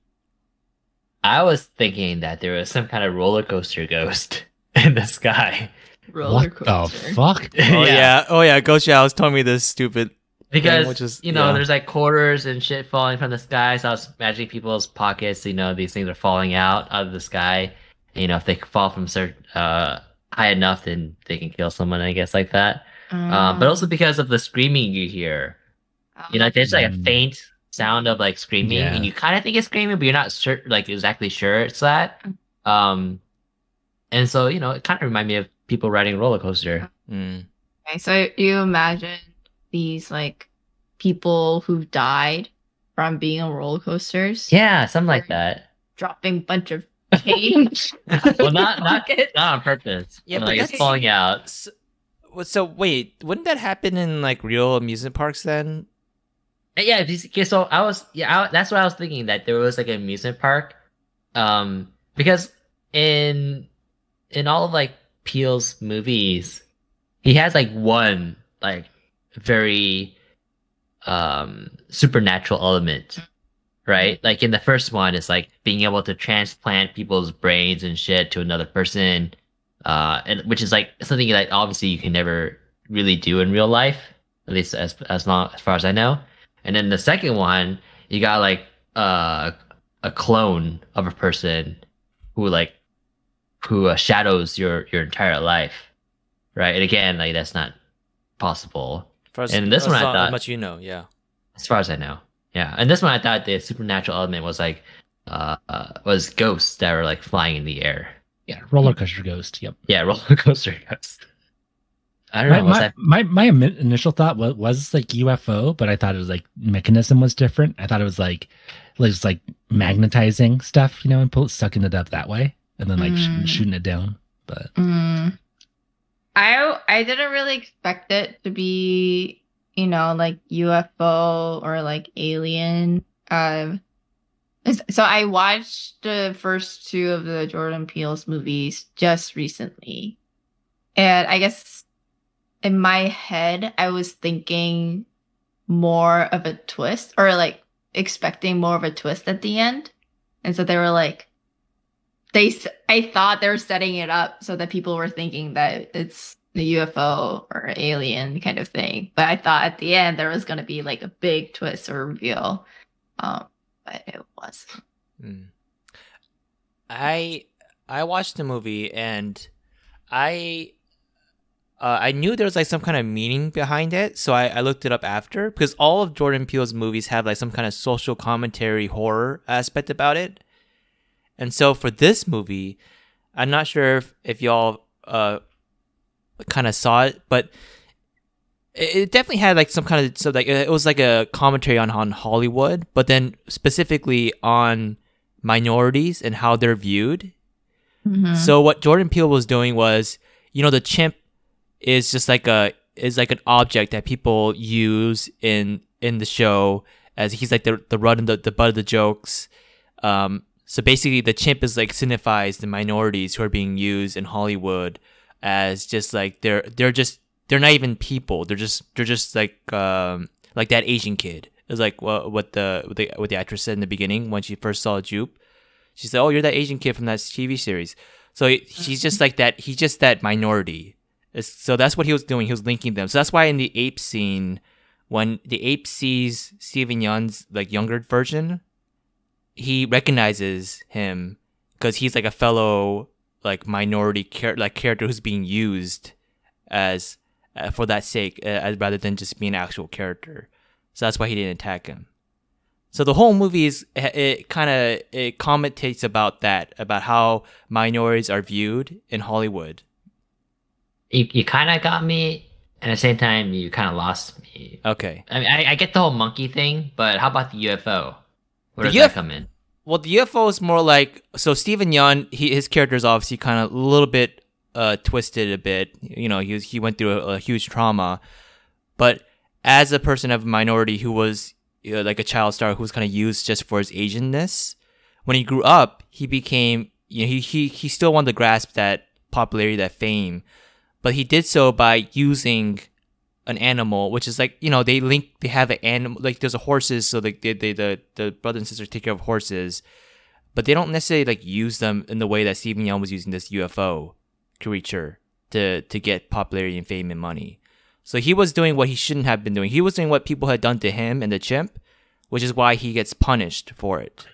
F: I was thinking that there was some kind of roller coaster ghost *laughs* in the sky.
E: Roller
D: what the
E: coaster.
D: fuck?
F: *laughs*
B: oh yeah, oh yeah, Gochias told me this stupid.
F: because
B: which is-
F: you know
B: yeah.
F: there's like quarters and shit falling from the sky so i was imagining people's pockets you know these things are falling out out of the sky you know if they fall from certain uh high enough then they can kill someone i guess like that
E: Uh, Mm.
F: um but also because of the screaming you hear you know there's like a
D: Mm.
F: faint sound of like screaming
D: Yeah.
F: and you kind of think it's screaming but you're not sure like exactly sure it's that um and so you know it kind of reminded me of people riding a roller coaster
B: Mm.
E: Okay, so you imagine these like people who've died from being on roller coasters,
F: yeah something like that
E: dropping bunch of change.
F: well not not not on purpose
B: Yeah,
F: yeah
B: but
F: like it's
B: that's-
F: falling out
B: S- so wait, wouldn't that happen in like real amusement parks then?
F: Yeah, these- okay, so I was yeah, I, that's what I was thinking that there was like an amusement park, um, because in in all of like Peel's movies, he has like one like very um supernatural element, right? Like in the first one, it's like being able to transplant people's brains and shit to another person, uh, and which is like something that obviously you can never really do in real life, at least as as long as far as I know. And then the second one, you got like uh, a clone of a person who like who uh, shadows your your entire life, right? And again, like that's not possible
B: For us-
F: And this
B: for us
F: one I
B: not- how
F: thought-
B: much you know, yeah.
F: as far as I know. Yeah, and this one I thought the supernatural element was like uh, uh was ghosts that were like flying in the air.
D: Yeah, roller coaster ghost. Yep.
F: Yeah, *laughs* roller coaster ghosts. I don't
D: My,
F: know. Was
D: my,
F: that
D: my, my imi- initial thought was, was like UFO, but I thought it was like mechanism was different. I thought it was like, it was like magnetizing stuff, you know, and pull, sucking it up that way, and then like sh-
E: Mm.
D: shooting it down. But
E: Mm. I I didn't really expect it to be, you know, like UFO or like alien. Um, is- so I watched the first two of the Jordan Peele's movies just recently, and I guess in my head I was thinking more of a twist or like expecting more of a twist at the end, and so they were like they s- i thought they were setting it up so that people were thinking that it's the ufo or alien kind of thing but i thought at the end there was going to be like a big twist or reveal um but it was
B: Mm. I I watched the movie and I uh, I knew there was like some kind of meaning behind it, so I, I looked it up after because all of Jordan Peele's movies have like some kind of social commentary horror aspect about it. And so for this movie, I'm not sure if, if y'all uh kind of saw it, but it it definitely had like some kind of so like it was like a commentary on on Hollywood, but then specifically on minorities and how they're viewed.
D: Mm-hmm.
E: Mm-hmm.
B: So what Jordan Peele was doing was, you know, the chimp is just like a is like an object that people use in in the show as he's like the the run the, the butt of the jokes. Um, so basically, the chimp is like signifies the minorities who are being used in Hollywood as just like they're they're just they're not even people. They're just they're just like um like that Asian kid. It's like what what the what the what the actress said in the beginning when she first saw Jupe. She said, "Oh, you're that Asian kid from that TV series." So it- she's just like that. He's just that minority. It's, so that's what he was doing. He was linking them. So that's why in the ape scene, when the ape sees Steven Yeun's like younger version, he recognizes him because he's like a fellow like minority char- like character who's being used as uh, for that sake uh, as rather than just be an actual character. So that's why he didn't attack him. So the whole movie is it, kind of it commentates about that about how minorities are viewed in Hollywood.
F: you? You kind of got me, and at the same time, you kind of lost me.
B: Okay.
F: I mean, I, I get the whole monkey thing, but how about the UFO? Where
B: The
F: does that
B: UFO
F: come in?
B: Well, the UFO is more like so Stephen Yeun. He, his character is obviously kind of a little bit uh, twisted a bit. You know, he was, he went through a, a huge trauma, but as a person of a minority who was you know, like a child star who was kind of used just for his Asianness, when he grew up, he became you know he he he still wanted to grasp that popularity, that fame, but he did so by using an animal, which is like you know they link they have an animal like there's a horses, so like they, they the the brother and sister take care of horses, but they don't necessarily like use them in the way that Stephen Young was using this UFO creature to to get popularity and fame and money. So he was doing what he shouldn't have been doing. He was doing what people had done to him and the chimp, which is why he gets punished for it.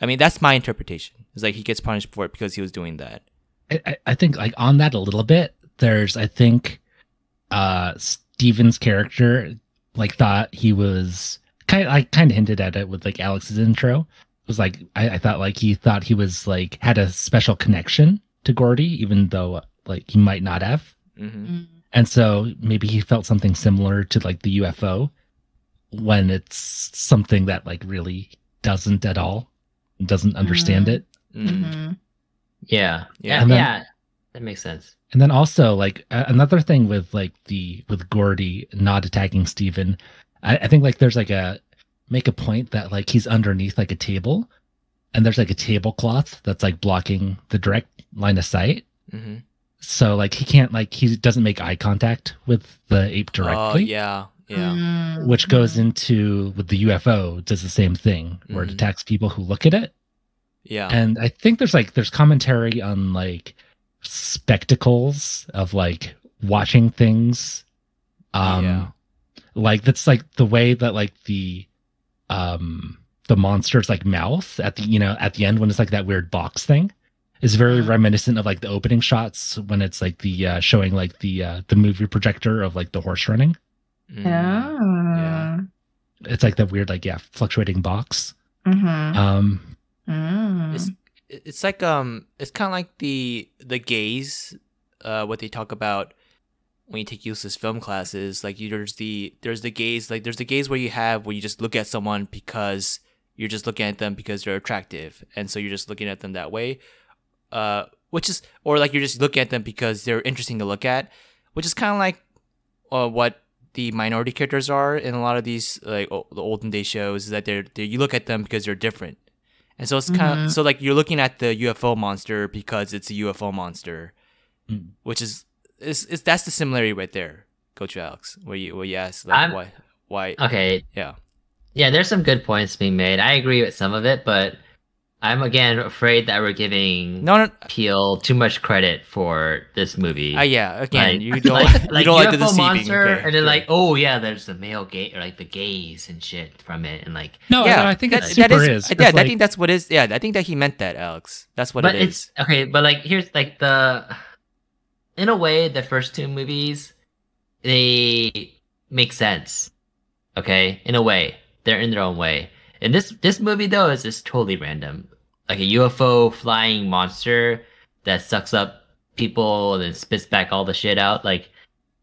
B: I mean, that's my interpretation. It's like he gets punished for it because he was doing that.
D: I, I- I think like on that a little bit, there's I think uh Steven's character like thought he was kind I kind of hinted at it with like Alex's intro. It was like I, I thought like he thought he was like had a special connection to Gordy, even though like he might not have.
B: hmm
E: Mm.
D: And so maybe he felt something similar to like the UFO when it's something that like really doesn't at all doesn't understand
E: Mhm.
D: it.
B: Mm-hmm.
E: Mhm.
B: mm,
F: Yeah,
B: Yeah.
F: yeah,
D: And then-
F: yeah. That makes sense.
D: And then also like a- another thing with like the with Gordy not attacking Steven, I, I think like there's like a make a point that like he's underneath like a table and there's like a tablecloth that's like blocking the direct line of sight.
B: Mm-hmm.
D: So like he can't like he doesn't make eye contact with the ape
B: Oh
D: directly.
B: yeah, yeah.
E: Mm,
D: Which goes
E: mhm.
D: into with the UFO does the same thing where it
B: Mhm.
D: attacks people who look at it.
B: Yeah.
D: And I think there's like there's commentary on like spectacles of like watching things. Um
B: Yeah.
D: like that's like the way that like the um the monster's like mouth at the you know at the end when it's like that weird box thing is very reminiscent of like the opening shots when it's like the uh showing like the uh the movie projector of like the horse running.
B: Mm.
E: Mm-hmm. Yeah.
D: It's like that weird like yeah, fluctuating box.
E: Mhm.
D: Um
E: Mm.
B: It's it- it's like um it's kind of like the the gaze uh what they talk about when you take useless film classes like you, there's the there's the gaze like there's the gaze where you have where you just look at someone because you're just looking at them because they're attractive and so you're just looking at them that way uh which is or like you're just looking at them because they're interesting to look at which is kind of like uh, what the minority characters are in a lot of these like o- the olden day shows is that they're, they you look at them because they're different and so it's kind of
E: Mhm.
B: so like you're looking at the UFO monster because it's a UFO monster,
D: Mm.
B: which is is is that's the similarity right there, Coach Alex. Where you where you ask like
F: I'm-
B: why why
F: Okay.
B: yeah
F: Yeah, there's some good points being made. I agree with some of it, but I'm again afraid that we're giving
B: no uh, no
F: Peel too much credit for this movie.
B: uh, yeah again
F: Like-
B: you don't
F: *laughs* like,
B: *laughs* you
F: like
B: don't like
F: UFO
B: the deceiving
F: monster,
B: okay,
F: and then
B: sure.
F: like, oh yeah, there's the male gaze, or like the gaze and shit from it, and like,
D: no,
B: yeah
D: no, I think
B: that,
D: it's
B: that
D: super
B: is,
D: is.
B: yeah
D: because,
B: I
D: like,
B: think that's what is yeah I think that he meant that Alex that's what
F: but
B: it is
F: it's okay. But like, here's like the, in a way, the first two movies, they make sense. Okay, in a way, they're in their own way. And this this movie though is just totally random, like a UFO flying monster that sucks up people and then spits back all the shit out. Like,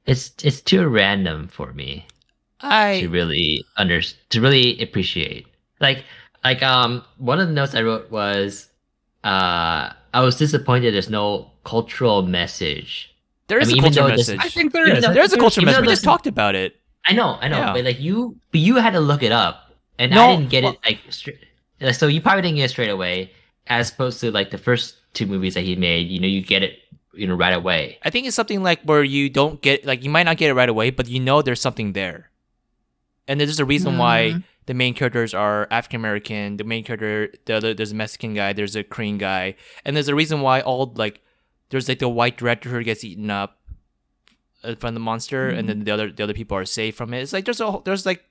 F: it's it's too random for me. to
B: I
F: really under to really appreciate. Like like um one of the notes I wrote was uh I was disappointed there's no cultural message.
B: there is
F: I mean,
B: a
F: even
B: culture
F: though this-
B: message
D: I think there
F: Even
D: is.
F: though-
B: there's a culture
F: even though
B: message we just
F: there's-
B: talked about it
F: I know, I know,
B: Yeah.
F: but like you but you had to look it up and
B: No,
F: I didn't get
B: well-
F: it like straight so you probably didn't get it straight away as opposed to like the first two movies that he made, you know, you get it you know right away.
B: I think it's something like where you don't get like you might not get it right away, but you know there's something there, and there's a reason
F: Mm-hmm.
B: why the main characters are African American. The main character, the other, there's a Mexican guy, there's a Korean guy, and there's a reason why all like there's like the white director who gets eaten up uh, from the monster, and
F: Mm-hmm.
B: then the other the other people are safe from it. It's like there's a whole- there's like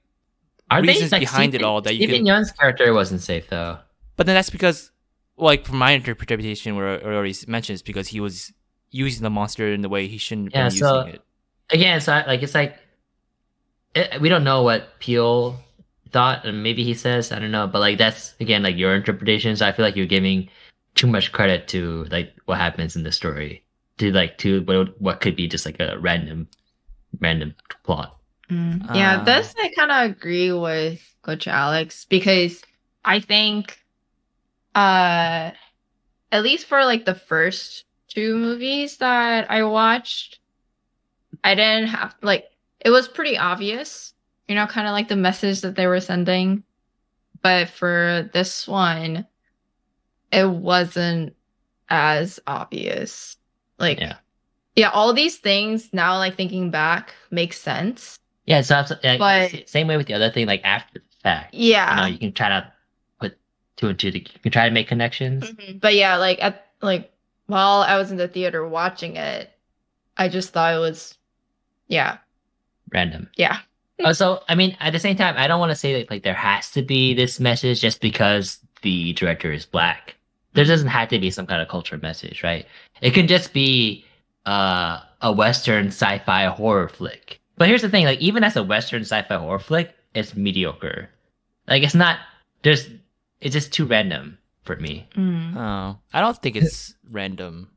B: reasons behind it all that you can-
F: Stephen Young's character wasn't safe though.
B: But then that's because, like, from my interpretation, where I already mentioned, it's because he was using the monster in the way he shouldn't
F: Yeah,
B: be
F: so-
B: using it.
F: again, so I, like it's like it, we don't know what Peel thought, and maybe he says I don't know, but like that's again like your interpretation. So I feel like you're giving too much credit to like what happens in the story, to like to what what could be just like a random random plot.
E: Mm.
B: Uh,
E: Yeah, this I kind of agree with Coach Alex because I think, uh, at least for like the first two movies that I watched, I didn't have like it was pretty obvious, you know, kind of like the message that they were sending. But for this one, it wasn't as obvious. Like,
F: Yeah.
E: yeah, all these things now, like thinking back, make sense.
F: Yeah, so I'm, so- like,
E: But-
F: s- same way with the other thing, like after the fact, you know,
E: Yeah.
F: you can try to put two and two. To, you can try to make connections.
E: Mhm. But yeah, like at like while I was in the theater watching it, I just thought it was yeah.
F: random.
E: Yeah.
F: also, Uh, I mean, at the same time, I don't want to say that like there has to be this message just because the director is black. There doesn't have to be some kind of culture message, right? It can just be uh, a Western sci-fi horror flick. But here's the thing: like, even as a Western sci-fi horror flick, it's mediocre. Like, it's not. There's. It's just too random for me.
B: Oh, I don't think it's random.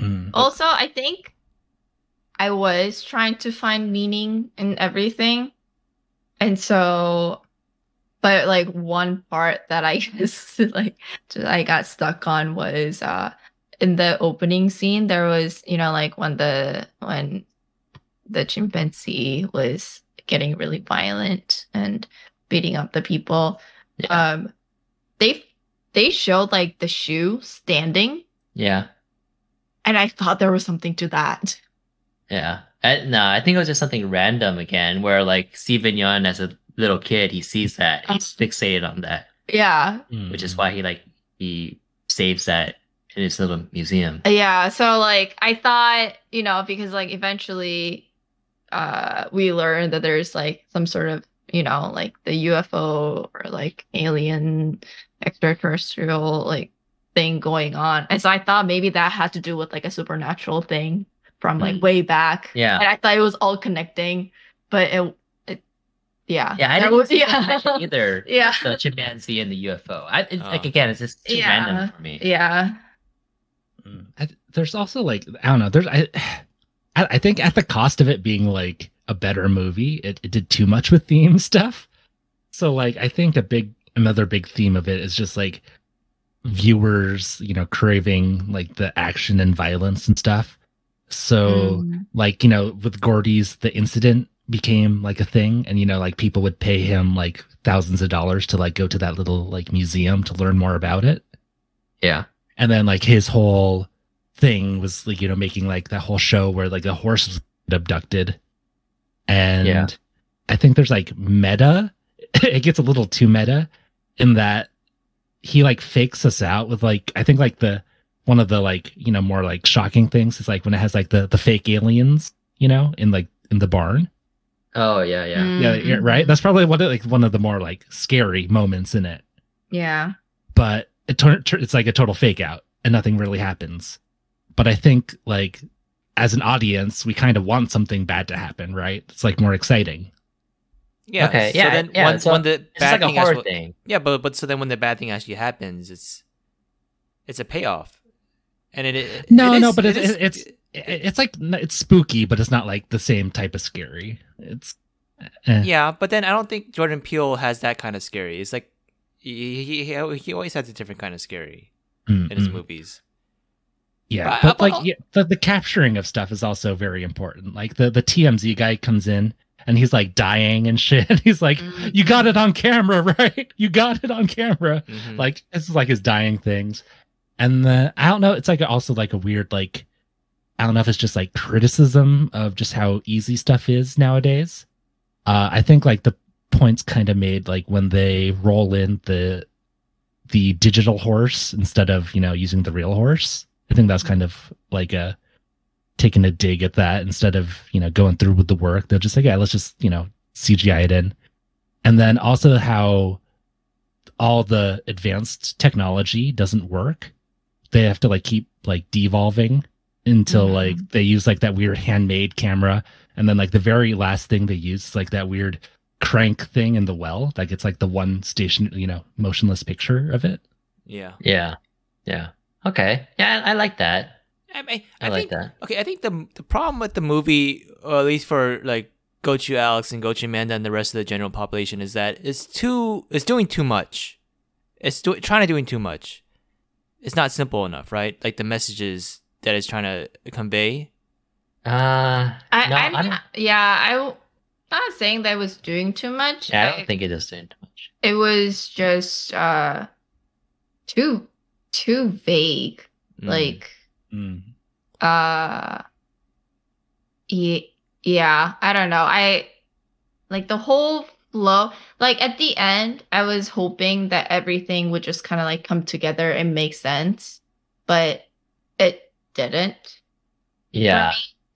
D: Mm.
E: Also, I think I was trying to find meaning in everything. And so but *laughs* like one part that I guess like just- I got stuck on was uh in the opening scene there was you know like when the when the chimpanzee was getting really violent and beating up the people
F: Yeah.
E: um they they showed like the shoe standing
F: Yeah.
E: and i thought there was something to that
F: Yeah. I, no, I think it was just something random again, where like Steven Yeun as a little kid, he sees that. He's fixated on that,
E: yeah
B: Mm-hmm.
F: which is why he like he saves that in his little museum.
E: yeah so like i thought you know because like eventually uh we learned that there's like some sort of you know like the ufo or like alien extraterrestrial like thing going on and so i thought maybe that had to do with like a supernatural thing from like way back
F: Yeah.
E: and i thought it was all connecting but it, it yeah
F: Yeah, I
E: That
F: didn't
E: was-
F: see that
E: yeah *laughs*
F: connection either.
E: Yeah.
F: the chimpanzee and the UFO. I it's, like
B: Oh.
F: again, it's just too
E: Yeah.
F: random for me.
E: yeah
D: I, th- there's also like I don't know. There's I, *sighs* I I think at the cost of it being like a better movie, it, it did too much with theme stuff. So like I think a big another big theme of it is just like viewers, you know, craving like the action and violence and stuff. So
F: Oh,
E: Mm.
D: like you know with gordy's the incident became like a thing and you know like people would pay him like thousands of dollars to like go to that little like museum to learn more about it
F: Yeah.
D: and then like his whole thing was like you know making like that whole show where like the horse was abducted and
F: Yeah.
D: i think there's like meta *laughs* it gets a little too meta in that he like fakes us out with like i think like the one of the like you know more like shocking things is like when it has like the the fake aliens you know in like in the barn
F: Oh yeah, yeah.
E: Mm.
D: yeah
E: Mm-hmm.
D: you're right that's probably one of like one of the more like scary moments in it
E: yeah
D: but it tur- tur- it's like a total fake out and nothing really happens. But I think like as an audience, we kind of want something bad to happen, right? It's like more exciting.
B: Yeah.
F: Okay,
B: So
F: yeah,
B: then
F: yeah,
B: when,
F: so
B: when the
F: It's
B: bad
F: just like
B: thing
F: a horror
B: actually,
F: thing.
B: yeah, but but so then when the bad thing actually happens, it's it's a payoff, and it, it
D: No,
B: it
D: no,
B: is-
D: but
B: it
D: it's-
B: is-
D: it's- I- It's like n- it's spooky, but it's not like the same type of scary. It's eh.
B: yeah, but then I don't think Jordan Peele has that kind of scary. It's like he he, he- he always has a different kind of scary
D: Mm,
B: in his
D: mm.
F: Mm-hmm.
B: movies.
D: Yeah,
B: But-
D: but like yeah, the, the capturing of stuff is also very important. Like the the TMZ guy comes in and he's like dying and shit. *laughs* he's like,
E: Mm.
D: "You got it on camera, *laughs* right? You got it on camera."
B: Mhm.
D: like this is like his dying things and the i don't know it's like also like a weird like i don't know if it's just like criticism of just how easy stuff is nowadays uh i think like the points kind of made like when they roll in the the digital horse instead of you know using the real horse i think that's kind of like a taking a dig at that instead of you know going through with the work they're just like yeah let's just you know cgi it in and then also how all the advanced technology doesn't work they have to like keep like devolving until
E: Mhm.
D: like they use like that weird handmade camera and then like the very last thing they use is like that weird crank thing in the well like it's like the one station you know motionless picture of it
B: yeah,
F: Yeah. Yeah. Okay. Yeah, I, I like that.
B: I mean,
F: I,
B: I,
F: like
B: think
F: that.
B: okay. I think the the problem with the movie, or at least for like Gochu Alex and Gochu Amanda and the rest of the general population, is that it's too it's doing too much. It's do, trying to doing too much. It's not simple enough, right? Like the messages that it's trying to convey.
F: Uh
E: I,
F: no,
E: I'm
F: I don't
E: not- yeah, I w- not saying that I was doing too much.
F: yeah, I don't think it is doing too much.
E: it was just uh too too vague.
F: Hmm.
B: Mm.
E: Like uh yeah, yeah, I don't know. I like the whole flow like at the end I was hoping that everything would just kind of like come together and make sense, but it didn't. for
F: Mm. Yeah.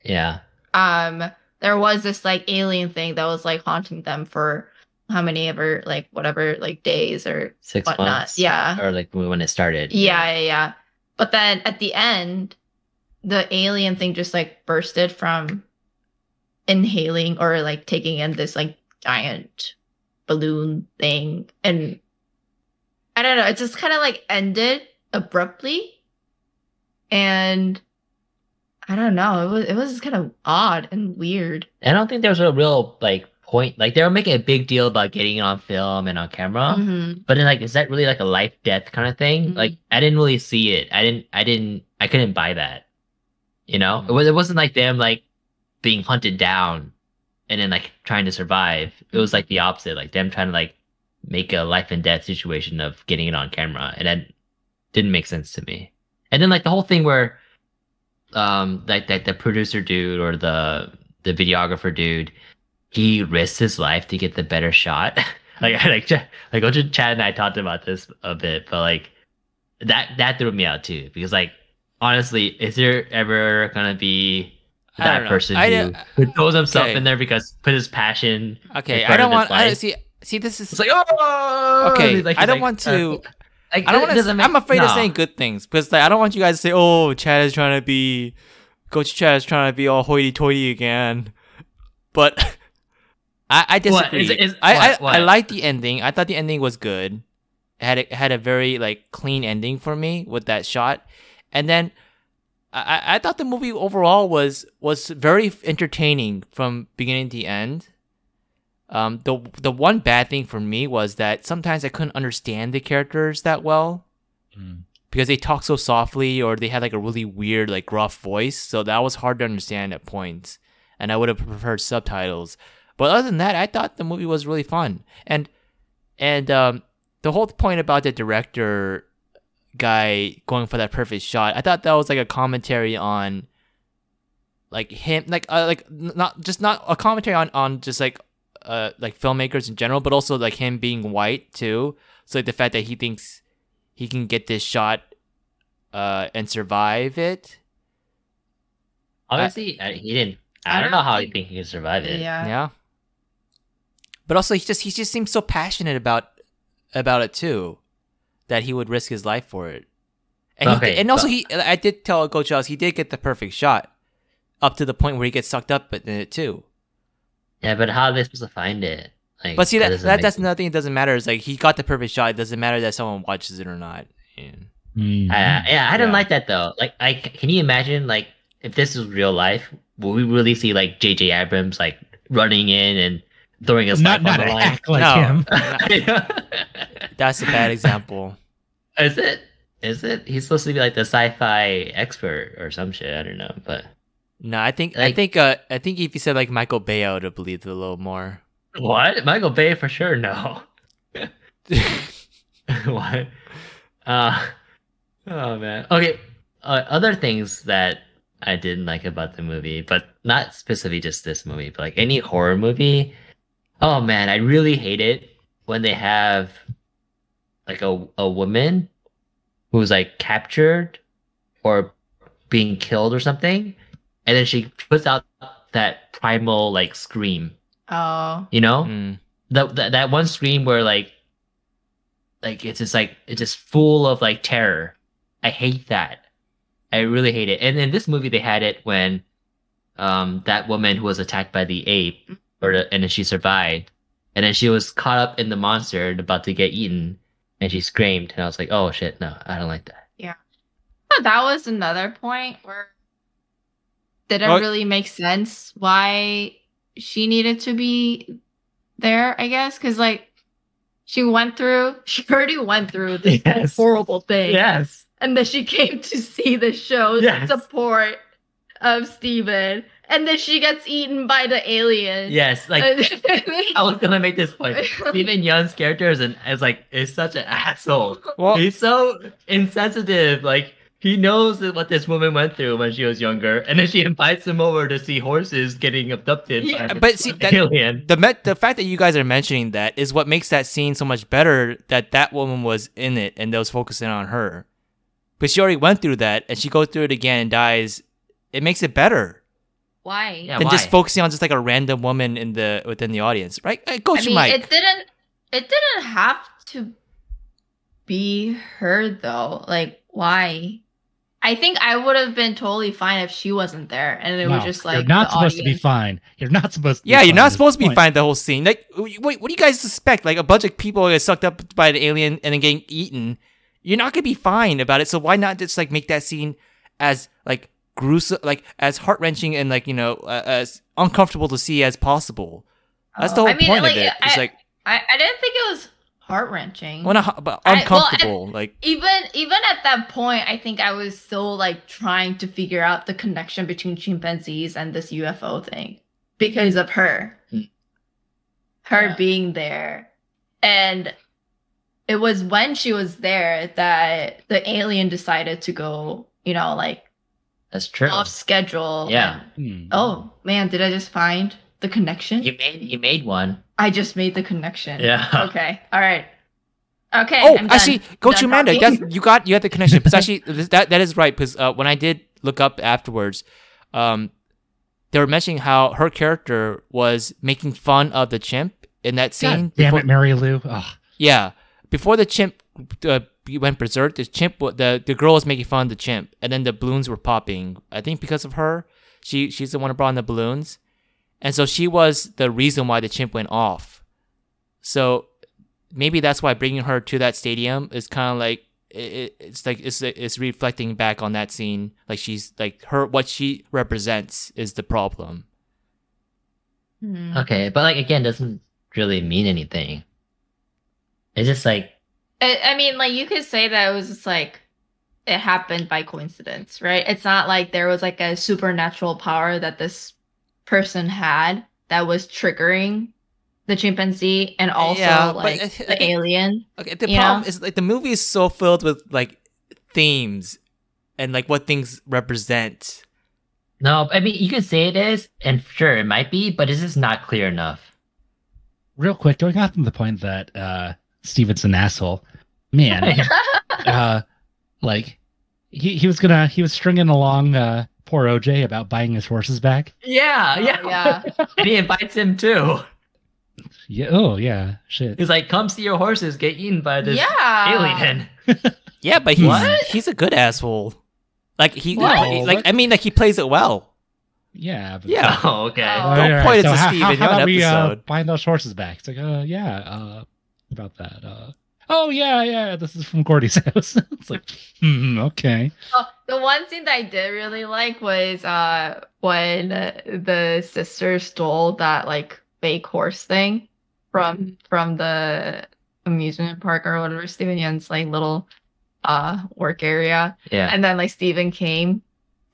E: me.
F: Yeah.
E: um there was this like alien thing that was like haunting them for how many ever like whatever like days or
F: Six
E: whatnot
F: months.
E: yeah
F: Or like when it started.
E: yeah yeah yeah but then at the end the alien thing just like bursted from inhaling or like taking in this like giant balloon thing and i don't know it just kind of like ended abruptly and i don't know it was it was kind of odd and weird
F: I don't think there's a real like point? Like they were making a big deal about getting it on film and on camera,
E: Mhm.
F: but then like, is that really like a life death kind of thing?
E: Mhm.
F: Like I didn't really see it. I didn't. I didn't. I couldn't buy that. You know, it was. It wasn't like them like being hunted down and then like trying to survive. It was like the opposite. Like them trying to like make a life and death situation of getting it on camera, and that didn't make sense to me. And then like the whole thing where um like that the producer dude or the the videographer dude he risks his life to get the better shot *laughs* like I- like Ch- like Ocha, Chad and I talked about this a bit but like that that threw me out too because like honestly is there ever gonna be
B: I don't
F: that
B: know.
F: person
B: I
F: who,
B: don't-
F: who throws himself
B: okay.
F: in there because put his passion
B: Okay,
F: in
B: I
F: front
B: don't
F: of his
B: want. I don't
F: life?
B: see. See, this is
F: it's like oh
B: okay.
F: He's like-
B: I
F: he's
B: don't
F: like,
B: want
F: uh,
B: to.
F: like,
B: I don't
F: it
B: want to.
F: doesn't make-
B: I'm afraid of
F: no.
B: saying good things because like I don't want you guys to say, "Oh, Chad is trying to be, Coach Chad is trying to be all hoity-toity again." But *laughs* I, I disagree.
F: Is it- is-
B: I,
F: what?
B: I,
F: What?
B: I liked the ending. I thought the ending was good. It had a, had a very like clean ending for me with that shot, and then I, I- I thought the movie overall was was very entertaining from beginning to end. Um, the the one bad thing for me was that sometimes I couldn't understand the characters that well
D: Mm.
B: because they talk so softly or they had like a really weird like gruff voice, so that was hard to understand at points. And I would have preferred subtitles, but other than that, I thought the movie was really fun. And and um, the whole point about the director guy going for that perfect shot, I thought that was like a commentary on like him, like uh, like n- not just not a commentary on on just like uh like filmmakers in general, but also like him being white too. So like, the fact that he thinks he can get this shot uh and survive it.
F: obviously I, he didn't I,
E: I
F: don't
E: don't
F: know how you
E: think-
F: think he can survive it
E: Yeah.
B: Yeah. But also, he just he just seems so passionate about about it too, that he would risk his life for it. And he
F: Okay,
B: did- and also
F: but-
B: he I did tell Coach Charles he did get the perfect shot, up to the point where he gets sucked up in it too.
F: Yeah, but how are they supposed to find it? Like,
B: But see that,
F: doesn't
B: that
F: make
B: that's
F: sense.
B: another thing that doesn't matter. It's like he got the perfect shot. It doesn't matter that someone watches it or not. And
D: Mm.
F: Uh, yeah, I didn't
B: Yeah.
F: like that though. Like, I can you imagine like if this is real life, will we really see like J.J. Abrams like running in and throwing his
D: not
F: life
D: not
F: on the line?
D: act
B: *laughs*
D: like
B: No.
D: him.
F: *laughs*
B: that's a bad example.
F: is it? Is it? He's supposed to be like the sci-fi expert or some shit. I don't know, but
B: No, I think I
F: Like-
B: think uh I think if you said like Michael Bay, I would have believed it a little more. *laughs*
F: what? Michael Bay for sure. No. *laughs* what? Uh, oh man. Okay. Uh, other things that I didn't like about the movie, but not specifically just this movie, but like any horror movie. Oh man, I really hate it when they have like a a woman who's like captured or being killed or something, and then she puts out that primal like scream.
E: Oh.
F: You know,
B: Mm.
F: that that, that one scream where like like it's just like it's just full of like terror i hate that i really hate it and in this movie they had it when um that woman who was attacked by the ape or the, and then she survived and then she was caught up in the monster and about to get eaten and she screamed and i was like oh shit no i don't like that
E: But that was another point where it didn't
B: Oh.
E: really make sense why she needed to be there, I guess, because like she went through, *laughs* she already went through this
F: *laughs* Yes.
E: horrible thing,
F: yes
E: and then she came to see the show
F: Yes.
E: support of Steven, and then she gets eaten by the alien.
F: yes
E: *laughs*
F: like i was gonna make this point Steven Young's character is an is like is such an asshole.
B: Well-
F: he's Oh, so insensitive. Like he knows that what this woman went through when she was younger, and then she invites him over to see horses getting abducted
B: Yeah,
F: by
B: but see,
F: an
B: that-
F: alien.
B: the met the fact that you guys are mentioning that is what makes that scene so much better that that woman was in it and that was focusing on her but she already went through that and she goes through it again and dies it makes it better
E: why?
F: Yeah,
B: than just
F: why?
B: focusing on just like a random woman in the within the audience right Uh,
E: I
B: coach
E: mean,
B: mike
E: it didn't. It didn't have to be her though. Like, why? I think I would have been totally fine if she wasn't there, and it was
D: No,
E: just like
D: you're not
E: the
D: supposed to be
E: audience.
D: fine. You're not supposed. to be
B: yeah you're
D: fine
B: not
D: is the
B: supposed to be
D: point.
B: fine the whole scene like wait what do you guys suspect like a bunch of people get sucked up by the alien and then getting eaten you're not gonna be fine about it so why not just like make that scene as like gruesome like as heart-wrenching and like you know uh, as uncomfortable to see as possible That's the whole point of it. It's
E: Oh, I,
B: like
E: I, I didn't think it was heart wrenching.
B: well, not, but
E: I- well,
B: uncomfortable. like
E: even even at that point, I think I was still like trying to figure out the connection between chimpanzees and this UFO thing because of her, her
F: Hmm. Yeah.
E: being there, and it was when she was there that the alien decided to go, you know, like
F: That's true.
E: off schedule.
F: Yeah.
E: and- oh man, did I just find the connection?
F: You made you made one.
E: I just made the connection.
F: Yeah.
E: Okay. All right. Okay.
B: oh,
E: I'm done.
B: actually, go to
E: Done
B: Amanda.
E: talking.
B: Yes,
E: *laughs*
B: you got you had the connection. But actually, this- that that is right because uh, when I did look up afterwards, um, they were mentioning how her character was making fun of the chimp in that scene.
D: God damn
B: before-
D: it, Mary Lou. Ugh.
B: Yeah, before the chimp uh, went berserk, the chimp wa- the the girl was making fun of the chimp, and then the balloons were popping. I think because of her, she she's the one who brought in the balloons, and so she was the reason why the chimp went off. So maybe that's why bringing her to that stadium is kind of like it, it's like it's it's reflecting back on that scene. Like she's like her what she represents is the problem.
E: Hmm.
F: Okay, but like again, doesn't really mean anything. It's just like
E: I, I mean, like you could say that it was just like it happened by coincidence, right? It's not like there was like a supernatural power that this person had that was triggering the chimpanzee and also
B: Yeah, but
E: like
B: I- I think-
E: the
B: *laughs*
E: alien.
B: Okay, the
E: You
B: problem
E: know?
B: is like the movie is so filled with like themes and like what things represent.
F: no. I mean, you can say it is, and sure, it might be, but it's just not clear enough.
D: Real quick, going off from the point that uh, Steven's an asshole, man.
E: *laughs*
D: uh, like he, he was gonna he was stringing along uh, poor OJ about buying his horses back.
F: Yeah,
E: yeah.
F: and he invites him too.
D: Yeah. Oh yeah. Shit.
F: He's like, "Come see your horses get eaten by this
E: yeah.
F: alien."
B: Yeah, but he's
F: What?
B: he's a good asshole. Like he
E: What?
B: like, like, I mean like he plays it well. *laughs*
D: Yeah. But
B: Yeah.
F: *laughs* Oh, okay.
E: Oh.
D: All
B: Don't point it
D: so
B: to
D: how,
B: Steve
D: how,
B: in
D: how
B: your
D: about we, uh,
B: episode.
D: buying those horses back? It's like, uh, yeah. Uh, about that. Uh, oh yeah, yeah. This is from Gordy's *laughs* house. it's like, hmm, okay.
E: Oh, the one thing that I did really like was uh when uh, the sister stole that like fake horse thing
F: Mm-hmm.
E: from from the amusement park or whatever Stephen Yen's like little uh work area,
F: Yeah.
E: and then like Stephen came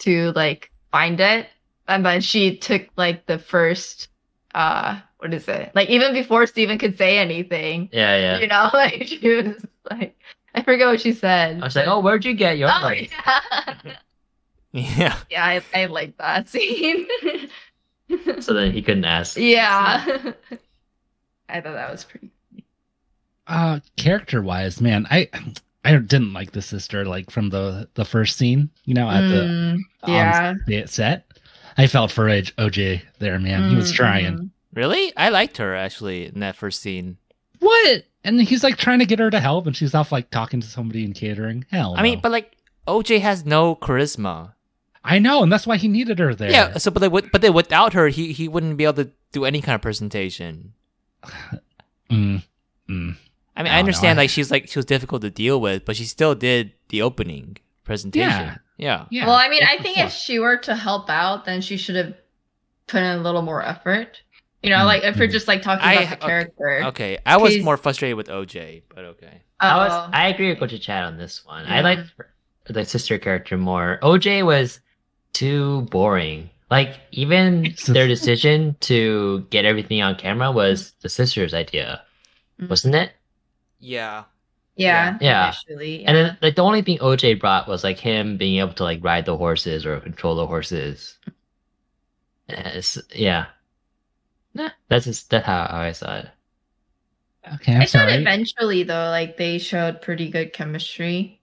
E: to like find it, and then she took like the first uh what is it like even before Stephen could say anything,
F: Yeah, yeah.
E: you know, *laughs* like she was like I forget what she said.
F: I was like, "Oh, where'd you get yours?"
E: Oh, yeah. *laughs*
B: Yeah.
E: Yeah, I, I like that *laughs* scene.
F: So then he couldn't ask.
E: yeah. I thought that was pretty.
D: Uh, character wise, man, I I didn't like the sister like from the the first scene. You know, Oh, at the um,
E: Mm,
D: on
E: yeah.
D: the set. I felt for Oj- OJ there, man. he was
E: Mm,
D: trying.
E: mhm.
B: Really? I liked her actually in that first scene.
D: What? And he's like trying to get her to help, and she's off like talking to somebody in catering. Hell,
B: I mean,
D: no.
B: but like OJ has no charisma.
D: I know, and that's why he needed her there.
B: Yeah, so but they would but then without her he he wouldn't be able to do any kind of presentation.
D: Mm, mm.
B: I mean, I
D: I don't know,
B: understand
D: I-
B: like she's like she was difficult to deal with, but she still did the opening presentation.
D: Yeah.
B: yeah.
D: yeah.
E: Well, I mean,
D: What
E: I
D: the
E: think
D: fuck?
E: if she were to help out, then she should have put in a little more effort. You know,
D: Mm,
E: like if you're
D: mm.
E: just like talking
B: I-
E: about the
B: okay,
E: character.
B: Okay, I was
E: He's-
B: more frustrated with OJ, but okay.
F: I
E: Oh.
F: was. I agree with Coach Chad on this one. I
E: Yeah.
F: liked the sister character more. OJ was too boring. Like even their decision to get everything on camera was the sister's idea,
E: Mm.
F: wasn't it?
B: Yeah.
E: yeah.
F: Yeah.
E: Initially,
F: And then like the only thing OJ brought was like him being able to like ride the horses or control the horses.
E: Mm-hmm.
F: Yes, yeah. Nah, that's just that's how, how I saw it.
D: okay, I'm
E: I thought
D: sorry.
E: eventually though, like they showed pretty good chemistry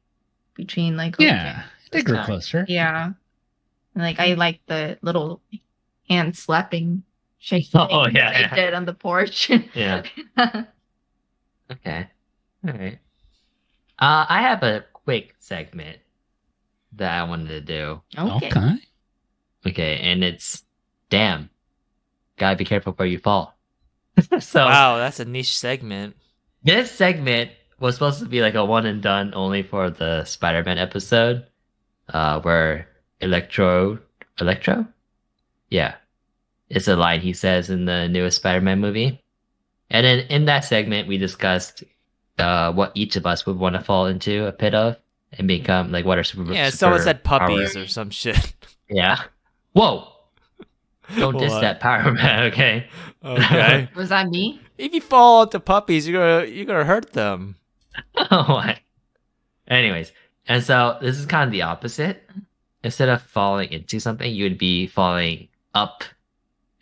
E: between like
D: Yeah, they
F: It's
D: grew
F: not-
D: closer.
E: Yeah. And, Like
F: Mm.
E: I like the little hand slapping shake.
F: *laughs* Oh,
E: thing
F: yeah,
E: that
F: yeah.
E: they did on the porch. *laughs*
F: Yeah. Okay. All right. Uh, I have a quick segment that I wanted to do.
E: okay.
D: Okay.
F: Okay, and it's damn. Gotta be careful where you fall. *laughs* so
B: Wow, Oh, that's a niche segment.
F: this segment was supposed to be like a one and done only for the Spider-Man episode, uh, where Electro, Electro, yeah, It's a line he says in the newest Spider-Man movie. And then in that segment, we discussed uh, what each of us would want to fall into a pit of and become like what are super
B: Yeah, someone
F: super
B: said puppies
F: power-
B: or some shit. *laughs*
F: Yeah. Whoa! Don't diss
B: What?
F: that Power *laughs* Man, okay?
E: *laughs*
B: Okay. *laughs*
E: Was that me?
B: if you fall into puppies, you're gonna you're gonna hurt them.
F: *laughs* what? Oh Anyways, and so this is kind of the opposite. Instead of falling into something, you would be falling up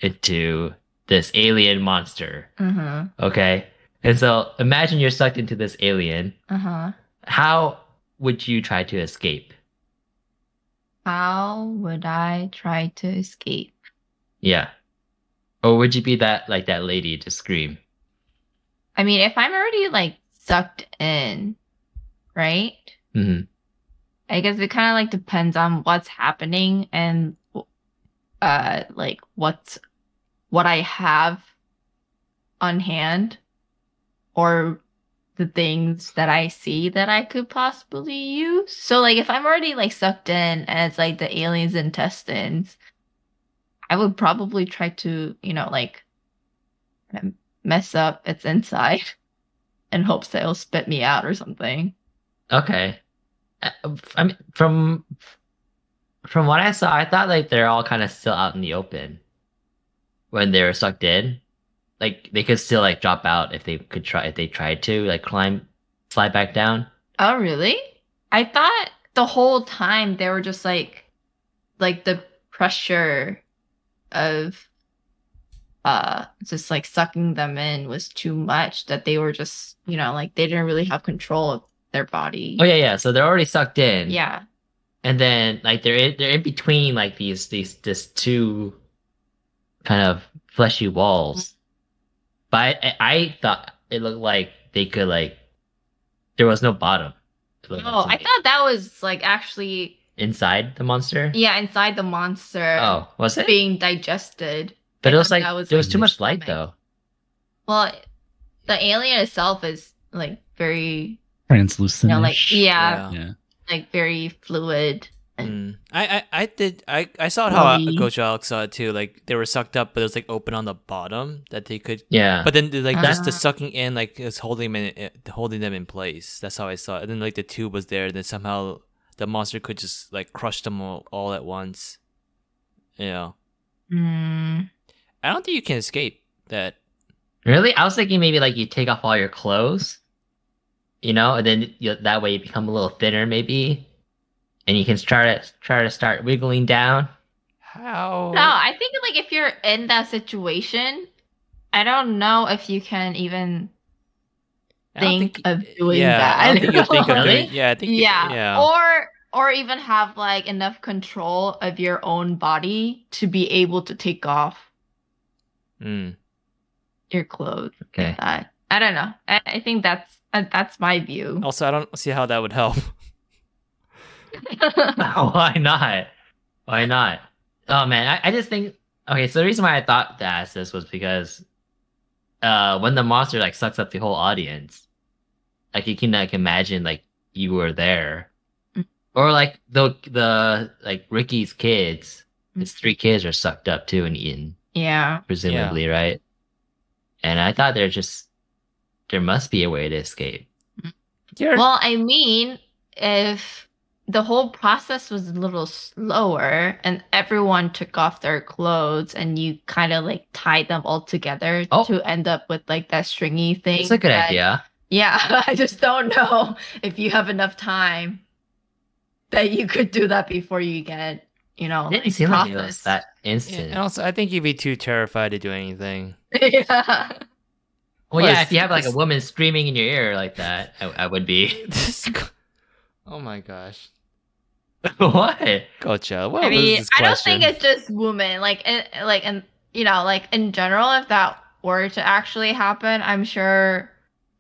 F: into this alien monster.
E: Uh huh.
F: Okay. And so imagine you're sucked into this alien.
E: Uh huh.
F: How would you try to escape?
E: How would I try to escape?
F: Yeah. Or would you be that like that lady to scream?
E: I mean, if I'm already like sucked in, right?
F: hmm
E: I guess it kind of like depends on what's happening and uh like what's what I have on hand or the things that I see that I could possibly use. So like if I'm already like sucked in and it's like the alien's intestines, I would probably try to, you know, like kinda mess up its inside *laughs* and hopes that it'll spit me out or something.
F: Okay. Uh, I mean, from from what I saw, I thought like they're all kind of still out in the open when they were sucked in. Like they could still like drop out if they could try if they tried to like climb slide back down.
E: Oh, really? I thought the whole time they were just like, like the pressure of, uh, just like sucking them in was too much that they were just, you know, like they didn't really have control of their body.
F: Oh yeah, yeah. So they're already sucked in.
E: Yeah.
F: and then like they're in, they're in between like these these this two kind of fleshy
E: Mm-hmm.
F: walls but I, I thought it looked like they could like there was no bottom It
E: Oh,
F: looked like
E: I
F: something
E: thought that was like actually,
F: inside the monster
E: yeah, inside the monster
F: oh was it
E: being digested.
F: but
E: I
F: it was
E: thought
F: like
E: that was,
F: there was
E: like,
F: too
E: their
F: much light
E: stomach.
F: though
E: Well, the alien itself is like very, you
D: Translucent.
E: know, like, yeah.
D: Yeah.
E: like very fluid.
B: Mm. I, I I did I I saw it how
E: Maybe.
B: Coach Alex saw it too. Like they were sucked up, but it was like open on the bottom that they could.
F: yeah
B: But then the, like just the
E: Ah.
B: sucking in, like is holding them in, uh, holding them in place. That's how I saw it. And then like the tube was there. Then somehow the monster could just like crush them all, all at once. You know,
E: Mm.
B: I don't think you can escape that.
F: really i was thinking maybe like you take off all your clothes you know and then you, that way you become a little thinner maybe and you can try to try to start wiggling down
B: How?
E: No, I think like if you're in that situation, I don't know if you can even
B: I don't
E: think of
B: y-
E: doing
B: yeah,
E: that.
B: I don't think you think *laughs*
E: *laughs*
B: of doing.
F: Really?
B: Yeah, I think.
E: yeah.
B: yeah.
E: Or or even have like enough control of your own body to be able to take off
B: Mm.
E: your clothes. like
F: okay
E: that. I don't know. I, I think that's uh, that's my view.
B: Also, I don't see how that would help. *laughs* Oh.
F: *laughs* why not? Why not? Oh man, I, I just think okay, so the reason why I thought to ask this was because uh when the monster like sucks up the whole audience, like you can like imagine like you were there.
E: Mm.
F: Or like the the like Ricky's kids,
E: Mm.
F: his three kids are sucked up too and eaten,
E: *laughs* yeah.
F: presumably, right? And I thought there just there must be a way to escape. *laughs*
B: You're
E: Well, I mean, if the whole process was a little slower and everyone took off their clothes and you kind of like tied them all together
F: Oh.
E: to end up with like that stringy thing.
F: It's a good
E: that-
F: idea.
E: Yeah, *laughs* I just don't know if you have enough time that you could do that before you get, you know,
F: It didn't
E: like,
F: seem like it was
E: processed.
F: that
B: Yeah,
F: instant.
B: and also, I think you'd be too terrified to do anything. *laughs*
E: *laughs* yeah.
F: Well,
B: Well,
F: yeah,
B: it's-
F: if you have like a
B: it's-
F: woman screaming in your ear like that, I, I would be. *laughs*
B: This- *laughs* oh my gosh,
F: what?
B: Gotcha. What
E: I
B: was
E: mean,
B: this
E: I don't think
B: question?
E: it's just women. Like, in, like, and you know, like in general, if that were to actually happen, I'm sure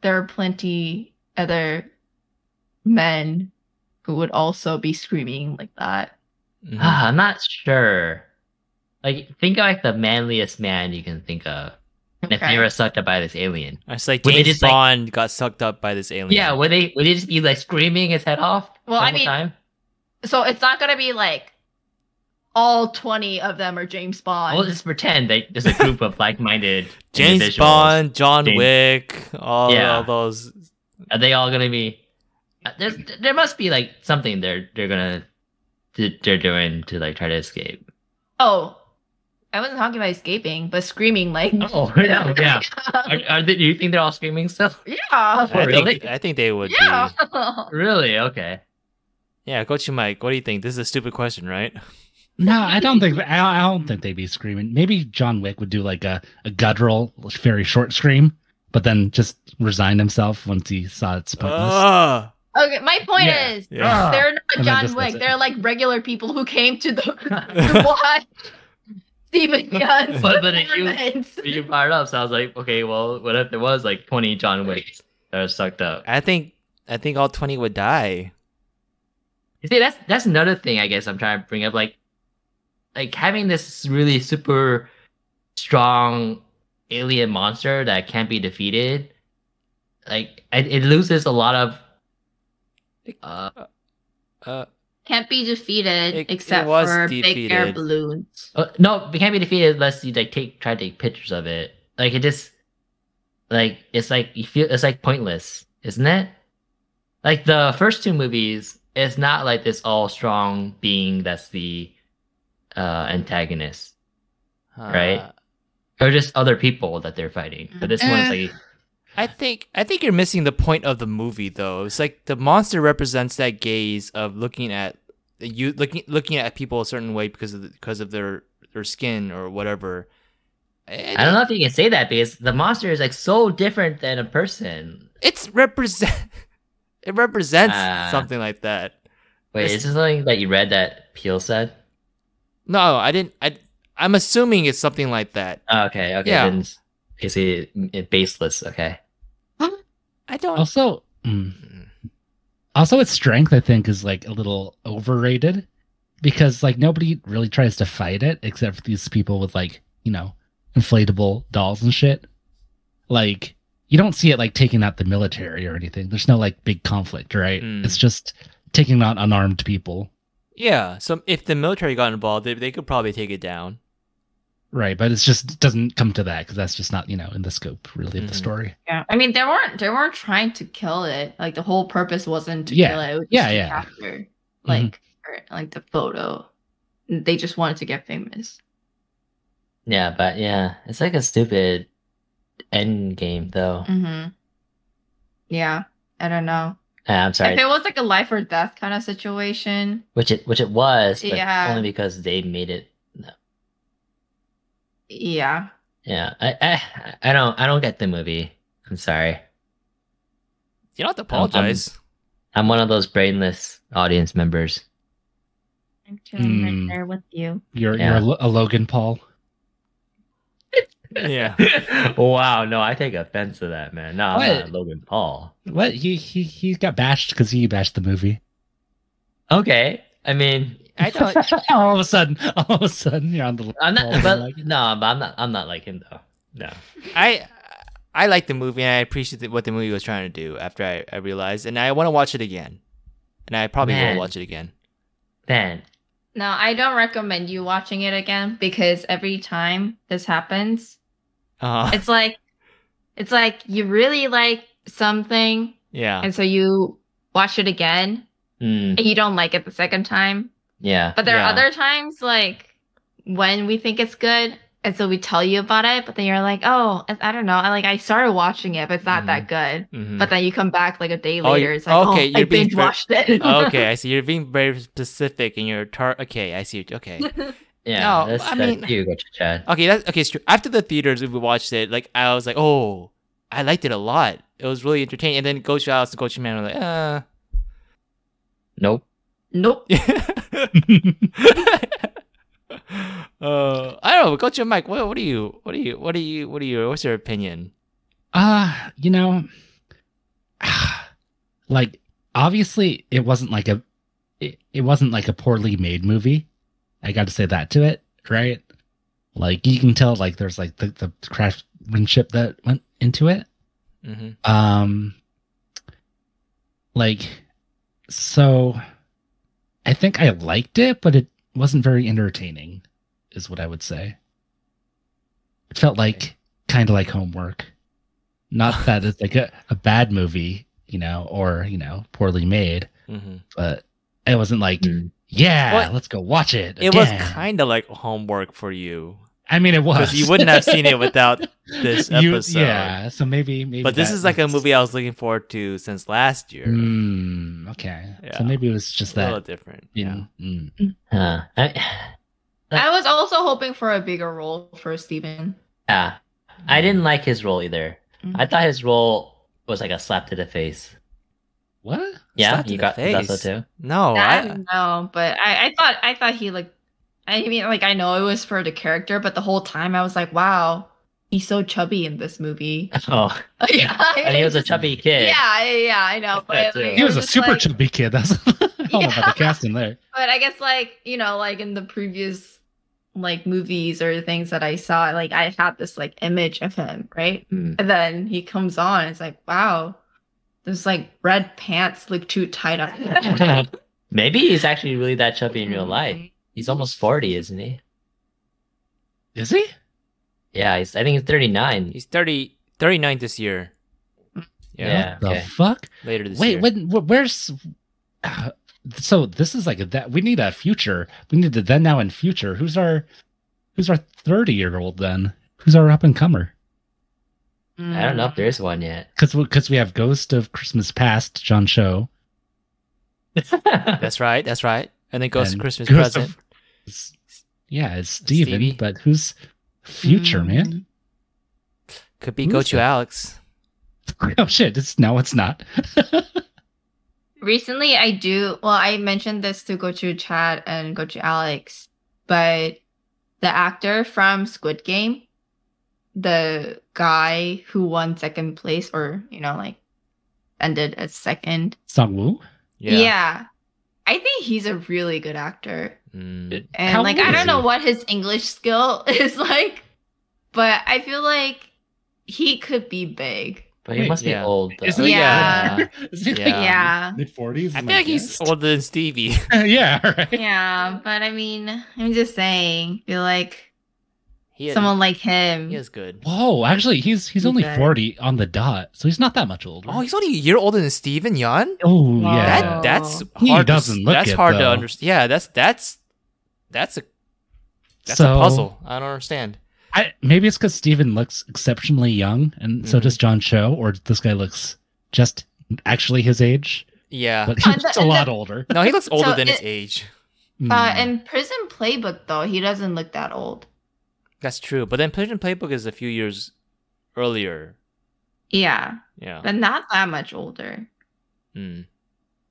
E: there are plenty other men who would also be screaming like that.
B: Mhm.
F: Ah, I'm not sure. Like, think of like the manliest man you can think of. And if they
E: Okay.
F: were sucked up by this alien.
B: It's like
F: Would they
B: James
F: just, like-
B: Bond got sucked up by this alien.
F: Yeah, would they would they just be like screaming his head off
E: Well,
F: the
E: I
F: whole
E: mean-
F: time?
E: So it's not gonna be like all 20 of them are James Bond.
F: Well, just pretend that there's a group of like-minded
B: James
F: individuals.
B: Bond, John
F: James-
B: Wick, all,
F: Yeah.
B: all those.
F: Are they all gonna be? uh, There's, there must be like something they're they're gonna they're doing to like try to escape.
E: oh, I wasn't talking about escaping, but screaming like.
F: Oh yeah, yeah. Are, are they, do you think they're all screaming stuff?
E: yeah.
B: I, think,
F: really?
B: I think they would
E: Yeah.
B: be.
F: Really? Okay.
B: Yeah, Coach Mike, what do you think? This is a stupid question, right?
D: No, I don't think I, I don't think they'd be screaming. Maybe John Wick would do like a, a guttural, very short scream, but then just resign himself once he saw it's pointless.
B: Ah!
E: *laughs* Okay, my point
F: Yeah.
E: is,
B: yeah.
D: Ah.
E: they're not
D: And then
E: John
D: just
E: Wick.
D: that's it.
E: They're like regular people who came to
D: *laughs*
E: the to watch Stephen Young's
F: But- but if
E: *laughs*
F: you-
E: performance.
F: You brought it up, so I was like, okay, well, what if there was like 20 John Wicks that are sucked up?
B: I think I think all 20 would die.
F: You see, that's that's another thing I guess I'm trying to bring up, like, like having this really super strong alien monster that can't be defeated. Like, it, it loses a lot of. Uh,
B: Uh,
E: Can't be
B: It-
E: defeated
B: it
E: except
B: was
E: for big air
B: defeated.
E: balloons.
F: Uh, no, it can't be defeated unless you like take try to take pictures of it. Like it just like it's like you feel it's like pointless, isn't it? Like the first two movies, it's not like this all strong being that's the uh antagonist. Right.
B: uh,
F: Or just other people that they're fighting. But this one's
B: Mm.
F: like
B: I think I think you're missing the point of the movie though. It's like the monster represents that gaze of looking at you looking looking at people a certain way because of the, because of their their skin or whatever.
F: I don't know if you can say that because the monster is like so different than a person.
B: It's represent *laughs* it represents
F: Ah.
B: something like that.
F: Wait,
B: It's-
F: is this something that you read that Peel said?
B: No, I didn't I I'm assuming it's something like that.
F: Oh, okay, okay.
B: Yeah.
F: Then is it, it baseless? Okay.
B: I don't
D: Also, mm. also its strength I think is like a little overrated because like nobody really tries to fight it except for these people with like you know inflatable dolls and shit. Like you don't see it like taking out the military or anything. There's no like big conflict, right?
B: Mm.
D: It's just taking out unarmed people.
B: Yeah, so if the military got involved, they, they could probably take it down.
D: Right, but it's just it doesn't come to that because that's just not you know in the scope really of
B: Mhm.
D: the story.
E: Yeah, I mean they weren't they weren't trying to kill it. Like the whole purpose wasn't to
D: Yeah.
E: kill it. it was
D: Yeah,
E: just to
D: yeah. Mm-hmm.
E: Capture, like or, like the photo. They just wanted to get famous.
F: Yeah, but yeah, it's like a stupid end game though.
E: Mm-hmm. Yeah, I don't know.
F: Uh, I'm sorry,
E: If it was like a life or death kind of situation,
F: which it which it was, but
E: Yeah.
F: only because they made it.
E: yeah.
F: Yeah, I, I I don't I don't get the movie. I'm sorry.
B: You don't have to
F: I'm- I'm- *laughs*
B: apologize.
F: I'm one of those brainless audience members. *laughs*
E: I'm
D: chilling right Hmm.
E: there with you.
D: You're
F: Yeah.
D: you're a, Lo- a Logan Paul.
B: yeah.
F: wow, no, I take offense to that, man. No, I'm
D: What?
F: not Logan Paul.
D: What he he he got bashed because he bashed the movie.
F: Okay, I mean,
B: I don't
D: *laughs* all of a sudden, all of a sudden, you're on the.
F: I'm
D: Paul,
F: not, but
D: like-
F: no, but I'm not I'm not like him though. No.
B: I I like the movie and I appreciate what the movie was trying to do after I, I realized and I want to watch it again. And I probably
F: Man.
B: will watch it again.
F: Man,
E: No, I don't recommend you watching it again because every time this happens,
F: *laughs*
B: Uh,
E: it's like it's like you really like something
B: yeah.
E: and so you watch it again
F: Mm,
E: and you don't like it the second time.
F: yeah,
E: But there
B: Yeah.
E: are other times like when we think it's good and so we tell you about it, but then you're like, "Oh, I I don't know. I like I started watching it, but it's not that good."
B: Mhm.
E: But then you come back like a day
B: Oh, you-
E: later. It's like,
B: okay,
E: oh, I
B: you're being
E: binge watched it.
B: *laughs* okay, I see. You're being very specific and you're tar- okay, I see. Okay.
F: yeah.
B: No,
F: that's,
B: I
F: that's
B: mean-
F: you, Coach Chad.
B: Okay, that's okay. str- After the theaters, we watched it. Like I was like, oh, I liked it a lot. It was really entertaining. And then Coach Alice and Coach Man were like, uh. *laughs*
F: Nope.
E: nope.
D: *laughs*
B: uh, I don't know. Coach Mike, what, what do you, what do you, what do you, what do you, what's your opinion?
D: Ah, you know, *sighs* like obviously it wasn't like a, it, it wasn't like a poorly made movie. I got to say that to it, right? Like you can tell, like there's like the the craftsmanship that went into it.
B: Mm-hmm.
D: um like so i think i liked it but it wasn't very entertaining, is what I would say. It felt like kind of like homework.
B: *laughs*
D: Not that it's like a, a bad movie, you know, or you know, poorly made,
B: Mm-hmm.
D: but it wasn't like,
F: Mm.
D: yeah,
B: Hmm. Well,
D: let's go watch it.
B: It was
D: again."
B: kind of like homework for you
D: I mean, it was.
B: because you wouldn't have seen it without this
D: *laughs* You-
B: episode.
D: yeah, so maybe, maybe.
B: But this
D: that
B: is like a
D: was-
B: movie I was looking forward to since last year.
D: Mm, okay,
B: Yeah.
D: so maybe it was just
B: a little
D: that.
B: different. Yeah.
D: Yeah. Mm.
F: Huh. I,
E: *laughs* I was also hoping for a bigger role for Steven.
F: yeah. I didn't like his role either. I thought his role was like a slap to the face.
D: What?
F: Yeah,
B: Slap to
F: you
B: the
F: got that's so
B: face.
F: too. *laughs*
B: No,
E: I
B: I,
E: don't know, but I, I thought I thought he like I mean like I know it was for the character, but the whole time I was like, wow, he's so chubby in this
F: *laughs*
E: movie. *laughs*
F: Oh,
E: yeah,
F: and he was a chubby
E: *laughs*
F: kid.
E: Yeah, yeah, I know. But
F: He
E: like,
D: He
E: I
D: was a
E: just
D: super
E: like-
D: chubby kid. *laughs* That's all about the
E: Yeah.
D: casting there.
E: But I guess like you know, like in the previous like movies or things that I saw, like I had this like image of him, right?
F: Mm.
E: And then he comes on, it's like, wow, those like red pants look too tight on him.
F: Maybe he's actually really that chubby *laughs* in real life. He's almost forty, isn't he?
D: Is he?
F: Yeah, he's, I think he's thirty nine.
B: he's 30, 39 this year. Yeah,
F: Yeah.
D: The
F: okay.
D: fuck?
B: later this
D: Wait,
B: year.
D: when wh- where's? uh, so this is like a, that. We need a future. We need the then, now, and future. Who's our? Who's our thirty-year-old then? Who's our up and comer?
E: Mm-hmm.
F: I don't know if there is one yet. *laughs*
D: Because because we have Ghost of Christmas Past, John Cho.
B: That's right. That's right. And then goes to
D: and
B: Christmas
D: Ghost of-
B: present.
D: it's- yeah, it's Steven,
B: Stevie.
D: but who's future
E: Hmm.
D: man?
B: Could be
D: Who's
B: Go to
D: that?
B: Alex.
D: *laughs* Oh shit! It's no, it's not. *laughs*
E: Recently, I do. Well, I mentioned this to go to Chad and go to Alex, but the actor from Squid Game, the guy who won second place, or you know, like ended as second.
D: Song Woo.
E: Yeah. I think he's a really good actor.
B: Mm.
E: And
D: How
E: like
D: old
E: I
D: is
E: don't know
D: he?
E: what his English skill *laughs* is like, but I feel like he could be big.
F: But he
D: Wait,
F: must be
B: yeah.
F: old. Though.
D: Isn't
B: uh,
E: he- Yeah.
B: *laughs*
D: Is he
B: Yeah.
D: like
E: Yeah.
D: mid forties?
B: I feel like he's older than Stevie. *laughs*
D: yeah, right.
E: Yeah, but I mean, I'm just saying, I feel like
B: He is,
E: someone like him.
B: he is good.
D: Whoa, actually, he's he's only
E: Okay.
D: forty on the dot, so he's not that much older.
B: Oh, he's only a year older than Steven Yan.
D: oh
E: Wow.
D: yeah,
B: That that's
D: He
B: hard. to,
D: doesn't
B: s-
D: look
B: That's
D: it,
B: hard to
D: though.
B: understand. Yeah, that's that's that's a that's
D: so
B: a puzzle. I don't understand.
D: I, maybe it's because Steven looks exceptionally young, and so
B: Mhm.
D: does John Cho, or this guy looks just actually his age,
B: Yeah. *laughs*
D: but he's
E: And the-
D: just a
E: and
D: lot
E: the- uh,
D: older.
B: no,
E: *laughs*
B: he looks older than his
E: it-
B: age.
E: Uh,
D: Mm.
E: in Prison Playbook, though, he doesn't look that old.
B: That's true. But then Prison Playbook is a few years earlier.
E: Yeah,
B: Yeah.
E: but not that much older.
B: Mm.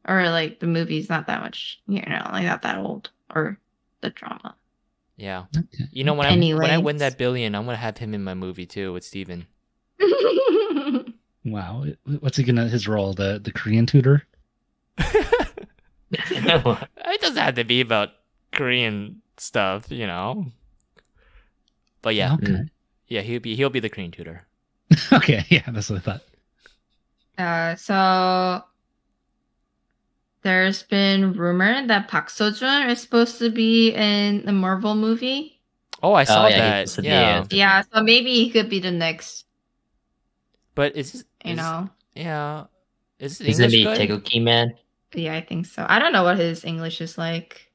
E: Or like the movie's not that much, you know, like not that old. Or the *laughs* drama.
B: Yeah.
D: Okay.
B: You know when I when I
E: Anyways.
B: win that billion, I'm gonna have him in my movie too with
D: *laughs*
B: Steven.
D: wow, what's he gonna his role? The the Korean tutor?
B: It doesn't have to be about Korean stuff, you know. But yeah, Mm-hmm.
D: okay,
F: Mm.
B: yeah, he'll be he'll be the Korean tutor.
D: *laughs* okay, yeah, that's what I thought.
E: uh, so there's been rumor that Park Seo-joon is supposed to be in the Marvel movie.
B: Oh, I saw
F: yeah, he's
B: that.
F: supposed to be
B: yeah,
F: in-
E: Yeah, so maybe he could be the next,
B: but is this-
E: you
B: is-
E: know.
B: yeah, is this
F: *laughs* He's gonna
B: English
F: be
B: good?
F: Takoki man.
E: Yeah, I think so. I don't know what his English is like.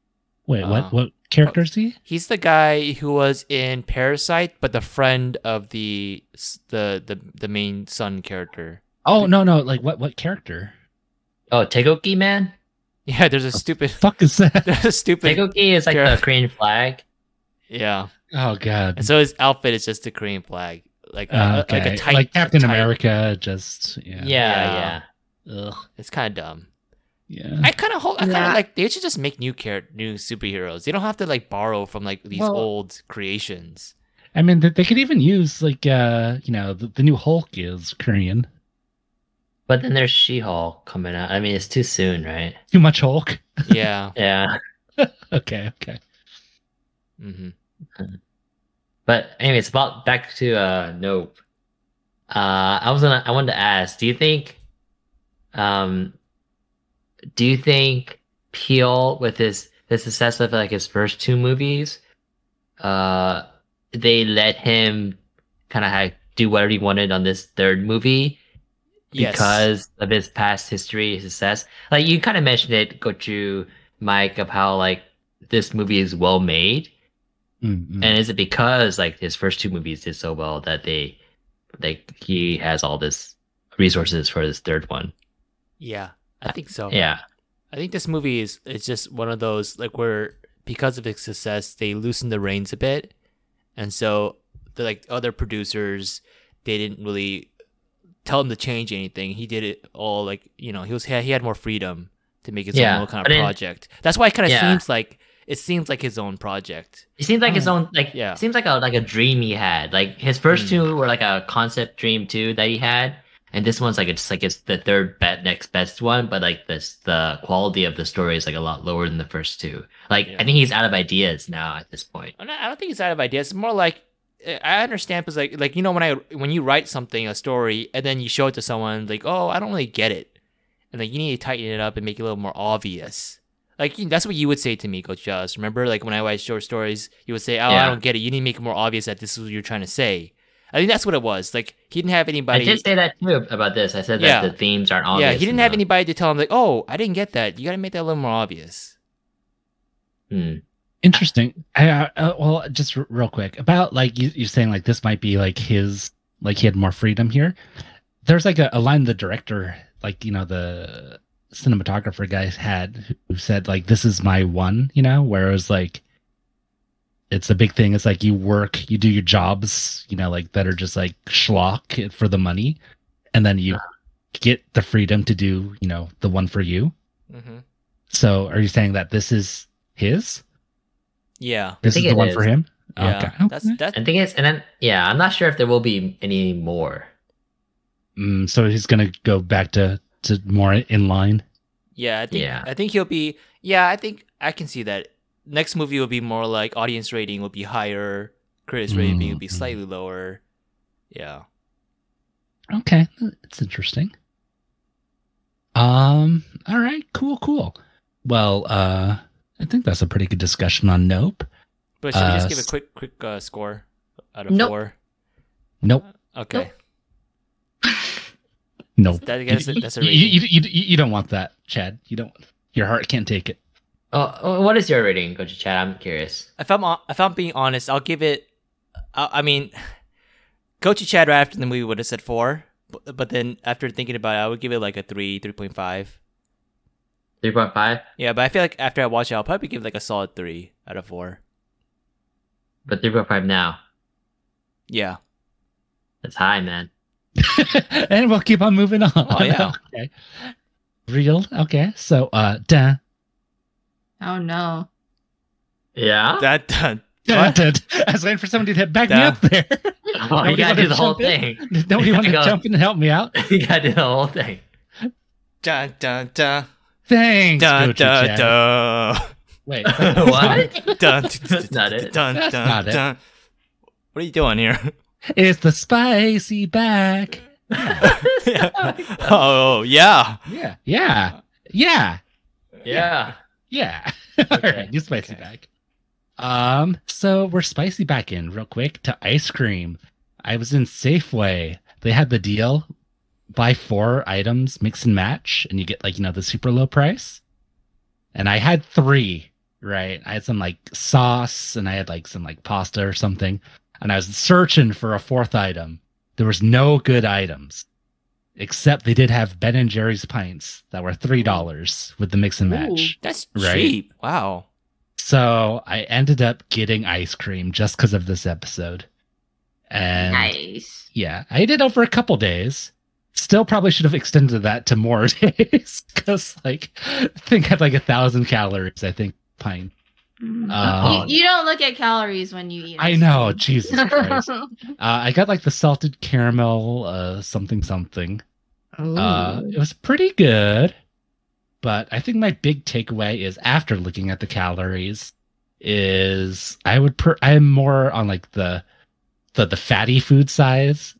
D: Wait,
B: Oh.
D: what what character is he?
B: He's the guy who was in Parasite, but the friend of the s- the the, the main son character. *laughs*
D: Oh no no, like what what character?
F: Oh, Takoki man.
B: Yeah, there's a stupid, *laughs*
D: Fuck is that?
B: there's a stupid.
F: Takoki is like
B: Yeah.
F: the Korean flag.
B: Yeah,
D: Oh god,
B: and so his outfit is just the Korean flag, like
D: *laughs* Uh,
B: a, like a
D: okay.
B: tight
D: like Captain
B: tight-
D: America, just yeah,
F: Yeah, yeah.
B: Yeah.
D: Ugh,
B: It's kind of dumb.
D: yeah.
B: I kind of hold. I kind of
E: Yeah.
B: like they should just make new character, new superheroes. They don't have to like borrow from like these
D: Well-
B: old creations.
D: I mean, they, they could even use like uh, you know, the, the new Hulk is Korean.
F: But then there's She-Hulk coming out. I mean, it's too soon, right?
D: Too much Hulk. *laughs*
B: Yeah.
F: Yeah.
D: Okay, okay.
B: hmm
F: But anyways, about back to uh Nope. Uh, I was gonna. I wanted to ask. Do you think? Um. Do you think Peel with his the success of like his first two movies, uh, they let him kind of like, do whatever he wanted on this third movie
B: Yes.
F: because of his past history, his success. Like you kind of mentioned it, Gochu, Mike, of how like this movie is well made,
B: Hmm.
F: and is it because like his first two movies did so well that they, like he has all this resources for this third one?
B: yeah, I think so.
F: Yeah,
B: I think this movie is it's just one of those like where because of its success they loosened the reins a bit, and so the like other producers they didn't really tell him to change anything. He did it all like you know he was he had more freedom to make his
F: Yeah,
B: own little kind
F: but
B: of
F: it-
B: project. That's why it kind of
F: Yeah.
B: seems like it seems like his own project.
F: It seems like his own like
B: Yeah.
F: it seems like a like a dream he had. Like his first
B: Mm.
F: two were like a concept dream too that he had. And this one's like it's like it's the third bet next best one, but like this the quality of the story is like a lot lower than the first two. Like
B: Yeah.
F: I think he's out of ideas now at this point.
B: I'm not, I don't think it's out of ideas. It's more like eh, I understand because like like you know when I when you write something a story and then you show it to someone like oh I don't really get it, and like you need to tighten it up and make it a little more obvious. Like you- that's what you would say to me, Coach Josh. Remember, like when I write short stories, you would say, "Oh, I
F: Yeah.
B: don't get it. You need to make it more obvious that this is what you're trying to say." I think that's what it was. Like he didn't have
F: I
B: anybody.
F: did say that too about this. I said
B: Yeah.
F: that the themes aren't obvious.
B: yeah, he didn't have
F: enough.
B: anybody to tell him like, "Oh, I didn't get that. You got to make that a little more obvious."
F: Hmm.
D: Interesting. I, uh, uh, well, just r- real quick about like you, you're saying, like this might be like his, like he had more freedom here. There's like a, a line the director, like you know the cinematographer guy had who said like this is my one, you know, where it was like it's a big thing. It's like you work, you do your jobs, you know, like that are just like schlock for the money, and then you get the freedom to do, you know, the one for you.
B: hmm
D: So, are you saying that this is his?
B: Yeah,
D: This is
F: think
D: the
F: it
D: one
F: is.
D: for him.
B: yeah.
D: Okay.
B: That's that's
F: I think it's and then yeah, I'm not sure if there will be any more.
D: Mm, so he's gonna go back to to more in line.
B: Yeah, I think
F: Yeah.
B: I think he'll be yeah, I think I can see that. Next movie will be more like audience rating will be higher, critics rating will be
D: Mhm.
B: slightly lower. Yeah.
D: Okay, that's interesting. Um. All right. Cool. Cool. Well, uh, I think that's a pretty good discussion on Nope.
B: But should we
D: Uh,
B: just give a quick quick uh, score out of
F: Nope.
B: four?
D: Nope.
B: Okay.
D: Nope.
B: That, I guess that's a
D: you,
B: rating.
D: you, you, you, you don't want that, Chad. You don't. Your heart can't take it. *laughs*
F: Oh, oh, what is your rating, Go to Chat? I'm curious.
B: if I'm hon- if I'm being honest, I'll give it. I, I mean, *sighs* go to Chad right after the movie would have said four, but, but then after thinking about it, I would give it like a three, three point five.
F: Three point five?
B: Yeah, but I feel like after I watch it, I'll probably give it like a solid three out of four.
F: But three point five now.
B: Yeah.
F: That's high, man.
D: and we'll keep on moving on.
B: Oh, yeah.
D: *laughs* okay. Real. Okay. So, uh,
B: *laughs*
D: dun,
E: Oh no.
D: Ah.
F: Yeah.
B: That *laughs* done.
D: dun, dun. I was waiting for somebody to back me
B: Dun.
D: up there.
F: Oh, *laughs* you
D: Nobody
F: gotta
D: wanted
F: do
D: to
F: the whole
D: jump in?
F: thing. *laughs*
D: *laughs* Nobody wanted to
F: Go.
D: jump in and help me out.
F: you gotta do the whole thing.
B: Dun dun dun
D: Thanks.
B: dun
D: Gucci
B: dun
D: Jack. *laughs*
B: dun.
D: Wait.
F: *laughs* what?
B: Dun,
F: That's not it.
B: Dun,
D: That's
B: dun,
D: not it.
B: dun. What are you doing
F: *laughs*
B: here? *laughs*
D: It's the spicy back.
B: Oh yeah.
D: Yeah. Yeah. Yeah.
F: *laughs* yeah.
D: Yeah. *laughs* All right. You spicy
B: okay.
D: back. Um, so we're spicy back in real quick to ice cream. I was in Safeway. They had the deal buy four items, mix and match, and you get like, you know, the super low price. And I had three, right? I had some like sauce and I had like some like pasta or something. And I was searching for a fourth item. There was no good items. Except they did have Ben and Jerry's pints that were three dollars with the mix and match.
B: That's
D: Right.
B: cheap. Wow.
D: So I ended up getting ice cream just because of this episode. And
E: Nice.
D: yeah, I ate it over a couple days. Still probably should have extended that to more *laughs* days because like I think I had like a thousand calories, I think, pint.
E: Mm.
D: Um,
E: you, you don't look at calories when you eat.
D: I
E: ice
D: know,
E: *laughs* cream.
D: Jesus Christ. Uh, I got like the salted caramel uh something something. Uh, it was pretty good, but I think my big takeaway is after looking at the calories, is I would per- I'm more on like the the the fatty food size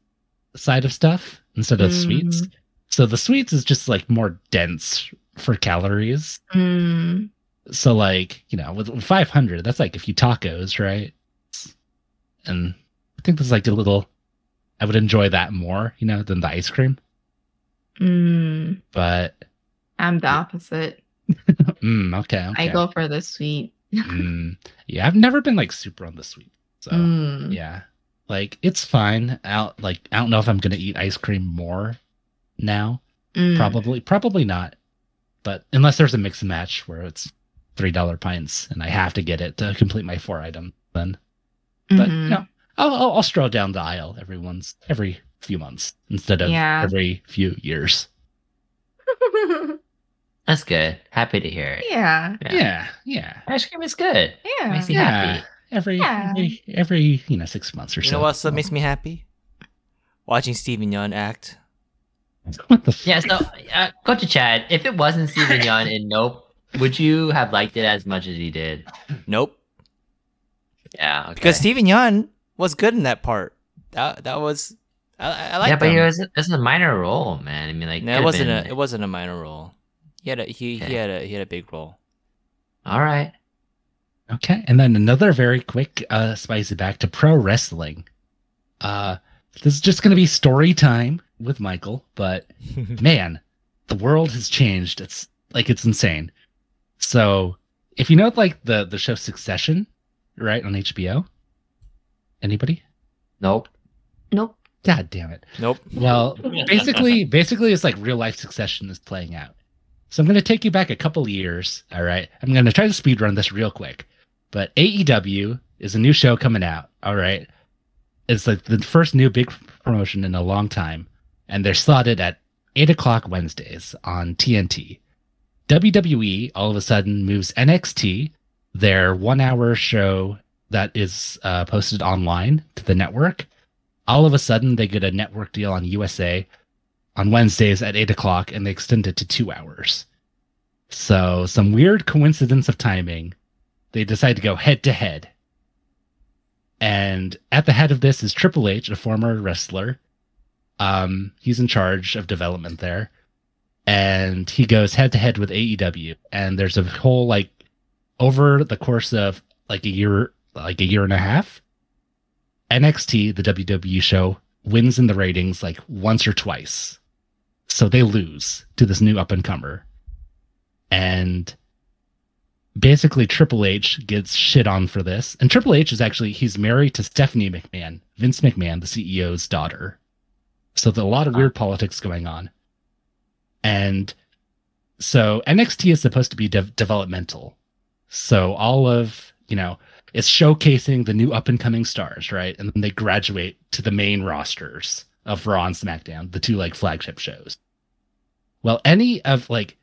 D: side of stuff instead of sweets. So the sweets is just like more dense for calories,
E: Mm.
D: So like, you know, with 500, that's like a few tacos, right? And I think that's like a little, I would enjoy that more, you know, than the ice cream.
E: Mm,
D: But,
E: I'm the opposite.
D: mm, okay, okay.
E: I go *laughs* for the sweet.
D: Mm, yeah, I've never been like super on the sweet. So
E: Mm.
D: yeah, like it's fine. Out like I don't know if I'm gonna eat ice cream more now.
E: Mm.
D: Probably, probably not. But unless there's a mix and match where it's three dollar pints and I have to get it to complete my four item, then but
E: Mhm.
D: no, I'll, I'll I'll stroll down the aisle every once every few months instead of
E: Yeah.
D: every few years.
F: That's good. Happy to hear it.
E: mm-hmm. *laughs* yeah.
F: Yeah.
D: Yeah, yeah,
F: Ice cream is good.
E: Yeah.
F: Makes me
D: yeah.
F: happy.
D: Every,
E: Yeah.
D: every every you know six months or
B: You
D: so.
B: know what also makes me happy? Watching Steven Yeun act.
D: what the f-
F: Yeah, so uh, go to Chad. If it wasn't Steven Yeun in Nope, would you have liked it as much as you did?
B: Nope.
F: Yeah. okay.
B: Because Steven Yeun was good in that part. That that was I, I like
F: yeah, but
B: him.
F: he was this is a minor role, man. I mean, like
B: no, it
F: could've
B: wasn't
F: been-
B: a it wasn't a minor role. He had a he, he
F: Okay.
B: had a he had a big
F: *laughs*
B: role.
F: All right.
D: Okay, and then another very quick uh spicy back to pro wrestling. Uh this is just gonna be story time with Michael, but man, the world has changed. It's like it's insane. So if you know like the the show Succession, right, on HBO? Anybody?
F: Nope.
E: Nope.
D: God damn it.
B: Nope.
D: Well, basically, basically, it's like real life succession is playing out. So I'm going to take you back a couple years. All right, I'm going to try to speed run this real quick. But AEW is a new show coming out. All right, it's like the first new big promotion in a long time, and they're slotted at eight o'clock Wednesdays on TNT. WWE E, all of a sudden moves NXT, their one-hour show that is uh, posted online to the network all of a sudden they get a network deal on USA on Wednesdays at eight o'clock and they extend it to two hours. So some weird coincidence of timing, they decide to go head to head. And at the head of this is Triple H, a former wrestler. Um, he's in charge of development there. And he goes head to head with AEW. And there's a whole like over the course of like a year like a year and a half, NXT, the WWE show, wins in the ratings like once or twice. So they lose to this new up and comer. And basically, Triple H gets shit on for this. And Triple H is actually, he's married to Stephanie McMahon, Vince McMahon, the CEO's daughter. So there's a lot of weird politics going on. And so NXT is supposed to be de- developmental. So all of, you know, it's showcasing the new up and coming stars, right? And then they graduate to the main rosters of Raw and SmackDown, the two like flagship shows. Well, any of like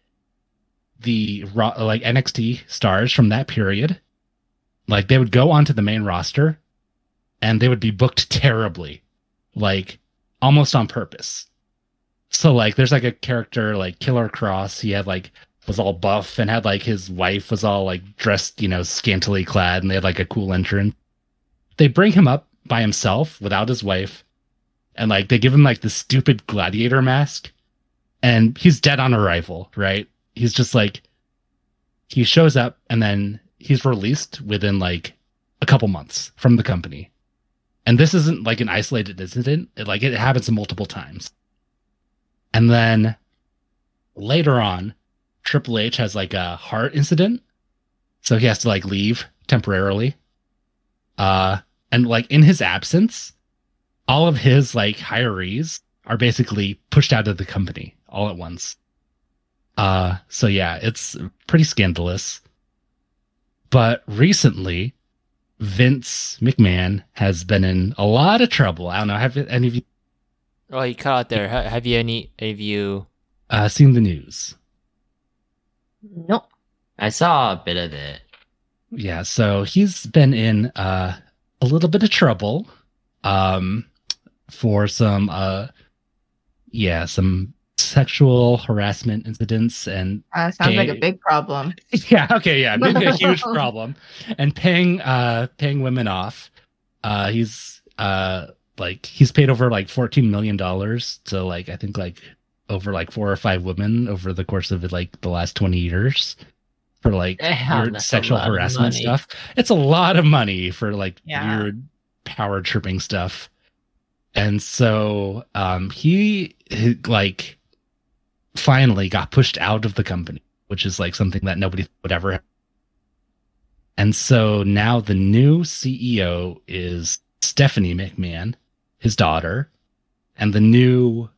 D: the Raw, like NXT stars from that period, like they would go onto the main roster and they would be booked terribly, like almost on purpose. So like there's like a character like Killer Cross, he had like was all buff and had like his wife was all like dressed, you know, scantily clad and they had like a cool entrance. They bring him up by himself without his wife and like they give him like this stupid gladiator mask and he's dead on arrival, right? He's just like he shows up and then he's released within like a couple months from the company. And this isn't like an isolated incident, it, like it happens multiple times. And then later on, Triple H has like a heart incident, so he has to like leave temporarily. Uh, and like in his absence, all of his like hirees are basically pushed out of the company all at once. Uh, so yeah, it's pretty scandalous. But recently, Vince McMahon has been in a lot of trouble. I don't know. Have any of you
B: Oh, you caught there. Ha- Have you any have you
D: uh, seen the news?
E: Nope.
F: I saw a bit of it.
D: Yeah, so he's been in uh, a little bit of trouble um, for some, uh, yeah, some sexual harassment incidents and *laughs*
E: Uh, sounds like
D: Okay.
E: a big problem.
D: yeah, okay, yeah, maybe a
F: *laughs*
D: huge problem and paying uh, paying women off. Uh, he's uh, like he's paid over like fourteen million dollars to like I think like over like four or five women over the course of like the last twenty years. for like
F: Eh, hell,
D: weird
F: that's a
D: sexual
F: lot of
D: harassment
F: money.
D: stuff. It's a lot of money for like
E: Yeah.
D: weird power tripping stuff. And so um he, he like finally got pushed out of the company, which is like something that nobody would ever and so now the new CEO is Stephanie McMahon, his daughter, and the new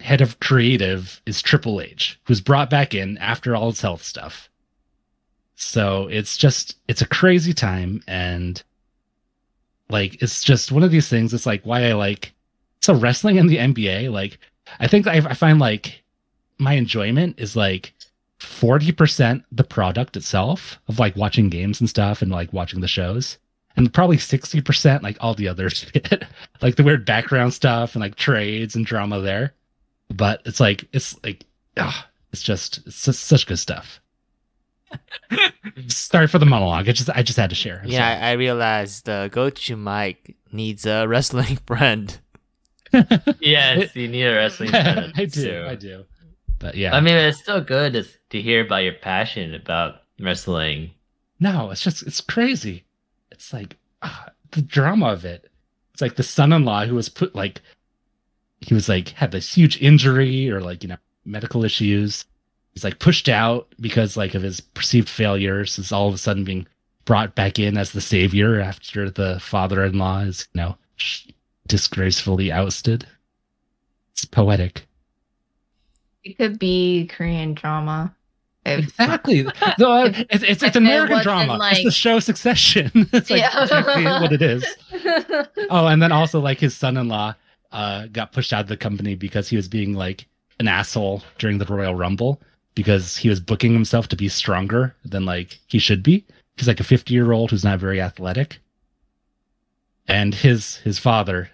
D: head of creative is Triple H, who's brought back in after all his health stuff. So it's just it's a crazy time and like it's just one of these things it's like why I like so wrestling in the NBA like I think I, I find like my enjoyment is like 40% the product itself of like watching games and stuff and like watching the shows and probably 60% like all the other *laughs* shit like the weird background stuff and like trades and drama there but it's like it's like ah, it's just it's just such good stuff sorry for the monologue i just i just had to share I'm
B: yeah, I, I realized uh, go to Mike needs a wrestling *laughs* friend.
D: sorry.
F: *laughs* Yes, you need a wrestling. fan,
D: *laughs* i do
F: so.
D: i do but yeah
F: I mean, it's still good to, to hear about your passion about wrestling.
D: No, it's just it's crazy. It's like ah, the drama of it. It's like the son-in-law who was put like he was like had this huge injury or like you know medical issues. He's like pushed out because like of his perceived failures. Is all of a sudden being brought back in as the savior after the father-in-law is you know sh- disgracefully ousted. It's poetic.
E: It could be Korean drama. If *laughs*
D: *laughs* Exactly. no, uh, it's it's,
E: If
D: it's
E: it
D: American
E: wasn't,
D: drama. It's the
E: like-
D: show Succession. *laughs* it's like
E: Yeah.
D: exactly what it is. oh, and then also like his son-in-law uh, got pushed out of the company because he was being like an asshole during the Royal Rumble because he was booking himself to be stronger than like he should be. He's like a 50-year-old who's not very athletic, and his his father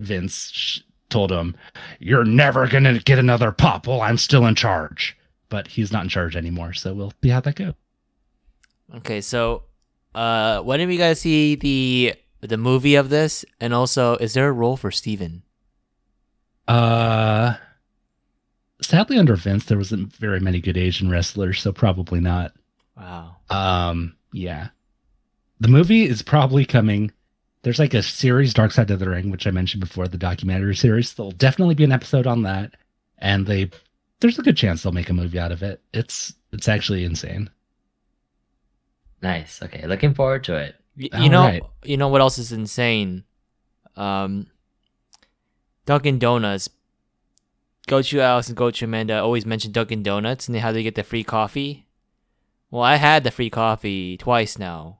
D: Vince sh- told him, "You're never gonna get another pop while I'm still in charge." But he's not in charge anymore, so we'll see how that goes.
B: Okay, so uh when did you guys see the the movie of this? And also, is there a role for Steven?
D: Uh, sadly, under Vince, there wasn't very many good Asian wrestlers, so probably not.
B: Wow.
D: Um, yeah, the movie is probably coming. There's like a series, Dark Side of the Ring, which I mentioned before, the documentary series. There'll definitely be an episode on that, and they there's a good chance they'll make a movie out of it. It's it's actually insane. *laughs*
F: Nice. Okay, looking forward to *laughs* it.
B: Y-
D: All
B: you know,
D: right.
B: you know what else is insane? Um, Dunkin' Donuts. Go to Alice and go to Amanda always mention Dunkin' Donuts and how they get the free coffee. Well, I had the free coffee twice now,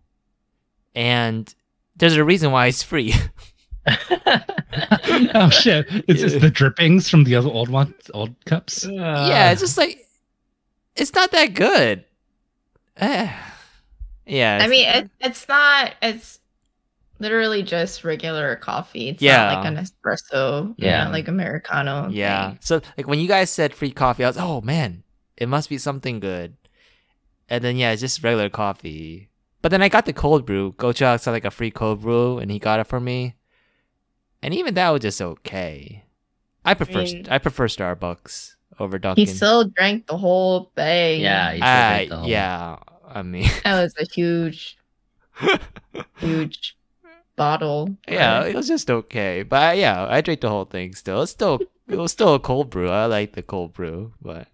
B: and there's a reason why it's free.
D: *laughs*
B: *laughs*
D: oh shit! It's just the drippings from the other old ones, old cups.
F: Uh,
B: yeah, it's just like it's not that good. Eh. yeah,
E: I
B: it's-
E: mean, it, it's not. It's literally just regular coffee. It's
B: Yeah.
E: not like an espresso. Yeah,
F: Yeah.
E: like americano.
B: Yeah.
E: thing.
B: So like when you guys said free coffee, I was oh man, it must be something good. And then yeah, it's just regular coffee. But then I got the cold brew. Gocha saw like a free cold brew, and he got it for me. And even that was just okay. I prefer I,
E: mean-
B: prefer Starbucks over
E: He
B: Dunkin'.
E: still drank the whole thing. *laughs*
F: yeah, you should
B: I-
F: make the whole-
B: yeah. I mean,
E: that was a huge, huge
F: *laughs*
E: bottle.
B: yeah, it was just okay. But I- yeah, I drank the whole thing still. It's still it was still a cold brew. I like the cold brew, but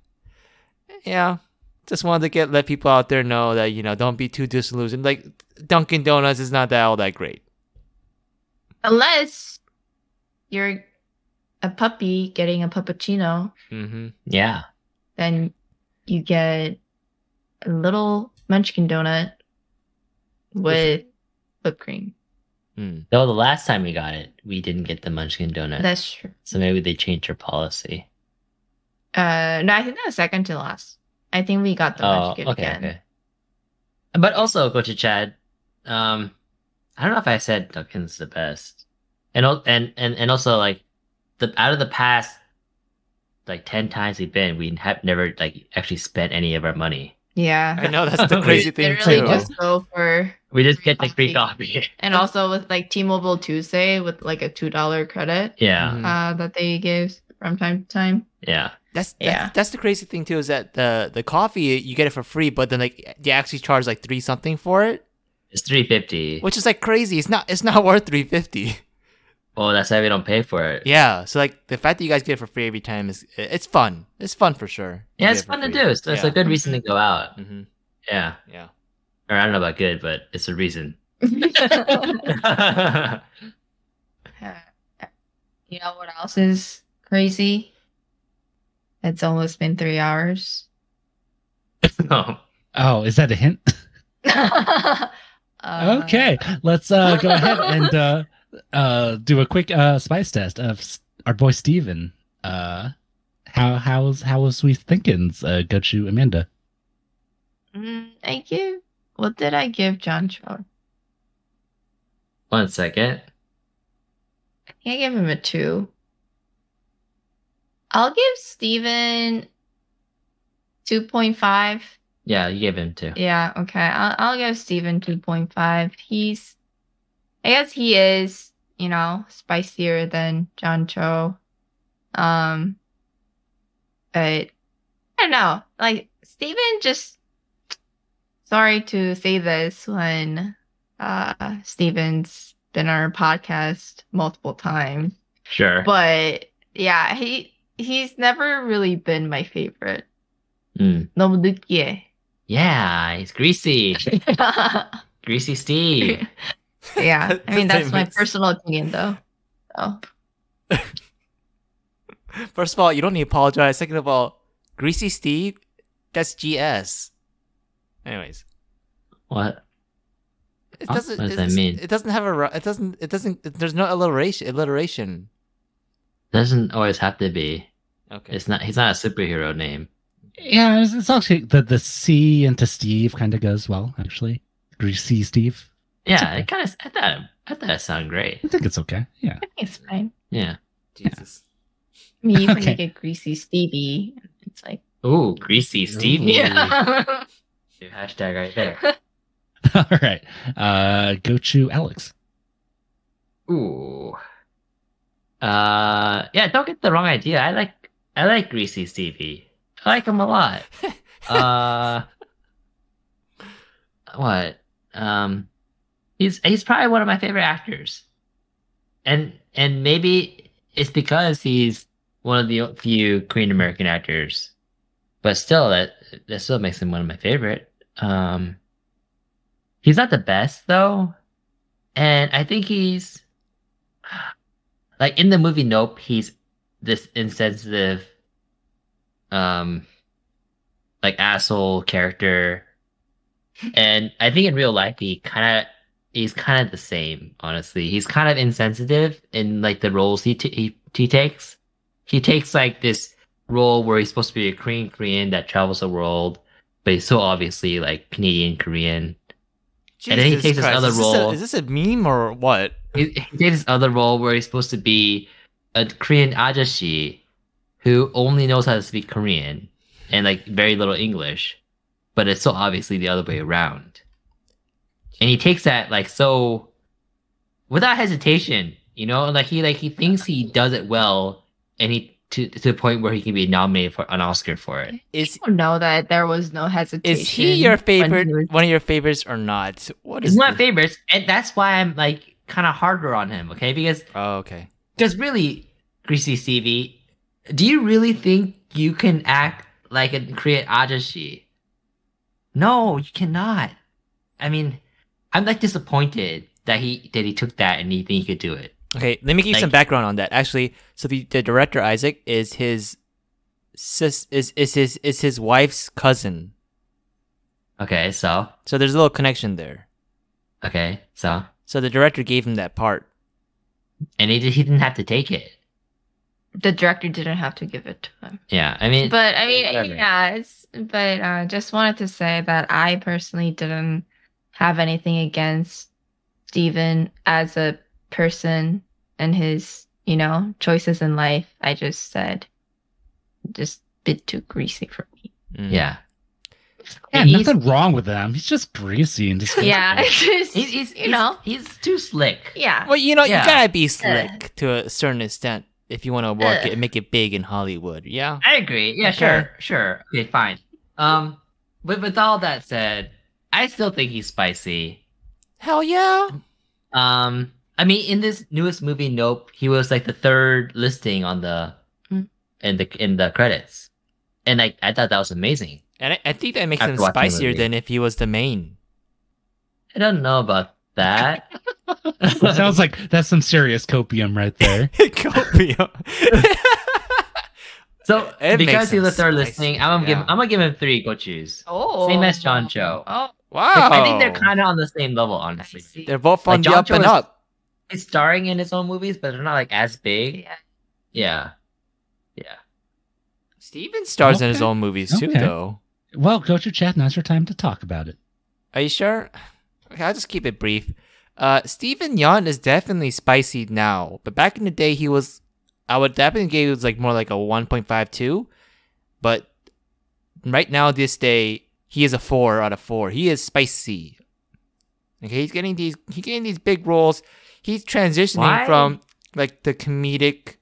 B: yeah, just wanted to get let people out there know that you know don't be too disillusioned. Like Dunkin' Donuts is not that all that great.
E: unless you're a puppy getting a puppuccino,
B: Mm-hmm.
F: yeah.
E: then you get a little munchkin donut with whipped cream.
B: Mm.
F: Though the last time we got it, we didn't get the Munchkin donut,
E: That's true.
F: so maybe they changed their policy.
E: Uh, no, I think that was second to last. I think we got the
F: Oh,
E: munchkin
F: okay,
E: again.
F: okay. But also, go to Chad. Um, I don't know if I said Duncan's the best, and al- and and and also like the out of the past like ten times we've been, we have never like actually spent any of our money.
E: Yeah.
B: I know
E: *laughs*
B: that's the crazy thing
E: Literally
B: too.
E: just go for
F: We just get the free
E: Coffee.
F: coffee. *laughs*
E: and also with like T-Mobile Tuesday with like a two dollar credit
F: yeah,
B: Mhm.
E: uh that they give from time *laughs* to time.
F: yeah.
B: That's, that's
E: Yeah.
B: that's the crazy thing too is that the the coffee you get it for free, but then like they actually charge like three something for it,
F: It's three fifty.
B: which is like crazy. It's not it's not *laughs* worth three fifty.
F: Oh, that's why we don't pay for it.
B: Yeah, so like the fact that you guys get it for free every time is it's fun. It's fun for sure.
F: Yeah, it's fun to do. So it's a good reason to go out.
B: Mm-hmm.
F: Yeah.
B: Yeah.
F: Or I don't know about good, but it's a
E: *laughs*
F: reason. *laughs*
E: Uh, you know what else is crazy? It's almost been three hours. *laughs*
F: oh,
D: Oh, is that a hint? *laughs*
E: Uh,
D: okay, let's uh, go ahead and uh, uh, do a quick uh, spice test of s- our boy Steven. Uh, how how's how was we thinking's uh, got you Amanda?
E: mm, I give. What did I give John Cho?
F: one second.
E: I think I gave him a two. I'll give Steven 2.5.
F: Yeah, you gave him two.
E: Yeah, okay. I'll, I'll give Steven 2.5. He's, I guess he is, you know, spicier than John Cho. Um, but I don't know. Like, Steven just, sorry to say this when uh Steven's been on our podcast multiple times,
F: Sure.
E: but yeah, he he's never really been my favorite.
F: Mm.
E: *laughs* Nobudukie.
F: Yeah,
E: *laughs*
F: he's greasy. greasy Steve.
E: yeah, I mean *laughs* that's my
B: Famous.
E: personal opinion, though. So
B: First of all, you don't need to apologize. Second of all, Greasy Steve, that's GS. Anyways,
F: What?
B: it
F: Huh?
B: doesn't.
F: What does
B: it-
F: that
B: it's-
F: mean?
B: It doesn't have a. ru- It doesn't. It doesn't. There's no alliteration. Alliteration.
F: Doesn't always have to be.
B: Okay.
F: It's not. He's not a superhero name.
D: Yeah, it's, it's actually the the C into Steve kind of goes well actually. Greasy Steve,
F: Yeah, it kind of. I thought. I thought it sounded great.
D: I think it's okay. Yeah,
E: I think it's fine.
F: Yeah.
B: Jesus.
E: I mean, you can
D: Okay.
E: make it greasy Stevie. It's like
F: Ooh, greasy Stevie.
E: yeah.
F: Your hashtag right there.
D: *laughs* all right. Uh, go to Alex.
F: Ooh. Uh, yeah. Don't get the wrong idea. I like. I like greasy Stevie. I like him a lot. uh. What? Um. He's he's probably one of my favorite actors. And and maybe it's because he's one of the few Korean American actors, but still that that still makes him one of my favorite. Um. He's not the best though. And I think he's like in the movie Nope, he's this insensitive um like asshole character. And I think in real life he kinda he's kinda the same, honestly. He's kind of insensitive in like the roles he t- he, he takes. He takes like this role where he's supposed to be a Korean Korean that travels the world, but he's so obviously like Canadian Korean. And then he takes this other
B: is this a-
F: role.
B: is this a meme or what?
F: he, he did his other role where he's supposed to be a Korean ajashi who only knows how to speak Korean and like very little English, but it's so obviously the other way around. And he takes that like so without hesitation, you know, like he like he thinks he does it well, and he to to the point where he can be nominated for an Oscar for it.
B: Is
E: You know that there was no hesitation.
B: is he your
E: when
B: favorite?
E: he was-
B: One of your favorites or not? What
F: He's
B: is
F: one of
B: this?
F: my favorites, and that's why I'm like kind of harder on him, okay? Because
B: Oh, okay.
F: Because really, Greasy Stevie, do you really think you can act like a create Ajashi? No, you cannot. I mean, I'm like disappointed that he that he took that and he think he could do it.
B: Okay, let me give you
F: Like-
B: some background on that. Actually, so the, the director Isaac is his sis is, is his is his wife's cousin.
F: Okay, so
B: So there's a little connection there.
F: okay, so
B: So the director gave him that part.
F: and he did, he didn't have to take it.
E: The director didn't have to give it to him.
F: Yeah, I mean,
E: But I mean,
F: Whatever.
E: yeah, it's, but uh, just wanted to say that I personally didn't have anything against Steven as a person and his, you know, choices in life. I just said, just bit too greasy for me.
B: Mm.
F: yeah,
D: Yeah,
E: He's-
F: *laughs*
D: nothing wrong with them. He's just greasy and just *laughs*
E: yeah,
B: *laughs*
E: it's just,
F: he's, he's
E: you know,
F: he's, he's too slick.
E: yeah.
B: Well, you know,
F: Yeah.
B: you gotta be slick to a certain extent. if you want to work
E: Ugh.
B: it, make it big in Hollywood. Yeah.
F: I agree. Yeah, sure, sure. Okay, fine. Um, with with all that said, I still think he's spicy.
B: Hell yeah.
F: Um, I mean, in this newest movie, Nope, he was like the third listing on the
E: Mm.
F: in the in the credits, and I I thought that was amazing.
B: And I, I think that makes
F: After
B: him
F: watching the
B: spicier
F: movie.
B: than if he was the main. *laughs*
F: I don't know about that.
D: That sounds like that's some serious copium right there.
B: *laughs* Copio.
F: so
B: It makes
F: because he's the
B: him
F: third
B: spicy,
F: listing, I'm gonna give
B: yeah.
F: I'm gonna give him three go choose.
E: Oh.
F: Same as John Cho.
E: Oh,
B: wow.
F: Like, I think
B: Oh.
F: they're kind of on the same level,
E: I
F: honestly.
E: see.
B: They're both on
F: Like,
B: the
F: John
B: up
F: Cho
B: and
F: is-
B: up.
F: He's starring in his own movies, but they're not like as big.
E: Yeah.
F: Yeah, yeah.
B: Steven stars in his
D: Okay.
B: own movies too,
D: Okay.
B: though.
D: well, go to chat. Now's your time to talk about it.
B: Are you sure? Okay, I'll just keep it brief. Uh, Stephen Yeun is definitely spicy now, but back in the day, he was. I would definitely give it was like more like a 1.52, but right now, this day, he is a four out of four. He is spicy. Okay, he's getting these. He's getting these big roles. He's transitioning
F: Why?
B: from like the comedic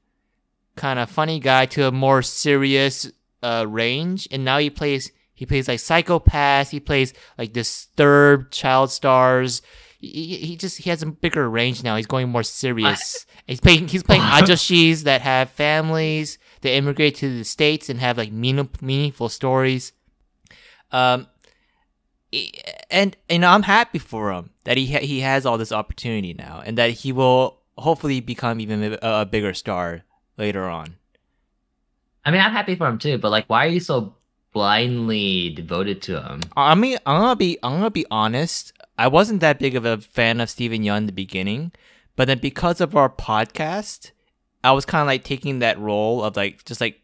B: kind of funny guy to a more serious uh range, and now he plays. He plays like psychopaths. He plays like disturbed child stars. He, he, he just he has a bigger range now. He's going more serious. He's playing he's playing ajoshis that have families that immigrate to the states and have like meaning, meaningful stories. Um, e- and and I'm happy for him that he ha- he has all this opportunity now, and that he will hopefully become even a, a bigger star later on.
F: I mean, I'm happy for him too, but like, why are you so blindly devoted to him?
B: I mean, I'm gonna be I'm gonna be honest. I wasn't that big of a fan of Steven Yeun in the beginning, but then because of our podcast, I was kind of like taking that role of like just like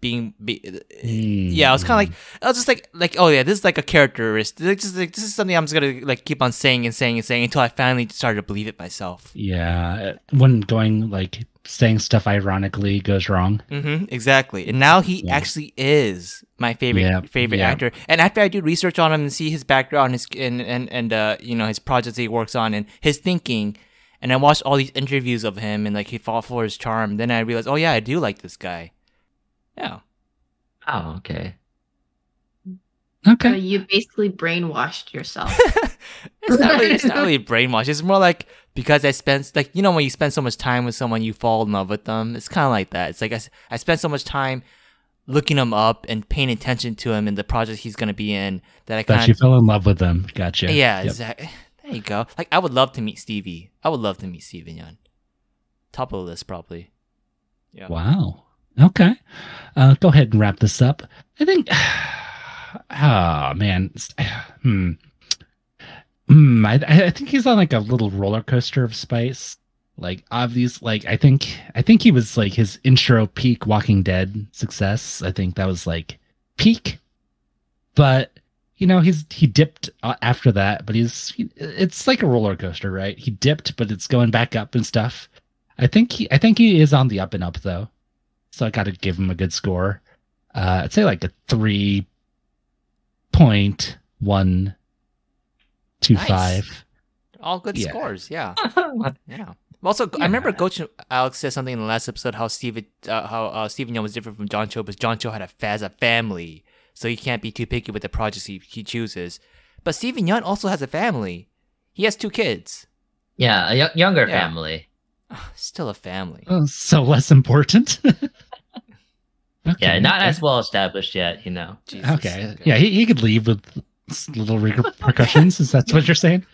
B: being be, yeah. I was kind of like I was just like like oh yeah, this is like a characteristic. This is like this is something I'm just gonna like keep on saying and saying and saying until I finally started to believe it myself.
D: Yeah, uh, when going like saying stuff ironically goes wrong.
B: Mm-hmm, exactly. And now he
D: Yeah.
B: actually is my favorite
D: Yeah,
B: favorite
D: yeah.
B: actor. And after I do research on him and see his background, his and and and uh, you know his projects that he works on and his thinking, and I watched all these interviews of him and like he fought for his charm. Then I realized, oh yeah, I do like this guy. Yeah.
F: Oh, okay.
E: So
D: Okay.
E: you basically brainwashed yourself.
B: It's not really, it's not really brainwash. It's more like because I spent like you know when you spend so much time with someone, you fall in love with them. It's kind of like that. It's like I, s- I spent so much time looking him up and paying attention to him and the project he's gonna be in that I
D: That you
B: kind of
D: fell in love with them. Gotcha.
B: yeah
D: Yep.
B: exactly. There you go. Like I would love to meet Stevie. I would love to meet Steven Young. Top of the list probably. Yeah.
D: Wow. Okay. Uh, go ahead and wrap this up. I think. *sighs* Oh man. S- *sighs* Hmm. Hmm. I, I think he's on like a little roller coaster of spice. Like obvious. Like I think. I think he was like his intro peak Walking Dead success. I think that was like peak. But you know he's he dipped uh, after that. But he's it's like a roller coaster, right? He dipped, but it's going back up and stuff. I think he, I think he is on the up and up though, so I got to give him a good score. Uh, I'd say like a three point one two five.
B: All good
D: Yeah.
B: scores.
D: *laughs*
B: Yeah.
F: What?
B: Yeah. Also, I
D: Yeah.
B: remember Coach Alex said something in the last episode how Steve, uh, how uh, Stephen Young was different from John Cho, because John Cho had a has a family, so he can't be too picky with the projects he, he chooses. But Stephen Young also has a family. He has two kids. *sighs*
F: yeah, a yo- younger
B: Yeah.
F: family.
B: Still a family.
D: Oh, so less important. *laughs* okay,
B: *laughs*
F: Yeah, not
D: okay.
F: as well established yet, you know. *laughs*
B: Jesus.
D: okay. Yeah, he, he could leave with s- little re- repercussions. is that what you're saying?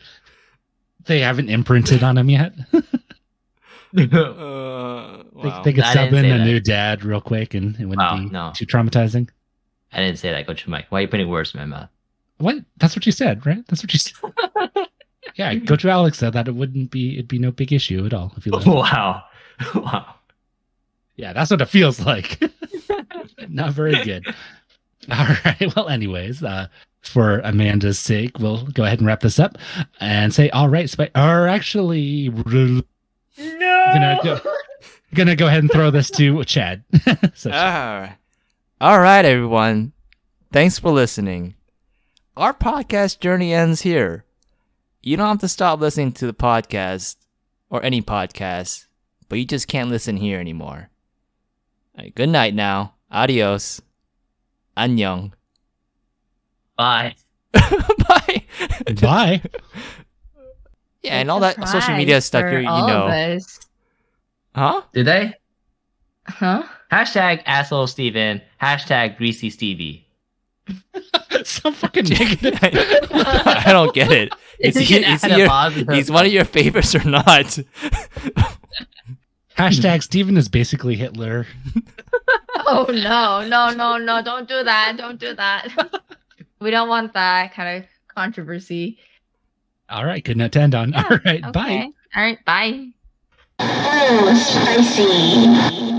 D: They haven't imprinted on him yet. *laughs*
B: Uh,
D: They-
B: wow.
D: they, could
F: I
D: sub in
F: didn't say
D: a
F: that.
D: new dad real quick, and it wouldn't
F: Wow,
D: be
F: no.
D: too traumatizing.
F: I didn't say that, Coach Mike. Why are you putting words in
B: *laughs*
F: my mouth?
D: What? That's what you said, right? That's what you
F: *laughs*
D: said. yeah, Coach Alex said that it wouldn't be it'd be no big issue at all if you left.
F: Wow. *laughs* Wow.
D: Yeah, that's what it feels like. *laughs* Not very good. All right. Well, anyways, uh, for Amanda's sake, we'll go ahead and wrap this up and say, all right, Spi- or actually, no, gonna go, gonna go ahead and throw this to Chad. *laughs* so,
B: Ah. All right, everyone. Thanks for listening. Our podcast journey ends here. You don't have to stop listening to the podcast or any podcast, but you just can't listen here anymore. All right, good night now. Adios. Annyeong. *laughs*
F: Bye.
B: Bye. *laughs*
D: Bye. *laughs*
B: Yeah, and all that social media stuff
E: for
B: here, you
E: all Of
B: know.
E: us. *laughs*
B: Huh? *laughs*
F: Did they?
E: Huh?
F: Hashtag asshole Steven. Hashtag greasy Stevie.
B: *laughs*
D: so fucking negative.
B: I don't get it. Is
F: You
B: he-
F: can
B: is
F: add
B: he
F: a
B: your-
F: positive-
B: He's one of your favorites or not?
D: Hashtag Steven is basically Hitler.
E: Oh no, no, no, no, don't do that. Don't do that. *laughs* we don't want that kind of controversy.
D: All right, couldn't attend on. All right, bye.
E: Okay. All right, bye.
C: Mmm, spicy.